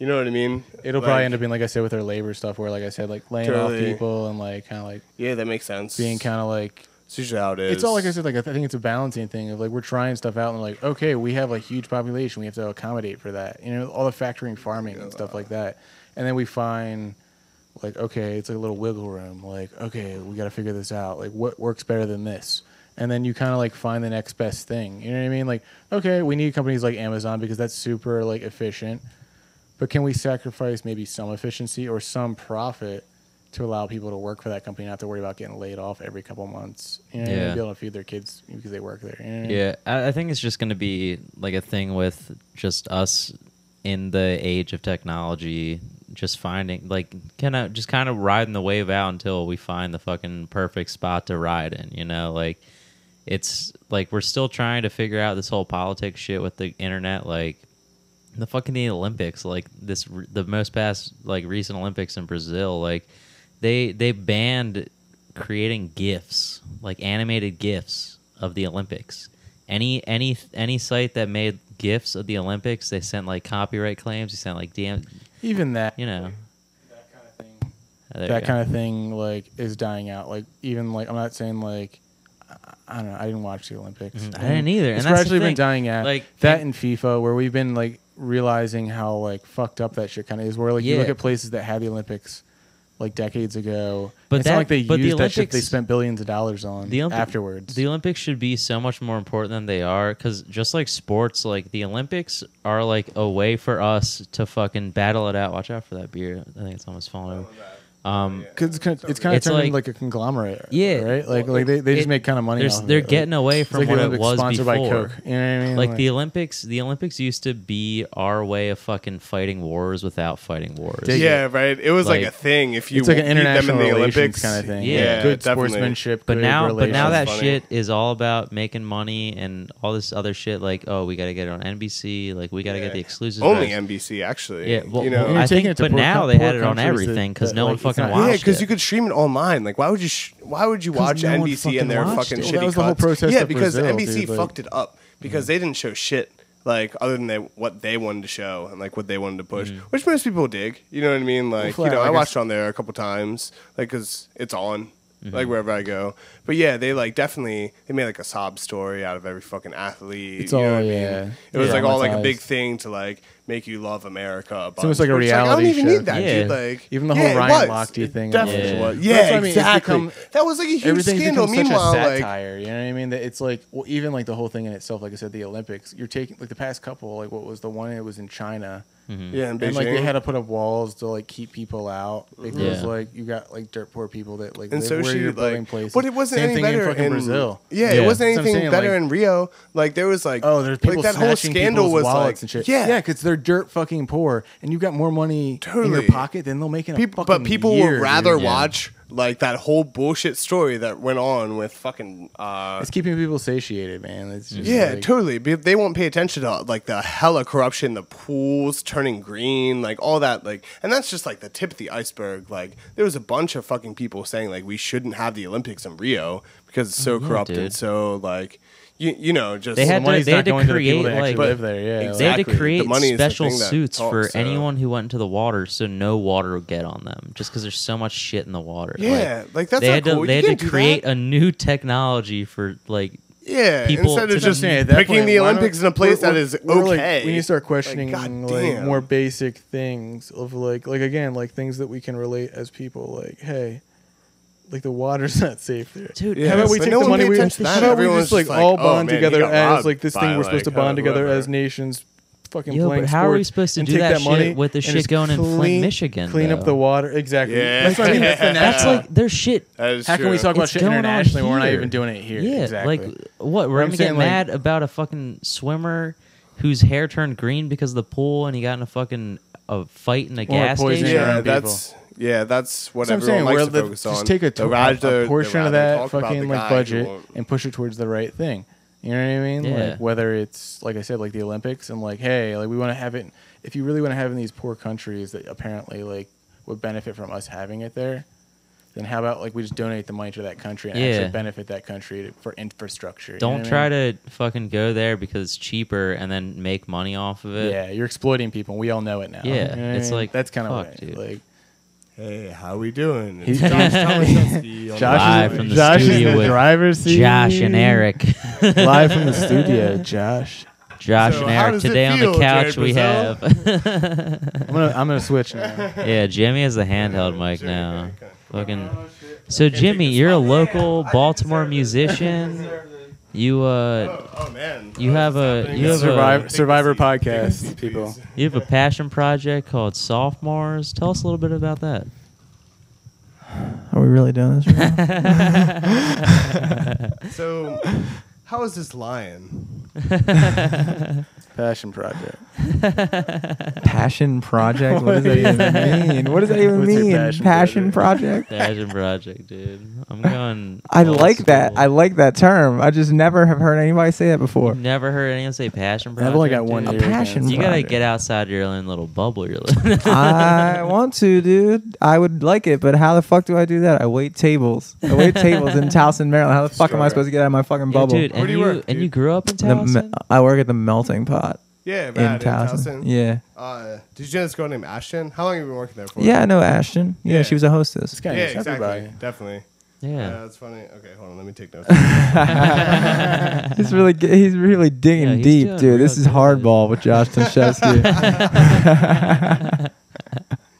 Speaker 2: You know what I mean?
Speaker 3: It'll probably end up being like I said with their labor stuff, where like I said, like laying
Speaker 2: Totally.
Speaker 3: off people and like kind of like
Speaker 2: Yeah, that makes sense.
Speaker 3: being kind of like
Speaker 2: It's usually how it is.
Speaker 3: it's all like I said. Like I think it's a balancing thing of like we're trying stuff out and like okay, we have a huge population, we have to accommodate for that. You know, all the factoring, farming, and stuff like that. And then we find like okay, it's like a little wiggle room. Like okay, we got to figure this out. Like what works better than this? And then you kind of like find the next best thing. You know what I mean? Like okay, we need companies like Amazon because that's super like efficient. But can we sacrifice maybe some efficiency or some profit to allow people to work for that company, not to worry about getting laid off every couple months? You know,
Speaker 4: Yeah.
Speaker 3: be able to feed their kids because they work there. You know?
Speaker 4: Yeah, I, I think it's just going to be like a thing with just us in the age of technology, just finding like kind of just kind of riding the wave out until we find the fucking perfect spot to ride in. You know, like it's like we're still trying to figure out this whole politics shit with the internet, like. The fucking the Olympics, like this, r- the most past like recent Olympics in Brazil, like they they banned creating gifs like animated gifs of the olympics any any any site that made gifs of the olympics they sent like copyright claims they sent like damn
Speaker 3: Even that,
Speaker 4: you know
Speaker 3: that kind of thing.
Speaker 4: there you
Speaker 3: that
Speaker 4: go.
Speaker 3: kind of thing like is dying out. Like even like I'm not saying like I- I don't know. I didn't watch the Olympics.
Speaker 4: Mm-hmm. I didn't either,
Speaker 3: It's
Speaker 4: and that's the
Speaker 3: actually
Speaker 4: thing.
Speaker 3: been dying out.
Speaker 4: Like-
Speaker 3: Like that in FIFA, where we've been like realizing how like fucked up that shit kind of is. Where like you look
Speaker 4: Yeah.
Speaker 3: at places that had the Olympics like decades ago.
Speaker 4: But
Speaker 3: But it's not
Speaker 4: that-
Speaker 3: like they
Speaker 4: but the
Speaker 3: used that shit. They
Speaker 4: Olympics-
Speaker 3: spent billions of dollars on
Speaker 4: The Olympi-
Speaker 3: afterwards.
Speaker 4: The Olympics should be so much more important than they are because just like sports, like the Olympics are like a way for us to fucking battle it out. Watch out for that beer. I think it's almost falling over. Um,
Speaker 3: 'Cause it's kind of, it's kind of
Speaker 4: It's
Speaker 3: turned
Speaker 4: like-
Speaker 3: into like a conglomerate.
Speaker 4: Yeah.
Speaker 3: Right. Like like they, they just
Speaker 4: It-
Speaker 3: make kind of money.
Speaker 4: there's-
Speaker 3: off of
Speaker 4: they're
Speaker 3: it. Like,
Speaker 4: getting away
Speaker 3: it's
Speaker 4: from
Speaker 3: like the
Speaker 4: what it
Speaker 3: Olympics
Speaker 4: was
Speaker 3: sponsored By
Speaker 4: before.
Speaker 3: Coke. You know what I mean?
Speaker 4: like the Olympics, the Olympics used to be our way of fucking fighting wars without fighting wars.
Speaker 3: Dig
Speaker 2: yeah, right. It was like,
Speaker 4: Like-
Speaker 2: a thing. If you
Speaker 3: it's like an
Speaker 2: beat them in
Speaker 3: international
Speaker 2: the
Speaker 3: relations
Speaker 2: Olympics
Speaker 3: kind of thing.
Speaker 4: Yeah,
Speaker 3: good
Speaker 2: definitely.
Speaker 3: sportsmanship.
Speaker 4: But
Speaker 3: good
Speaker 4: now, but now
Speaker 3: relations.
Speaker 4: that
Speaker 2: Funny.
Speaker 4: shit is all about making money and all this other shit. Like, oh, we got to get it on NBC. Like, we got to
Speaker 2: Yeah.
Speaker 4: get the exclusive.
Speaker 2: Only
Speaker 4: rights.
Speaker 2: NBC actually.
Speaker 4: Yeah, well,
Speaker 2: you know.
Speaker 4: well,
Speaker 3: You're
Speaker 4: I
Speaker 3: taking
Speaker 4: think,
Speaker 3: it to
Speaker 4: but
Speaker 3: poor
Speaker 4: now
Speaker 3: com-
Speaker 4: they had
Speaker 3: poor
Speaker 4: it on
Speaker 3: countries that-
Speaker 4: everything because
Speaker 3: that,
Speaker 4: no
Speaker 3: like,
Speaker 4: one
Speaker 3: it's
Speaker 4: fucking
Speaker 3: not-
Speaker 2: yeah,
Speaker 4: watched
Speaker 2: because
Speaker 4: it.
Speaker 2: you could stream it online. Like, why would you? Sh- why would you
Speaker 3: 'Cause
Speaker 2: watch
Speaker 3: no one
Speaker 2: NBC and
Speaker 3: fucking
Speaker 2: their
Speaker 3: watched
Speaker 2: fucking
Speaker 3: it.
Speaker 2: shitty
Speaker 3: Well, that was the whole
Speaker 2: cuts?
Speaker 3: protest
Speaker 2: Yeah,
Speaker 3: of
Speaker 2: because
Speaker 3: Brazil,
Speaker 2: NBC
Speaker 3: dude, like-
Speaker 2: fucked it up because they didn't show shit like other than they what they wanted to show and like what they wanted to push,
Speaker 3: Mm.
Speaker 2: which most people dig. You know what I mean? Like,
Speaker 3: flat
Speaker 2: you know,
Speaker 3: out,
Speaker 2: I
Speaker 3: like
Speaker 2: watched on there a couple times, like because it's on.
Speaker 3: Mm-hmm.
Speaker 2: Like wherever I go, but yeah, they like definitely they made like a sob story out of every fucking athlete.
Speaker 3: It's
Speaker 2: you know
Speaker 3: all-
Speaker 2: what I mean?
Speaker 3: yeah.
Speaker 2: It was
Speaker 3: Yeah.
Speaker 2: like all like a
Speaker 3: Traumatized.
Speaker 2: big thing to like make you love America. A bunch,
Speaker 3: It's almost like a
Speaker 2: which, I don't
Speaker 3: reality
Speaker 2: even
Speaker 3: show.
Speaker 2: need that,
Speaker 4: Yeah.
Speaker 2: dude. Like
Speaker 3: Even the whole
Speaker 2: yeah, it
Speaker 3: Ryan
Speaker 2: was.
Speaker 3: Lochte
Speaker 2: It
Speaker 3: thing and
Speaker 2: Definitely
Speaker 4: all
Speaker 2: was.
Speaker 4: that.
Speaker 2: Yeah,
Speaker 3: That's what I mean, it's
Speaker 2: exactly.
Speaker 3: become-
Speaker 2: that was like a huge
Speaker 3: Everything's
Speaker 2: scandal.
Speaker 3: become
Speaker 2: Meanwhile,
Speaker 3: such a
Speaker 2: like
Speaker 3: satire. you know what I mean? That it's like well, even like the whole thing in itself. Like I said, the Olympics. You're taking like the past couple. Like what was the one? It was in China,
Speaker 2: yeah, in Beijing.
Speaker 3: and like they had to put up walls to like keep people out because
Speaker 4: Yeah.
Speaker 3: like you got like dirt poor people that like
Speaker 2: and
Speaker 3: live
Speaker 2: so
Speaker 3: where
Speaker 2: she
Speaker 3: you're building
Speaker 2: like,
Speaker 3: places.
Speaker 2: but it wasn't
Speaker 3: Same
Speaker 2: any
Speaker 3: thing in
Speaker 2: better
Speaker 3: fucking Brazil.
Speaker 2: Yeah,
Speaker 4: Yeah.
Speaker 2: it wasn't
Speaker 3: That's what I'm
Speaker 2: anything
Speaker 3: saying,
Speaker 2: better
Speaker 3: like-
Speaker 2: in Rio. Like there was like
Speaker 3: Oh, there's people
Speaker 2: like that whole
Speaker 3: snatching
Speaker 2: scandal
Speaker 3: people's
Speaker 2: was
Speaker 3: wallets
Speaker 2: like
Speaker 3: and shit.
Speaker 2: yeah,
Speaker 3: yeah, because they're dirt fucking poor, and you've got more money in
Speaker 2: Totally.
Speaker 3: your pocket than they'll make in a
Speaker 2: People,
Speaker 3: fucking
Speaker 2: but people
Speaker 3: year,
Speaker 2: would rather
Speaker 3: dude.
Speaker 4: Yeah.
Speaker 2: watch like that whole bullshit story that went on with fucking uh,
Speaker 3: It's keeping people satiated, man. It's just
Speaker 2: Yeah,
Speaker 3: like,
Speaker 2: totally. But they won't pay attention to like the hella corruption, the pools turning green, like all that. Like, and that's just like the tip of the iceberg. Like, there was a bunch of fucking people saying like we shouldn't have the Olympics in Rio because it's so corrupt
Speaker 4: Oh, dude.
Speaker 2: and so like, you you know, just
Speaker 4: They
Speaker 3: the
Speaker 4: had to-
Speaker 3: money's
Speaker 4: they
Speaker 3: not
Speaker 4: had to
Speaker 3: going to the people
Speaker 4: create,
Speaker 3: that actually
Speaker 4: like-
Speaker 3: live there. Yeah, like-
Speaker 4: They had to
Speaker 2: Exactly. The
Speaker 4: create
Speaker 2: money is the
Speaker 4: special
Speaker 2: thing that
Speaker 4: suits for
Speaker 2: talks, so-
Speaker 4: anyone who went into the water, so no water would get on them, just because there's so much shit in the water.
Speaker 2: Yeah, like, that's
Speaker 4: they
Speaker 2: not
Speaker 4: had
Speaker 2: cool.
Speaker 4: to
Speaker 2: You
Speaker 4: they
Speaker 2: can't do
Speaker 4: had to
Speaker 2: that.
Speaker 4: create a new technology for
Speaker 2: [laughs]
Speaker 4: like
Speaker 2: yeah.
Speaker 4: people-
Speaker 2: instead of
Speaker 4: It's
Speaker 2: just
Speaker 3: Just saying, at that
Speaker 2: picking
Speaker 3: point,
Speaker 2: the
Speaker 3: why don't-
Speaker 2: Olympics in a place
Speaker 3: we're-
Speaker 2: that is
Speaker 3: we're, like,
Speaker 2: okay,
Speaker 3: we need to start
Speaker 2: Like,
Speaker 3: questioning like,
Speaker 2: goddamn.
Speaker 3: more basic things of like, like again, like things that we can relate as people. Like, hey, like the water's [laughs] not safe there.
Speaker 4: Dude,
Speaker 2: Yeah,
Speaker 3: how about we
Speaker 2: but
Speaker 3: take
Speaker 2: no
Speaker 3: the
Speaker 2: one
Speaker 3: money?
Speaker 2: paid
Speaker 3: We, how
Speaker 2: attention to that.
Speaker 3: about we
Speaker 2: Everyone's
Speaker 3: just like
Speaker 2: just
Speaker 3: all
Speaker 2: like, oh,
Speaker 3: bond
Speaker 2: man, he
Speaker 3: together
Speaker 2: got
Speaker 3: as
Speaker 2: robbed
Speaker 3: like this
Speaker 2: by,
Speaker 3: thing we're supposed to
Speaker 2: like,
Speaker 3: bond together
Speaker 2: whoever.
Speaker 3: as nations. Fucking
Speaker 4: Yo,
Speaker 3: playing
Speaker 4: but how are we
Speaker 3: sports
Speaker 4: supposed to
Speaker 3: and
Speaker 4: do
Speaker 3: take
Speaker 4: that shit
Speaker 3: money
Speaker 4: with the
Speaker 3: and
Speaker 4: shit
Speaker 3: just
Speaker 4: going in Flint,
Speaker 3: clean-
Speaker 4: Michigan,
Speaker 3: Clean up
Speaker 4: though?
Speaker 3: the water, exactly.
Speaker 2: Yeah.
Speaker 3: That's what I mean. That's
Speaker 2: [laughs]
Speaker 3: the
Speaker 4: [laughs] that's
Speaker 3: national-
Speaker 4: like there's shit.
Speaker 2: That is
Speaker 3: How can
Speaker 2: true.
Speaker 3: we talk about
Speaker 4: It's
Speaker 3: shit
Speaker 4: going on
Speaker 3: internationally when we're not
Speaker 4: here.
Speaker 3: even doing it here?
Speaker 4: Yeah,
Speaker 3: exactly.
Speaker 4: like what? We're
Speaker 3: I'm
Speaker 4: gonna
Speaker 3: saying,
Speaker 4: get
Speaker 3: like-
Speaker 4: mad about a fucking swimmer whose hair turned green because of the pool, and he got in a fucking a fight in a
Speaker 3: Or
Speaker 4: gas
Speaker 3: poisoning
Speaker 4: station.
Speaker 3: our
Speaker 2: yeah,
Speaker 3: own
Speaker 2: that's yeah, that's what
Speaker 3: So I'm
Speaker 2: everyone
Speaker 3: saying
Speaker 2: likes
Speaker 3: we're
Speaker 2: to
Speaker 3: the,
Speaker 2: focus on.
Speaker 3: just take a,
Speaker 2: They'd
Speaker 3: to- a-
Speaker 2: rather-
Speaker 3: a
Speaker 2: they'd
Speaker 3: portion of
Speaker 2: rather
Speaker 3: that
Speaker 2: talk about
Speaker 3: fucking
Speaker 2: the
Speaker 3: like
Speaker 2: guy who
Speaker 3: budget
Speaker 2: won't-
Speaker 3: and push it towards the right thing. You know what I mean?
Speaker 4: Yeah.
Speaker 3: Like whether it's like I said, like the Olympics, and like hey, like we want to have it. If you really want to have it in these poor countries that apparently like would benefit from us having it there, then how about like we just donate the money to that country and
Speaker 4: Yeah.
Speaker 3: actually benefit that country to, for infrastructure? you know
Speaker 4: Don't
Speaker 3: what I
Speaker 4: try
Speaker 3: mean?
Speaker 4: to fucking go there because it's cheaper and then make money off of it.
Speaker 3: Yeah, you're exploiting people. and We all know it now.
Speaker 4: Yeah,
Speaker 3: You know what I
Speaker 4: it's
Speaker 3: mean?
Speaker 4: like,
Speaker 3: that's kind of
Speaker 4: fuck,
Speaker 3: what
Speaker 4: dude.
Speaker 3: like
Speaker 2: Hey, how we doing?
Speaker 3: He's-
Speaker 2: It's
Speaker 3: [laughs]
Speaker 2: Josh Tomaszewski on
Speaker 3: Josh
Speaker 4: Live
Speaker 3: is,
Speaker 4: from the
Speaker 3: Josh is
Speaker 4: studio
Speaker 3: in the
Speaker 4: with
Speaker 3: driver's seat.
Speaker 4: Josh and Eric.
Speaker 3: [laughs]
Speaker 4: [laughs]
Speaker 3: live from the studio. Josh,
Speaker 4: Josh
Speaker 2: So
Speaker 4: and
Speaker 2: how
Speaker 4: Eric.
Speaker 2: does it
Speaker 4: Today on the
Speaker 2: feel,
Speaker 4: couch
Speaker 2: Jared [laughs]
Speaker 4: we have.
Speaker 3: I'm gonna I'm gonna switch now.
Speaker 4: [laughs] yeah, Jimmy has the handheld mic
Speaker 2: Jimmy,
Speaker 4: now.
Speaker 2: okay.
Speaker 3: Oh,
Speaker 4: Fucking. So Jimmy, you're a local Baltimore musician. You uh,
Speaker 2: Oh, oh, man.
Speaker 4: You
Speaker 2: Oh,
Speaker 4: have
Speaker 2: this is
Speaker 4: a-
Speaker 2: happening.
Speaker 4: you have a-
Speaker 3: Survivor,
Speaker 2: Take a
Speaker 3: Survivor
Speaker 2: seat. Take a
Speaker 3: podcast
Speaker 2: seat,
Speaker 3: people.
Speaker 2: please.
Speaker 4: you have a passion project called Sophomores. Tell us a little bit about
Speaker 3: [laughs]
Speaker 4: that.
Speaker 1: Are we really doing this? Right now?
Speaker 4: [laughs]
Speaker 2: So, how is this lion?
Speaker 3: Passion project.
Speaker 1: Passion project. What does that even mean? What does that even
Speaker 3: What's your
Speaker 1: mean?
Speaker 3: passion
Speaker 1: Passion,
Speaker 4: [laughs]
Speaker 1: project.
Speaker 4: Passion project, dude.
Speaker 3: [laughs]
Speaker 4: I'm going.
Speaker 1: I
Speaker 4: old
Speaker 1: like that.
Speaker 4: school.
Speaker 1: I like that term. I just never have heard anybody say that
Speaker 4: [laughs]
Speaker 1: before.
Speaker 4: Never heard anyone say passion project.
Speaker 3: I've only got one
Speaker 4: dude.
Speaker 1: A
Speaker 3: year.
Speaker 1: passion
Speaker 3: against-
Speaker 4: You gotta
Speaker 1: project.
Speaker 4: get outside your own little bubble.
Speaker 3: [laughs]
Speaker 4: You're living.
Speaker 1: I want to, dude. I would like it, but how the fuck do I do that? I wait tables. I wait tables in Towson, Maryland. How the fuck am I supposed to get out of my fucking
Speaker 4: Yeah,
Speaker 1: bubble?
Speaker 4: dude,
Speaker 2: Where
Speaker 4: and
Speaker 2: do
Speaker 4: you,
Speaker 2: you work,
Speaker 4: and
Speaker 2: dude?
Speaker 4: you grew up in
Speaker 1: The me-
Speaker 4: Towson.
Speaker 1: I work at the Melting Pot
Speaker 2: Yeah,
Speaker 1: in
Speaker 2: Brad, in
Speaker 1: Towson.
Speaker 2: Towson.
Speaker 1: Yeah,
Speaker 2: Uh, did you know this girl named Ashton? How long have you been working there for?
Speaker 1: yeah. I know Ashton. Yeah,
Speaker 2: Yeah.
Speaker 1: she was a hostess.
Speaker 3: It's kind
Speaker 2: yeah,
Speaker 3: of
Speaker 2: exactly.
Speaker 3: everybody.
Speaker 2: Definitely. Yeah.
Speaker 4: yeah,
Speaker 2: that's funny. Okay, hold on. Let me take notes.
Speaker 1: [laughs] He's really, g- he's really digging
Speaker 4: Yeah, he's
Speaker 1: deep,
Speaker 4: doing
Speaker 1: dude. This
Speaker 4: real
Speaker 1: is
Speaker 4: good.
Speaker 1: hardball with
Speaker 2: [laughs]
Speaker 1: Josh Tomszewski.
Speaker 2: yeah,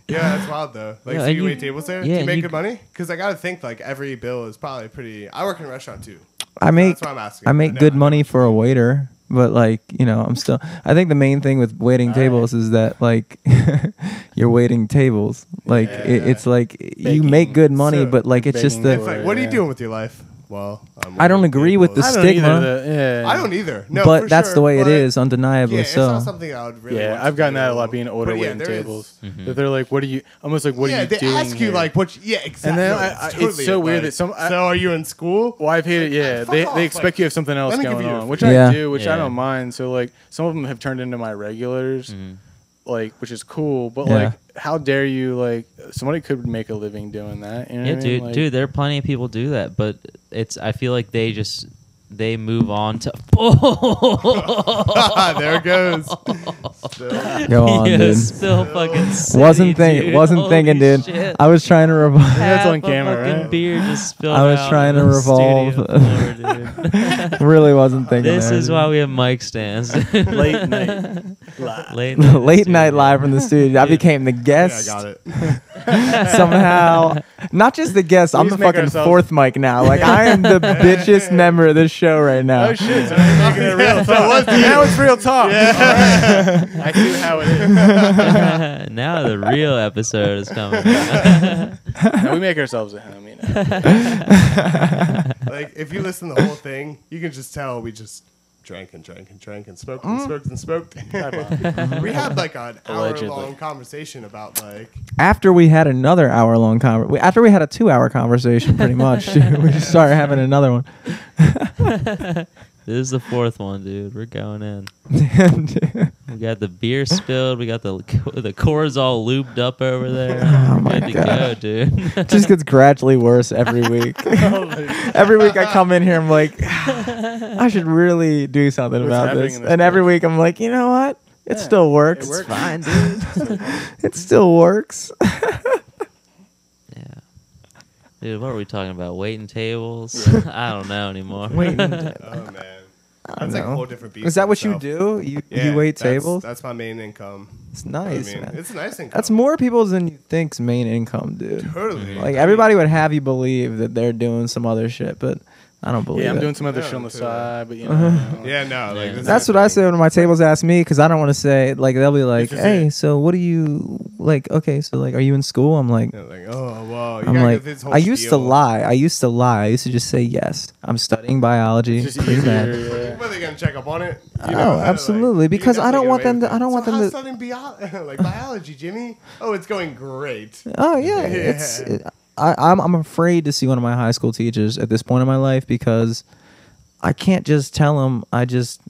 Speaker 2: that's wild though. Like,
Speaker 4: Yeah,
Speaker 2: so
Speaker 4: and
Speaker 2: you
Speaker 4: you-
Speaker 2: wait tables there?
Speaker 4: yeah,
Speaker 2: Do
Speaker 4: and
Speaker 2: you make
Speaker 4: you-
Speaker 2: good money? Because I gotta think like every bill is probably pretty. I work in a restaurant too.
Speaker 1: I make,
Speaker 2: that's why I'm asking.
Speaker 1: I make
Speaker 2: No,
Speaker 1: good
Speaker 2: I-
Speaker 1: money for a waiter, but like, you know, I'm still. I think the main thing with waiting tables is that like, [laughs] you're waiting tables. Like, it,
Speaker 2: Yeah.
Speaker 1: it's like you make
Speaker 3: Baking.
Speaker 1: good money,
Speaker 2: So,
Speaker 1: but like it's just
Speaker 3: baking
Speaker 1: the.
Speaker 2: It's like,
Speaker 3: Or,
Speaker 2: what are you
Speaker 3: yeah.
Speaker 2: doing with your life? Well, I'm
Speaker 1: I don't
Speaker 2: waiting
Speaker 1: agree with
Speaker 2: tables.
Speaker 1: the
Speaker 3: I don't
Speaker 1: stigma.
Speaker 3: either. The, yeah.
Speaker 2: I don't either. No,
Speaker 1: but
Speaker 2: for
Speaker 1: that's
Speaker 2: sure,
Speaker 1: the way it
Speaker 2: but-
Speaker 1: is, undeniably
Speaker 2: Yeah, it's
Speaker 1: so.
Speaker 2: not something I would really. want
Speaker 3: yeah,
Speaker 2: to
Speaker 3: I've gotten
Speaker 2: do.
Speaker 3: that a lot being older
Speaker 2: But yeah,
Speaker 3: waiting
Speaker 2: there is-
Speaker 3: tables.
Speaker 4: Mm-hmm.
Speaker 3: That they're like, "What are you?" Almost like, "What
Speaker 2: yeah,
Speaker 3: are you
Speaker 2: they
Speaker 3: doing?"
Speaker 2: ask you
Speaker 3: here?
Speaker 2: like what? You, yeah, exactly.
Speaker 3: then
Speaker 2: No,
Speaker 3: I-
Speaker 2: it's
Speaker 3: I- it's
Speaker 2: totally
Speaker 3: so
Speaker 2: it,
Speaker 3: weird
Speaker 2: buddy.
Speaker 3: that some- I-
Speaker 2: so are you in school?
Speaker 3: Well, I've hated, yeah.
Speaker 2: fuck
Speaker 3: They,
Speaker 2: off,
Speaker 3: they expect
Speaker 2: like,
Speaker 3: you have something else
Speaker 2: let me give
Speaker 3: going
Speaker 2: you your
Speaker 3: on, which
Speaker 1: Yeah.
Speaker 3: I do, which I
Speaker 4: Yeah.
Speaker 3: don't mind. So like, some of them have turned into my regulars,
Speaker 4: Mm-hmm.
Speaker 3: like, which is cool. But
Speaker 1: Yeah.
Speaker 3: like, how dare you? Like, somebody could make a living doing that. You know
Speaker 4: yeah,
Speaker 3: what I mean?
Speaker 4: dude,
Speaker 3: Like,
Speaker 4: dude. There are plenty of people do that, but it's. I feel like they just they move on to. [laughs] Oh,
Speaker 2: [laughs] there it goes. [laughs] So-
Speaker 1: Go
Speaker 4: [laughs]
Speaker 1: on, dude.
Speaker 3: [laughs]
Speaker 4: Still fucking. City,
Speaker 1: Wasn't think,
Speaker 4: dude.
Speaker 1: wasn't
Speaker 4: Holy
Speaker 1: thinking, dude.
Speaker 4: Shit.
Speaker 1: I was trying to revive,
Speaker 4: [laughs]
Speaker 3: That's
Speaker 4: Half
Speaker 3: on camera,
Speaker 4: A fucking
Speaker 3: right? [laughs]
Speaker 4: beer just spilled
Speaker 1: I was
Speaker 4: out
Speaker 1: trying
Speaker 4: [laughs] on
Speaker 1: to
Speaker 4: the studio
Speaker 1: [laughs] revolve.
Speaker 4: floor, dude.
Speaker 1: really wasn't thinking.
Speaker 4: this
Speaker 1: there,
Speaker 4: is
Speaker 1: dude.
Speaker 4: why we have mic stands.
Speaker 3: late
Speaker 4: [laughs]
Speaker 3: night, live.
Speaker 1: [laughs]
Speaker 4: late night,
Speaker 1: late night
Speaker 4: dude.
Speaker 1: live from the studio. I became the
Speaker 2: yeah,
Speaker 1: guest
Speaker 2: I got it.
Speaker 3: [laughs]
Speaker 1: somehow. Not just the guest. I'm
Speaker 3: Please
Speaker 1: the
Speaker 3: make
Speaker 1: fucking
Speaker 3: ourselves-
Speaker 1: fourth mic now. Like I am
Speaker 3: [laughs]
Speaker 1: the [laughs] bitchest member of this show right now.
Speaker 3: Oh shit! So now [laughs] you're making it
Speaker 1: [laughs]
Speaker 3: real talk. now it's real talk. All right. [laughs] I see how it is.
Speaker 4: [laughs] now the real episode is coming.
Speaker 3: [laughs] Now we make ourselves at home. You [laughs] know.
Speaker 2: Like if you listen to the whole thing, you can just tell we just drank and drank and drank and smoked
Speaker 1: Uh-huh.
Speaker 2: and smoked and smoked.
Speaker 1: [laughs]
Speaker 2: we had like an hour
Speaker 3: Allegedly.
Speaker 2: long conversation about like
Speaker 1: After we had another hour long conver we- after we had a two hour conversation, pretty much, [laughs] we just started having another one. [laughs]
Speaker 4: This is the fourth one, dude. We're going in. We got the beer spilled. We got the [laughs] the cores all lubed up over there.
Speaker 1: [laughs] Oh my
Speaker 4: Good to
Speaker 1: God.
Speaker 4: go, dude. [laughs]
Speaker 1: It just gets gradually worse [laughs] every week. every week I come in here, I'm like, "Ah, I should really do something
Speaker 3: What's
Speaker 1: about
Speaker 3: happening
Speaker 1: this.
Speaker 3: in this
Speaker 1: And every
Speaker 3: place?
Speaker 1: week I'm like, you know what? It
Speaker 3: Yeah,
Speaker 1: still works.
Speaker 3: it
Speaker 1: [laughs]
Speaker 3: works.
Speaker 1: fine, dude. [laughs] it still works. [laughs]
Speaker 4: yeah, dude. What are we talking about? Waiting tables? [laughs] I don't know anymore.
Speaker 2: oh man. That's like a
Speaker 1: know.
Speaker 2: whole different beat.
Speaker 1: Is that what you do? You you wait tables?
Speaker 2: That's my main income.
Speaker 1: It's
Speaker 2: You know what I
Speaker 1: nice,
Speaker 2: mean?
Speaker 1: man.
Speaker 2: It's a nice income.
Speaker 1: That's more people than you think's main income, dude.
Speaker 2: totally
Speaker 1: Like everybody would have you believe that they're doing some other shit, but I don't believe
Speaker 3: Yeah, Uh-huh. I'm
Speaker 1: it.
Speaker 3: doing some other shit on the side, but you know.
Speaker 2: Yeah, no, like
Speaker 4: Yeah.
Speaker 2: this
Speaker 1: That's
Speaker 2: is-
Speaker 1: what I say when my tables ask me because I don't want to say like they'll be like,
Speaker 2: just
Speaker 1: "Hey,
Speaker 2: it.
Speaker 1: so what do you like? Okay, so like, are you in school?" I'm like,
Speaker 2: Yeah, like, oh wow. You
Speaker 1: I'm
Speaker 2: gotta
Speaker 1: like,
Speaker 2: go through this whole
Speaker 1: I used
Speaker 2: spiel.
Speaker 1: to lie. I used to lie. I used to just say yes. I'm studying biology.
Speaker 3: It's just
Speaker 1: Pretty
Speaker 3: easier.
Speaker 1: bad.
Speaker 3: yeah.
Speaker 2: Well, they gonna check up on it. You
Speaker 1: Oh,
Speaker 2: like,
Speaker 1: absolutely,
Speaker 2: you
Speaker 1: because
Speaker 2: can
Speaker 1: I don't
Speaker 2: definitely
Speaker 1: want
Speaker 2: get away
Speaker 1: them to-
Speaker 2: with
Speaker 1: I
Speaker 2: it.
Speaker 1: don't want
Speaker 2: So
Speaker 1: them
Speaker 2: how's
Speaker 1: to-
Speaker 2: Southern bio- [laughs] like biology, Jimmy. Oh, it's going great.
Speaker 1: Oh
Speaker 3: [laughs]
Speaker 1: yeah, it's. I, I'm I'm afraid to see one of my high school teachers at this point in my life because I can't just tell them I just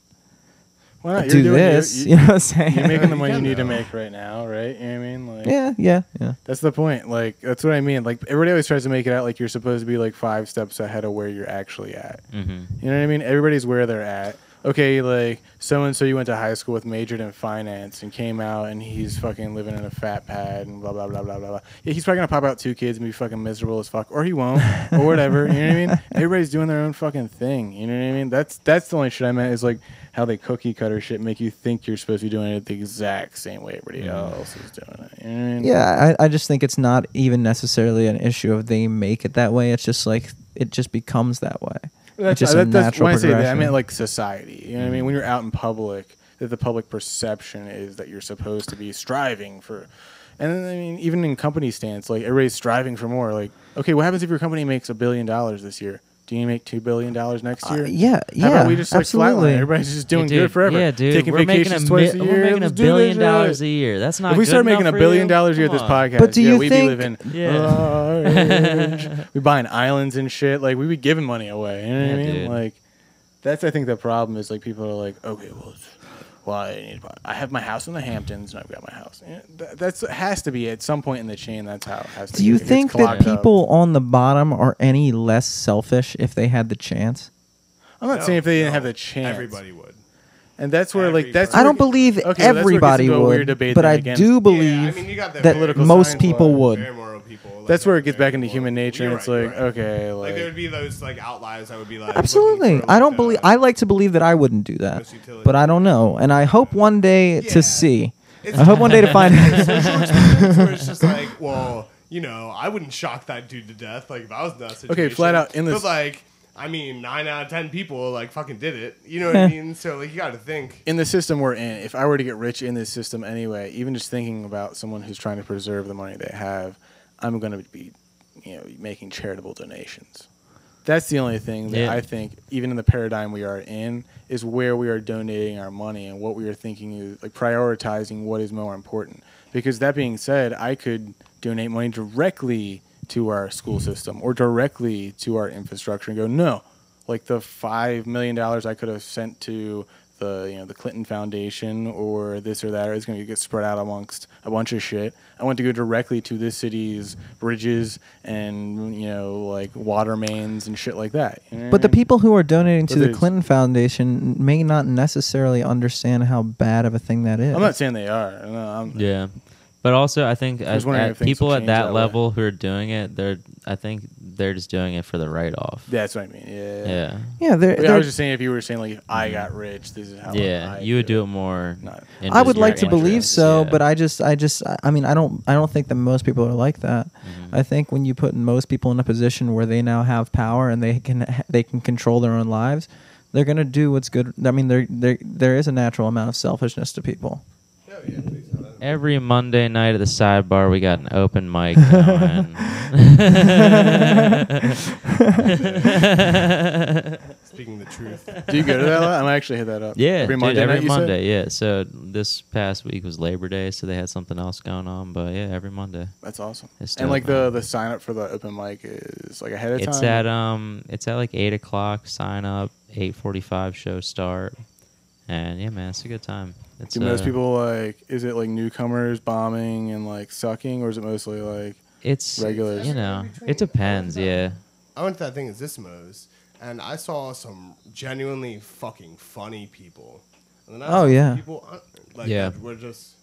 Speaker 3: Why not? You're
Speaker 1: do
Speaker 3: doing- you're-
Speaker 1: this. [laughs]
Speaker 3: you-
Speaker 1: You, know what I'm saying?
Speaker 3: [laughs] You're making the money you
Speaker 2: can,
Speaker 3: need to
Speaker 2: though.
Speaker 3: make right now, right? You know what I mean? Like,
Speaker 1: yeah, yeah, yeah.
Speaker 3: That's the point. Like, that's what I mean. Like, everybody always tries to make it out like you're supposed to be like five steps ahead of where you're actually at.
Speaker 4: [laughs] Mm-hmm.
Speaker 3: You know what I mean? Everybody's where they're at. Okay, like so and so you went to high school with majored in finance and came out and he's fucking living in a fat pad and blah blah blah blah blah blah. Yeah, he's probably gonna pop out two kids and be fucking miserable as fuck, or he won't, or whatever. you know what I mean? Everybody's doing their own fucking thing. You know what I mean? That's that's the only shit I meant is like how they cookie cutter shit make you think you're supposed to be doing it the exact same way everybody else is doing it. You know what I mean?
Speaker 1: Yeah, I, I just think it's not even necessarily an issue of they make it that way. It's just like it just becomes that way.
Speaker 3: That's,
Speaker 1: it's just
Speaker 3: I-
Speaker 1: a
Speaker 3: that- that's
Speaker 1: natural
Speaker 3: when I say that. I
Speaker 1: progression.
Speaker 3: mean, like society. You know what I mean? When you're out in public, that the public perception is that you're supposed to be striving for. And then, I mean, even in company stance, like everybody's striving for more. Like, okay, what happens if your company makes a billion dollars this year? Do you make two billion dollars next
Speaker 1: Uh,
Speaker 3: year?
Speaker 1: yeah,
Speaker 3: How
Speaker 1: yeah,
Speaker 3: about we just like
Speaker 1: absolutely.
Speaker 3: flatline? Everybody's just doing
Speaker 4: dude,
Speaker 3: good forever.
Speaker 4: Yeah, dude.
Speaker 3: Taking
Speaker 4: we're making a
Speaker 3: vacations twice
Speaker 4: mi-
Speaker 3: a year.
Speaker 4: We're making a
Speaker 3: Let's do
Speaker 4: billion
Speaker 3: this, yeah.
Speaker 4: dollars a year. That's not.
Speaker 3: If we
Speaker 4: good
Speaker 3: start making a
Speaker 4: enough for
Speaker 3: billion
Speaker 4: you?
Speaker 3: dollars a year at
Speaker 4: Come
Speaker 3: this
Speaker 4: on.
Speaker 3: podcast,
Speaker 1: But do
Speaker 3: yeah,
Speaker 1: you
Speaker 3: we'd
Speaker 1: think-
Speaker 3: be living large.
Speaker 4: Yeah. [laughs]
Speaker 3: we buying islands and shit. Like we'd be giving money away. You know what I
Speaker 4: Yeah,
Speaker 3: mean?
Speaker 4: dude.
Speaker 3: Like that's I think the problem is like people are like, okay, well, it's, well, I need to buy. I have my house in the Hamptons, and I've got my house. Yeah, that that's has to be at some point in the chain. That's how it has to.
Speaker 1: Do
Speaker 3: be.
Speaker 1: you
Speaker 3: It gets
Speaker 1: think that
Speaker 3: clogged up.
Speaker 1: people on the bottom are any less selfish if they had the chance?
Speaker 3: I'm not
Speaker 2: No,
Speaker 3: saying if they didn't
Speaker 2: no.
Speaker 3: have the chance.
Speaker 2: Everybody would.
Speaker 3: And that's where like
Speaker 2: Everybody.
Speaker 3: that's.
Speaker 1: I
Speaker 3: where-
Speaker 1: don't believe
Speaker 3: okay, well, that's where it gets
Speaker 1: everybody
Speaker 3: into a weird
Speaker 1: would,
Speaker 3: debate
Speaker 1: but
Speaker 3: then
Speaker 1: I
Speaker 3: again.
Speaker 1: do believe
Speaker 2: Yeah, I mean, you got the
Speaker 1: that
Speaker 3: political
Speaker 1: most
Speaker 3: science
Speaker 1: people
Speaker 3: law.
Speaker 1: would.
Speaker 2: Very moral people. like,
Speaker 3: That's where it gets
Speaker 2: very
Speaker 3: back into
Speaker 2: moral
Speaker 3: human
Speaker 2: people.
Speaker 3: nature.
Speaker 2: You're
Speaker 3: and it's
Speaker 2: right,
Speaker 3: like
Speaker 2: you're right.
Speaker 3: okay, like,
Speaker 2: Like there would be those like outliers that would be like
Speaker 1: Absolutely.
Speaker 2: looking for,
Speaker 1: I
Speaker 2: like,
Speaker 1: don't
Speaker 2: a-
Speaker 1: believe I like to believe that I wouldn't do that.
Speaker 2: Most utility.
Speaker 1: But I don't know. And I hope one day
Speaker 2: Yeah.
Speaker 1: to see.
Speaker 2: It's-
Speaker 1: I hope one day to
Speaker 2: [laughs]
Speaker 1: find [laughs]
Speaker 2: It's social experience where it's just like, well, you know, I wouldn't shock that dude to death. Like if I was in that situation.
Speaker 3: flat out, in this-
Speaker 2: But like, I mean, nine out of ten people like fucking did it. You know what I mean? So like, you got to think.
Speaker 3: in the system we're in, if I were to get rich in this system anyway, even just thinking about someone who's trying to preserve the money they have, I'm going to be, you know, making charitable donations. That's the only thing that
Speaker 4: Yeah.
Speaker 3: I think, even in the paradigm we are in, is where we are donating our money and what we are thinking is like prioritizing what is more important. Because that being said, I could donate money directly to our school system or directly to our infrastructure and go, no, like the five million dollars I could have sent to the you know the Clinton Foundation or this or that, or it's going to get spread out amongst a bunch of shit. I want to go directly to this city's bridges and you know like water mains and shit like that. You know
Speaker 1: But the
Speaker 3: what I mean?
Speaker 1: people who are donating to
Speaker 3: But
Speaker 1: the
Speaker 3: there's-
Speaker 1: Clinton Foundation may not necessarily understand how bad of a thing that is.
Speaker 3: I'm not saying they are. No, I'm,
Speaker 4: Yeah, but also I think at,
Speaker 3: was wondering
Speaker 4: at
Speaker 3: if things
Speaker 4: people
Speaker 3: will
Speaker 4: at
Speaker 3: change
Speaker 4: that,
Speaker 3: that way.
Speaker 4: level who are doing it, they're I think they're just doing it for the write off.
Speaker 3: That's what I mean. Yeah.
Speaker 4: Yeah,
Speaker 1: yeah, they're,
Speaker 3: But I
Speaker 1: they're-
Speaker 3: was just saying if you were saying like if I got rich, this is how.
Speaker 4: yeah.
Speaker 3: I
Speaker 4: you would do it more.
Speaker 3: Not-
Speaker 4: in
Speaker 1: I
Speaker 4: just
Speaker 1: would
Speaker 4: your
Speaker 1: like to believe
Speaker 4: interest,
Speaker 1: so,
Speaker 4: yeah.
Speaker 1: but I just, I just, I- I mean, I don't, I don't think that most people are like that.
Speaker 4: Mm-hmm.
Speaker 1: I think when you put most people in a position where they now have power and they can, they can control their own lives, they're gonna do what's good. I mean, there, there, there is a natural amount of selfishness to
Speaker 4: [laughs]
Speaker 1: people. [laughs]
Speaker 2: Oh, yeah, please, uh,
Speaker 4: Every Monday night at the sidebar, we got an open mic. going.
Speaker 2: Speaking the truth.
Speaker 3: do you go to that? a
Speaker 4: [laughs]
Speaker 3: lot? I'm gonna actually hit that up.
Speaker 4: [laughs] yeah,
Speaker 3: Every
Speaker 4: dude,
Speaker 3: Monday.
Speaker 4: every
Speaker 3: night, you said?
Speaker 4: Monday. Yeah. So this past week was Labor Day, so they had something else going on. But yeah, every Monday.
Speaker 3: That's awesome.
Speaker 4: It's
Speaker 3: and
Speaker 4: dope,
Speaker 3: like
Speaker 4: man.
Speaker 3: the the sign up for the open mic is like ahead of
Speaker 4: It's
Speaker 3: time.
Speaker 4: at um, it's at like eight o'clock. Sign up, eight forty-five show start, and yeah, man, it's a good time. It's
Speaker 3: Do most
Speaker 4: uh,
Speaker 3: people like? Is it like newcomers bombing and like sucking, or is it mostly like?
Speaker 4: It's
Speaker 3: regulars?
Speaker 4: You know,
Speaker 2: Between-
Speaker 4: it depends. Yeah,
Speaker 2: I went to that thing at Zismos, and I saw some genuinely fucking funny people. And then I
Speaker 1: Oh,
Speaker 2: saw
Speaker 1: yeah.
Speaker 2: people uh, like
Speaker 4: Yeah.
Speaker 2: that were just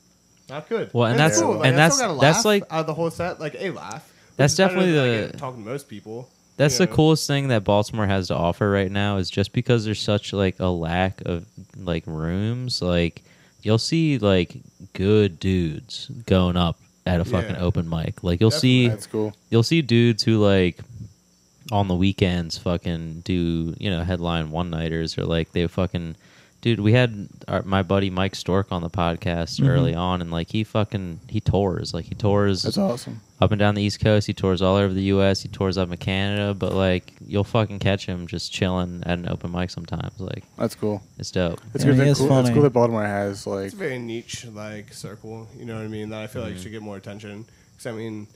Speaker 2: not good.
Speaker 4: Well, and that's-
Speaker 2: cool. like,
Speaker 4: and
Speaker 2: I still
Speaker 4: that's-
Speaker 2: got a
Speaker 4: that's
Speaker 2: laugh
Speaker 4: like-
Speaker 2: out of the whole set, like a laugh. which
Speaker 4: That's
Speaker 2: is better
Speaker 4: definitely
Speaker 2: than, like,
Speaker 4: the-
Speaker 2: talking to most people.
Speaker 4: that's
Speaker 2: you
Speaker 4: the
Speaker 2: know?
Speaker 4: coolest thing that Baltimore has to offer right now is just because there's such like a lack of like rooms, like you'll see like good dudes going up at a fucking
Speaker 2: Yeah.
Speaker 4: open mic. Like you'll see
Speaker 3: That's cool.
Speaker 4: you'll see dudes who like on the weekends fucking do you know headline one nighters or like they fucking dude we had our, my buddy mike stork on the podcast early on and like he fucking he tours like he tours
Speaker 3: That's awesome.
Speaker 4: up and down the east coast he tours all over the us he tours up in canada but like you'll fucking catch him just chilling at an open mic sometimes like
Speaker 3: That's cool.
Speaker 2: [laughs]
Speaker 4: it's dope
Speaker 3: It's
Speaker 1: Yeah,
Speaker 3: good.
Speaker 1: he
Speaker 3: That
Speaker 1: is
Speaker 3: cool. It's
Speaker 1: funny.
Speaker 3: cool that Baltimore has like.
Speaker 2: It's a very niche like circle. You know what I mean? That I feel
Speaker 4: Mm-hmm.
Speaker 2: like should get more attention. Because I mean,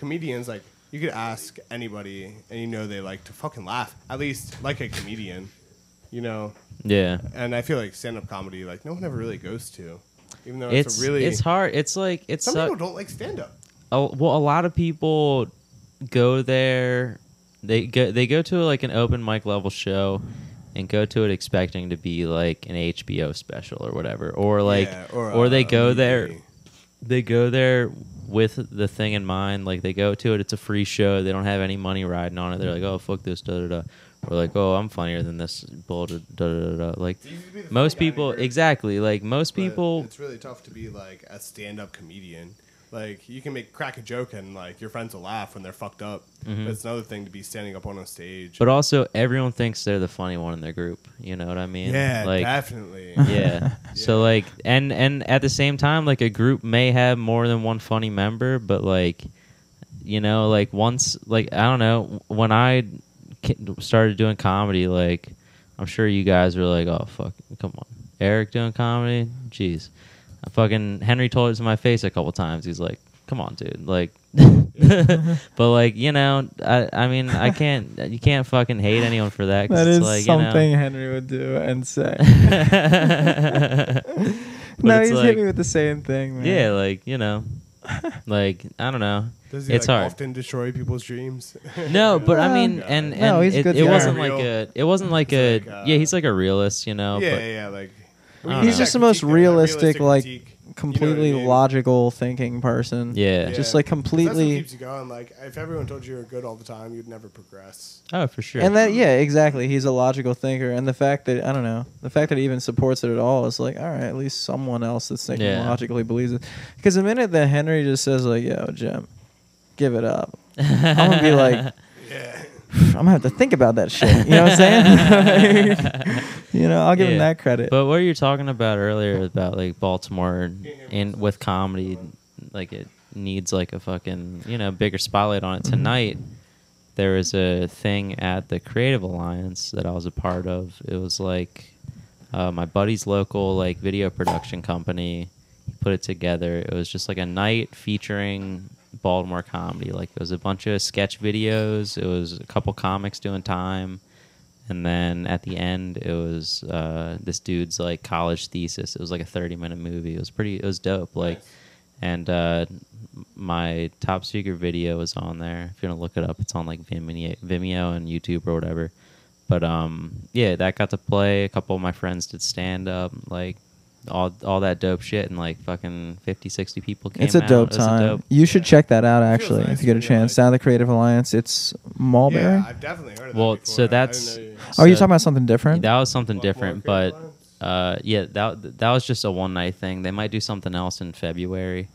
Speaker 2: comedians like you could ask anybody, and you know they like to fucking laugh. At least like a comedian. you know.
Speaker 4: Yeah.
Speaker 2: And I feel like stand up comedy, like no one ever really goes to, even though it's,
Speaker 4: It's
Speaker 2: a really
Speaker 4: it's hard. It's like it's
Speaker 2: Some
Speaker 4: suck-
Speaker 2: people don't like stand up.
Speaker 4: a, well, a lot of people go there. They go they go to like an open mic level show, and go to it expecting to be like an HBO special or whatever, or like or,
Speaker 2: uh,
Speaker 4: they go there. They go there with the thing in mind. Like they go to it. It's a free show. They don't have any money riding on it. They're like,
Speaker 2: Mm-hmm.
Speaker 4: oh fuck this, da da da. Or like, oh, I'm funnier than this bull, da da da da. Like most people, exactly. Like most people,
Speaker 2: It's really tough to be like a stand up comedian. Like you can make crack a joke and like your friends will laugh when they're fucked up. But it's another thing to be standing up on a stage.
Speaker 4: Mm-hmm. But also, everyone thinks they're the funny one in their group. You know what I mean?
Speaker 2: yeah,
Speaker 4: like
Speaker 2: definitely.
Speaker 4: [laughs] yeah. So like, and and at the same time, like a group may have more than one funny member, but like, you know, like once, like I don't know, when I ki- started doing comedy, like I'm sure you guys were like, oh fuck, come on, Eric doing comedy, jeez. I fucking Henry told it to my face a couple times. He's like, "Come on, dude!" Like, [laughs] but like you know, I I mean, I can't. You can't fucking hate anyone for that. 'cause
Speaker 1: That
Speaker 4: it's
Speaker 1: is
Speaker 4: like,
Speaker 1: something
Speaker 4: You know,
Speaker 1: Henry would do and say.
Speaker 4: [laughs]
Speaker 1: [laughs]
Speaker 4: But
Speaker 1: no,
Speaker 4: it's
Speaker 1: he's
Speaker 4: like-
Speaker 1: hitting me with the same thing, man.
Speaker 4: yeah, like
Speaker 2: [laughs]
Speaker 4: you know, like I don't know.
Speaker 2: [laughs] Does he
Speaker 4: It's
Speaker 2: like
Speaker 4: hard.
Speaker 2: often destroy people's dreams?
Speaker 4: No, but I mean,
Speaker 2: Well,
Speaker 4: and, and
Speaker 1: No, he's a
Speaker 4: it,
Speaker 1: good
Speaker 4: it
Speaker 1: guy.
Speaker 4: wasn't
Speaker 2: Real.
Speaker 4: like a, it wasn't like a,
Speaker 2: like, uh,
Speaker 4: yeah, he's like a realist, you know.
Speaker 2: [laughs] yeah,
Speaker 4: Oh, but
Speaker 2: yeah, yeah, like
Speaker 4: don't
Speaker 1: He's
Speaker 4: know.
Speaker 1: just the
Speaker 2: That
Speaker 1: most
Speaker 2: critique, that
Speaker 1: realistic, like
Speaker 2: critique, you know what I
Speaker 1: completely
Speaker 2: mean?
Speaker 1: logical thinking person.
Speaker 4: yeah,
Speaker 2: Yeah.
Speaker 4: Just,
Speaker 1: Just like
Speaker 2: 'Cause That's what
Speaker 1: completely
Speaker 2: keeps you going. Like if everyone told you you were good all the time, you'd never progress.
Speaker 4: oh for sure. [laughs]
Speaker 1: And that, yeah, exactly. He's a logical thinker, and the fact that I don't know, the fact that he even supports it at all is like, all right, at least someone else that's thinking
Speaker 4: Yeah.
Speaker 1: logically believes it. Because the minute that Henry just says like, "Yo, Jim, give it up," I'm gonna be like,
Speaker 4: [laughs]
Speaker 2: Yeah.
Speaker 1: I'm gonna have to think about that shit. You know what I'm saying? [laughs]
Speaker 4: [laughs]
Speaker 1: Like, you know, I'll give him
Speaker 4: Yeah.
Speaker 1: that credit.
Speaker 4: But what you were talking about earlier about like Baltimore and,
Speaker 2: Yeah, yeah,
Speaker 4: and with comedy, like it needs like a fucking you know bigger spotlight on it. Tonight there was a thing at the Creative Alliance that I was a part of. It was like uh, my buddy's local like video production company put it together. It was just like a night featuring Baltimore comedy. Like it was a bunch of sketch videos. It was a couple comics doing time. And then at the end, it was uh, this dude's like college thesis. It was like a thirty-minute movie. It was pretty. It was dope. Like, and uh, my top secret video was on there. If you want to look it up, it's on like Vimeo, Vimeo and YouTube or whatever. But um, yeah, that got to play. A couple of my friends did stand up. Like all all that dope shit, and like fucking 50, 60 people came.
Speaker 1: it's a
Speaker 4: out.
Speaker 1: dope
Speaker 4: It was a
Speaker 1: time.
Speaker 4: dope-
Speaker 1: You should check that out
Speaker 2: It feels
Speaker 1: actually
Speaker 2: nice
Speaker 1: if you get a
Speaker 2: when you're,
Speaker 1: chance.
Speaker 2: like-
Speaker 1: Down the Creative Alliance, it's Mulberry.
Speaker 2: Yeah, I've definitely heard of that.
Speaker 4: Well,
Speaker 2: before. I
Speaker 4: so
Speaker 2: didn't
Speaker 4: that's.
Speaker 2: know you-
Speaker 1: oh, you're
Speaker 4: so-
Speaker 1: talking about something different?
Speaker 4: That was something
Speaker 2: Lot more
Speaker 4: different,
Speaker 2: creative
Speaker 4: but
Speaker 2: lines?
Speaker 4: uh, yeah, that that was just a one night thing. They might do something else in February,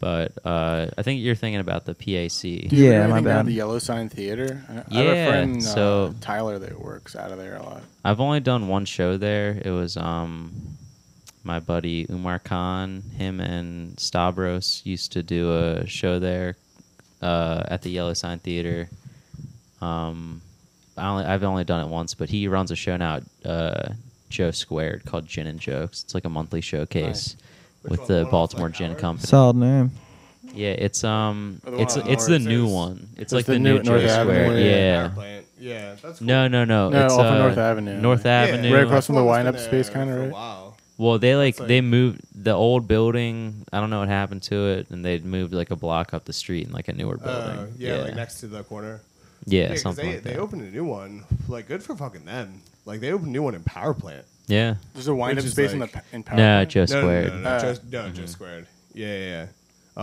Speaker 4: but uh, I think you're thinking about the PAC.
Speaker 3: Do you
Speaker 1: Yeah,
Speaker 3: ever
Speaker 1: my
Speaker 3: think down
Speaker 1: bad.
Speaker 3: The Yellow Sign Theater. I- I have
Speaker 4: Yeah,
Speaker 3: a friend,
Speaker 4: so-
Speaker 3: uh, Tyler, that works out of there a lot.
Speaker 4: I've only done one show there. It was um, my buddy Umar Khan. Him and Stavros used to do a show there uh, at the Yellow Sign Theater. Um, I only, I've only done it once, but he runs a show now at uh, Joe Squared called Gin and Jokes. It's like a monthly showcase
Speaker 2: Which
Speaker 4: with
Speaker 2: one?
Speaker 4: the
Speaker 2: One off,
Speaker 4: Baltimore
Speaker 2: like,
Speaker 4: Gin
Speaker 2: Howard?
Speaker 4: Company.
Speaker 1: Solid name.
Speaker 4: yeah, it's um,
Speaker 3: Oh, the
Speaker 4: it's
Speaker 3: one on
Speaker 4: it's the
Speaker 2: Howard.
Speaker 4: new
Speaker 2: It's-
Speaker 4: one. It's,
Speaker 3: it's
Speaker 4: like
Speaker 3: the
Speaker 4: the
Speaker 3: new-
Speaker 4: new, Joe
Speaker 3: North Avenue,
Speaker 4: Squared.
Speaker 3: yeah.
Speaker 4: Yeah.
Speaker 2: Power plant. Yeah, that's cool.
Speaker 4: No, no, no.
Speaker 3: No,
Speaker 4: it's
Speaker 3: off of
Speaker 4: uh,
Speaker 3: North Avenue.
Speaker 4: North
Speaker 2: Yeah,
Speaker 4: Avenue.
Speaker 3: Right across from the
Speaker 2: That's
Speaker 3: wine
Speaker 2: been
Speaker 3: up space
Speaker 2: there
Speaker 3: kinda,
Speaker 2: for a
Speaker 3: right?
Speaker 2: while.
Speaker 4: Well, they like,
Speaker 2: like-
Speaker 4: they moved the old building. I don't know what happened to it, and they moved like a block up the street in like a newer building.
Speaker 2: Uh, yeah, like next to the corner.
Speaker 4: yeah,
Speaker 2: 'cause
Speaker 4: something
Speaker 2: they,
Speaker 4: like
Speaker 2: they
Speaker 4: that.
Speaker 2: opened a new one. Like, good for fucking them. Like, they opened a new one in Power Plant.
Speaker 4: yeah,
Speaker 3: There's a wind up
Speaker 2: Which is
Speaker 3: space in the
Speaker 2: like-
Speaker 3: pa- in power.
Speaker 4: no,
Speaker 3: Plant?
Speaker 4: Joe
Speaker 2: No,
Speaker 4: Squared.
Speaker 2: No,
Speaker 4: Mm-hmm.
Speaker 2: no, no,
Speaker 3: Uh,
Speaker 2: just, no just squared. Yeah, yeah,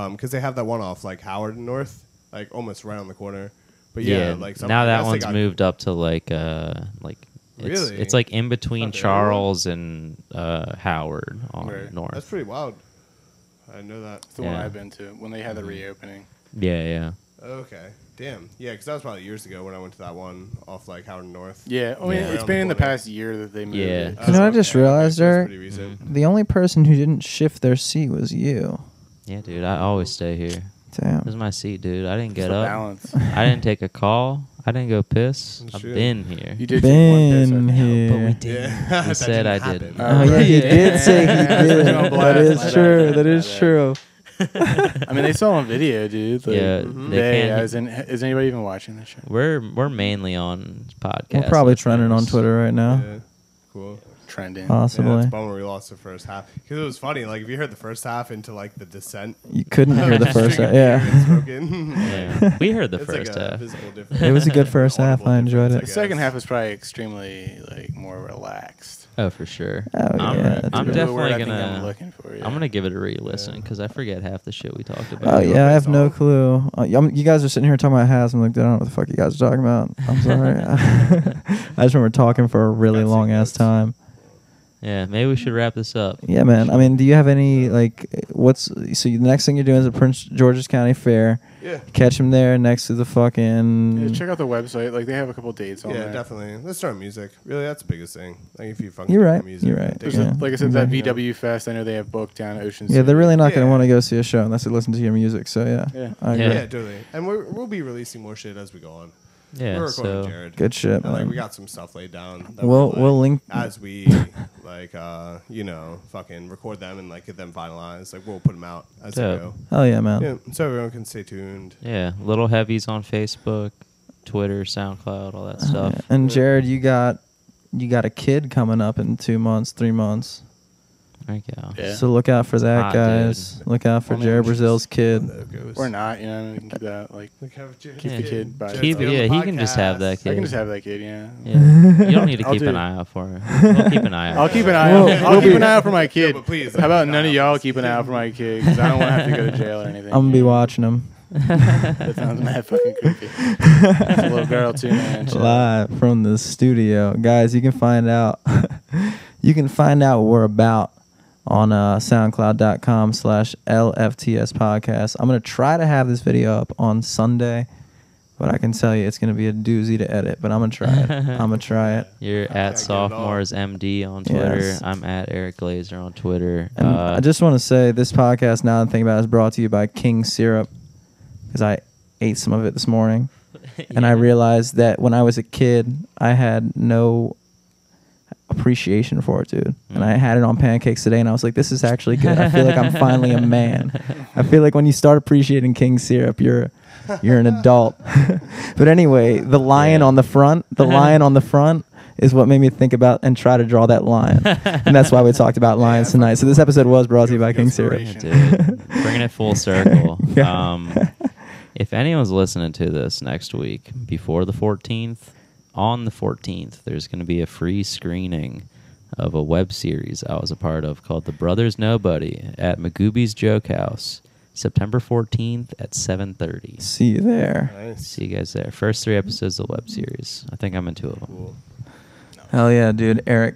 Speaker 2: yeah. Because they have that one off, like, Howard and North, like, almost right on the corner. But yeah,
Speaker 4: yeah,
Speaker 2: like, some-
Speaker 4: now
Speaker 2: I
Speaker 4: that
Speaker 2: guess they
Speaker 4: one's
Speaker 2: got-
Speaker 4: moved up to like uh like it's
Speaker 2: Really?
Speaker 4: it's like in between
Speaker 2: Not very
Speaker 4: Charles and uh Howard on
Speaker 3: Right.
Speaker 4: North.
Speaker 2: That's pretty wild. I know that.
Speaker 3: It's the one
Speaker 4: Yeah.
Speaker 3: I've been to when they had the reopening.
Speaker 4: yeah, yeah.
Speaker 2: Okay. Damn. Yeah, because that was probably years ago when I went to that one off, like, Howard and North.
Speaker 3: Yeah, I mean,
Speaker 4: Yeah.
Speaker 3: it's been in the past year that they moved.
Speaker 4: Yeah.
Speaker 3: It.
Speaker 2: Oh,
Speaker 1: You know what I just realized,
Speaker 2: so it's
Speaker 1: Eric?
Speaker 2: pretty
Speaker 4: Mm-hmm.
Speaker 2: recent.
Speaker 1: The only person who didn't shift their seat was you.
Speaker 4: Yeah, dude, I always stay here. This is
Speaker 1: Damn.
Speaker 4: my seat, dude. I didn't
Speaker 3: It's
Speaker 4: get
Speaker 3: the
Speaker 4: up.
Speaker 3: balance.
Speaker 4: I didn't take a call. I didn't go piss.
Speaker 2: That's
Speaker 4: I've
Speaker 2: true.
Speaker 4: been here.
Speaker 1: [laughs]
Speaker 3: You did take one
Speaker 1: Been
Speaker 3: piss. I think.
Speaker 1: here.
Speaker 2: [laughs] Yeah.
Speaker 4: He
Speaker 2: That
Speaker 4: said I
Speaker 2: didn't happen. [laughs]
Speaker 4: didn't.
Speaker 1: Oh yeah, [laughs] he did say he
Speaker 3: Yeah.
Speaker 1: did.
Speaker 3: Put you on
Speaker 1: That
Speaker 3: blast. My
Speaker 1: is
Speaker 3: bad,
Speaker 1: true.
Speaker 3: my
Speaker 1: That
Speaker 3: bad,
Speaker 1: is
Speaker 3: my bad.
Speaker 1: true.
Speaker 3: I mean, they saw on video, dude. Like,
Speaker 4: Yeah,
Speaker 3: they.
Speaker 4: they can't-
Speaker 3: As in, is anybody even watching this show?
Speaker 4: We're we're mainly on podcast.
Speaker 1: We're probably trending on Twitter right now.
Speaker 2: Yeah. cool.
Speaker 3: trending.
Speaker 2: Yeah,
Speaker 1: possibly.
Speaker 2: it's a bummer we lost the first half because it was funny. Like if you heard the first half into like the descent,
Speaker 1: [laughs] you couldn't hear the first.
Speaker 2: [laughs] drinking
Speaker 1: half.
Speaker 2: beer and
Speaker 1: [laughs] Yeah,
Speaker 2: smoking.
Speaker 4: [laughs]
Speaker 1: [laughs]
Speaker 4: Yeah. we heard the
Speaker 2: It's
Speaker 4: first
Speaker 2: like a
Speaker 4: half. [laughs]
Speaker 2: visible difference.
Speaker 1: it was a good first
Speaker 2: [laughs]
Speaker 1: half.
Speaker 2: Audible
Speaker 1: I enjoyed
Speaker 2: difference,
Speaker 1: it.
Speaker 2: guess.
Speaker 3: Second half was probably extremely like more relaxed.
Speaker 4: Oh, for sure.
Speaker 1: Oh,
Speaker 4: I'm,
Speaker 1: yeah, that's
Speaker 4: I'm
Speaker 1: a good
Speaker 3: That's the
Speaker 4: definitely
Speaker 3: word I
Speaker 4: gonna.
Speaker 3: think I'm
Speaker 4: I'm,
Speaker 3: looking for. Yeah.
Speaker 4: gonna give it a re-listen because I forget half the shit we talked about.
Speaker 1: Oh yeah, I have
Speaker 2: based
Speaker 1: no
Speaker 2: on-
Speaker 1: clue. Uh, y- I'm- you guys are sitting here talking about hats. I'm like, I don't know what the fuck you guys are talking about. I'm [laughs] sorry. I just remember talking for a really
Speaker 2: Got some
Speaker 1: long ass
Speaker 2: notes.
Speaker 1: time.
Speaker 4: Yeah, maybe we should wrap this up.
Speaker 1: Yeah, man. I mean, do you have any like what's so the next thing you're doing is at Prince George's County Fair?
Speaker 2: Yeah.
Speaker 1: Catch him there next to the fucking.
Speaker 3: Yeah, check out the website. Like they have a couple dates on
Speaker 2: Yeah,
Speaker 3: there.
Speaker 2: definitely. Let's start music. Really, that's the biggest thing. Like if you fucking
Speaker 1: You're
Speaker 2: do
Speaker 1: right.
Speaker 2: music,
Speaker 1: You're right.
Speaker 2: dig
Speaker 3: There's
Speaker 2: it.
Speaker 1: Yeah.
Speaker 3: a, like I said, that
Speaker 1: Mhm.
Speaker 3: VW Fest. I know they have booked down Ocean.
Speaker 1: yeah, they're
Speaker 3: City.
Speaker 1: really not gonna
Speaker 2: Yeah.
Speaker 1: want to go see a show unless they listen to your music. So yeah,
Speaker 3: Yeah.
Speaker 1: I agree.
Speaker 2: Yeah. totally. And we're, we'll be releasing more shit as we go on.
Speaker 4: Yeah,
Speaker 2: we're recording
Speaker 4: so
Speaker 2: Jared.
Speaker 1: Good shit,
Speaker 2: And, like
Speaker 1: man.
Speaker 2: we got some stuff laid down. that
Speaker 1: We'll-
Speaker 2: we're,
Speaker 1: we'll link- [laughs]
Speaker 2: as we like uh you know fucking record them and like get them finalized. Like we'll put them out as we
Speaker 4: Dope.
Speaker 2: go.
Speaker 1: Hell yeah, man.
Speaker 2: Yeah, so everyone can stay tuned.
Speaker 4: yeah, little heavies on Facebook, Twitter, SoundCloud, all that
Speaker 1: Oh, Yeah.
Speaker 4: stuff.
Speaker 1: And Jared, you got you got a kid coming up in two months, three months.
Speaker 4: There you go.
Speaker 3: Yeah.
Speaker 1: So look out for that,
Speaker 4: Hot,
Speaker 1: guys.
Speaker 4: dude.
Speaker 1: Look out for
Speaker 3: Only
Speaker 1: Jared
Speaker 3: inches.
Speaker 1: Brazil's kid.
Speaker 2: Logos.
Speaker 3: Or not, you know, we can keep that. Like
Speaker 2: Like, have Jared-
Speaker 3: Keep the kid by
Speaker 2: Jared's
Speaker 4: Keep-
Speaker 2: on the
Speaker 4: yeah, he can just have that
Speaker 2: podcast.
Speaker 4: kid.
Speaker 3: I can just have that kid. Yeah.
Speaker 4: Yeah. You don't need
Speaker 3: [laughs]
Speaker 4: to
Speaker 3: I'll
Speaker 4: keep
Speaker 3: do
Speaker 4: an
Speaker 3: it.
Speaker 4: eye out for him. We'll keep an eye
Speaker 3: [laughs]
Speaker 4: out.
Speaker 3: I'll keep an eye.
Speaker 1: We'll-
Speaker 3: out. I'll
Speaker 1: we'll
Speaker 3: keep
Speaker 1: be-
Speaker 3: an eye out for my kid.
Speaker 2: but please,
Speaker 3: How about
Speaker 2: uh,
Speaker 3: none of y'all keeping an eye out for my kid? Because I don't want to have to go to jail or anything.
Speaker 1: I'm gonna be watching him
Speaker 3: That sounds mad fucking
Speaker 1: [laughs]
Speaker 3: creepy. It's a little girl too, man. Chill.
Speaker 1: live from the studio, guys. You can find out. [laughs] you can find out what we're about on uh, SoundCloud.com/lftspodcast. slash LFTS podcast. I'm gonna try to have this video up on Sunday, but I can tell you it's gonna be a doozy to edit. But I'm gonna try it. I'm gonna try it.
Speaker 4: You're
Speaker 2: get it all.
Speaker 4: at sophomores MD on Twitter.
Speaker 1: Yes.
Speaker 4: I'm at Eric Glazer on Twitter.
Speaker 1: And
Speaker 4: uh,
Speaker 1: I just want to say this podcast, now that I'm thinking about it, is brought to you by King Syrup because I ate some of it this
Speaker 4: [laughs]
Speaker 1: morning. And I realized that when I was a kid, I had no appreciation for it, dude. And
Speaker 4: Mm.
Speaker 1: I had it on pancakes today, and I was like, this is actually good. I feel like I'm finally a
Speaker 4: [laughs]
Speaker 1: man. I feel like when you start appreciating King Syrup, you're. You're an adult, [laughs] but anyway, the lion
Speaker 4: Yeah.
Speaker 1: on the front, the lion on the front, is what made me think about and try to draw that lion, [laughs] and that's why we talked about lions
Speaker 2: Yeah,
Speaker 1: tonight. So this episode was brought to you by
Speaker 2: Good
Speaker 1: King Syrup.
Speaker 2: inspiration.
Speaker 3: [laughs]
Speaker 4: Dude, bringing it full circle.
Speaker 1: [laughs] Yeah.
Speaker 4: Um, if anyone's listening to this next week, before the 14th, on the 14th, there's going to be a free screening of a web series I was a part of called The Brothers Nobody at Magooby's Joke House, September 14th at 7:30.
Speaker 1: See you there.
Speaker 2: Nice.
Speaker 4: See you guys there. First three episodes of the web series. I think I'm in two of them. [laughs]
Speaker 2: Cool.
Speaker 1: Hell yeah, dude. Eric,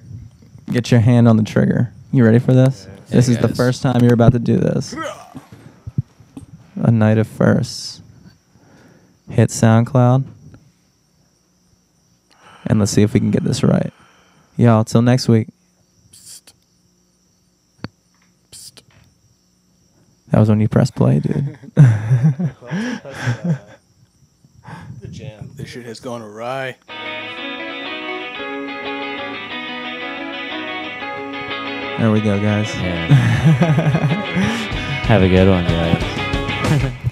Speaker 1: get your hand on the trigger. You ready for this?
Speaker 2: Yes.
Speaker 1: This
Speaker 4: Yeah,
Speaker 1: is the
Speaker 4: guys.
Speaker 1: first time you're about to do this. A night of firsts. Hit SoundCloud. And let's see if we can get this right. Y'all, till next week. That was when you press play,
Speaker 3: [laughs]
Speaker 1: dude.
Speaker 2: The jam.
Speaker 3: This shit has gone awry.
Speaker 1: There we go, guys.
Speaker 4: Yeah. Have a good one, guys.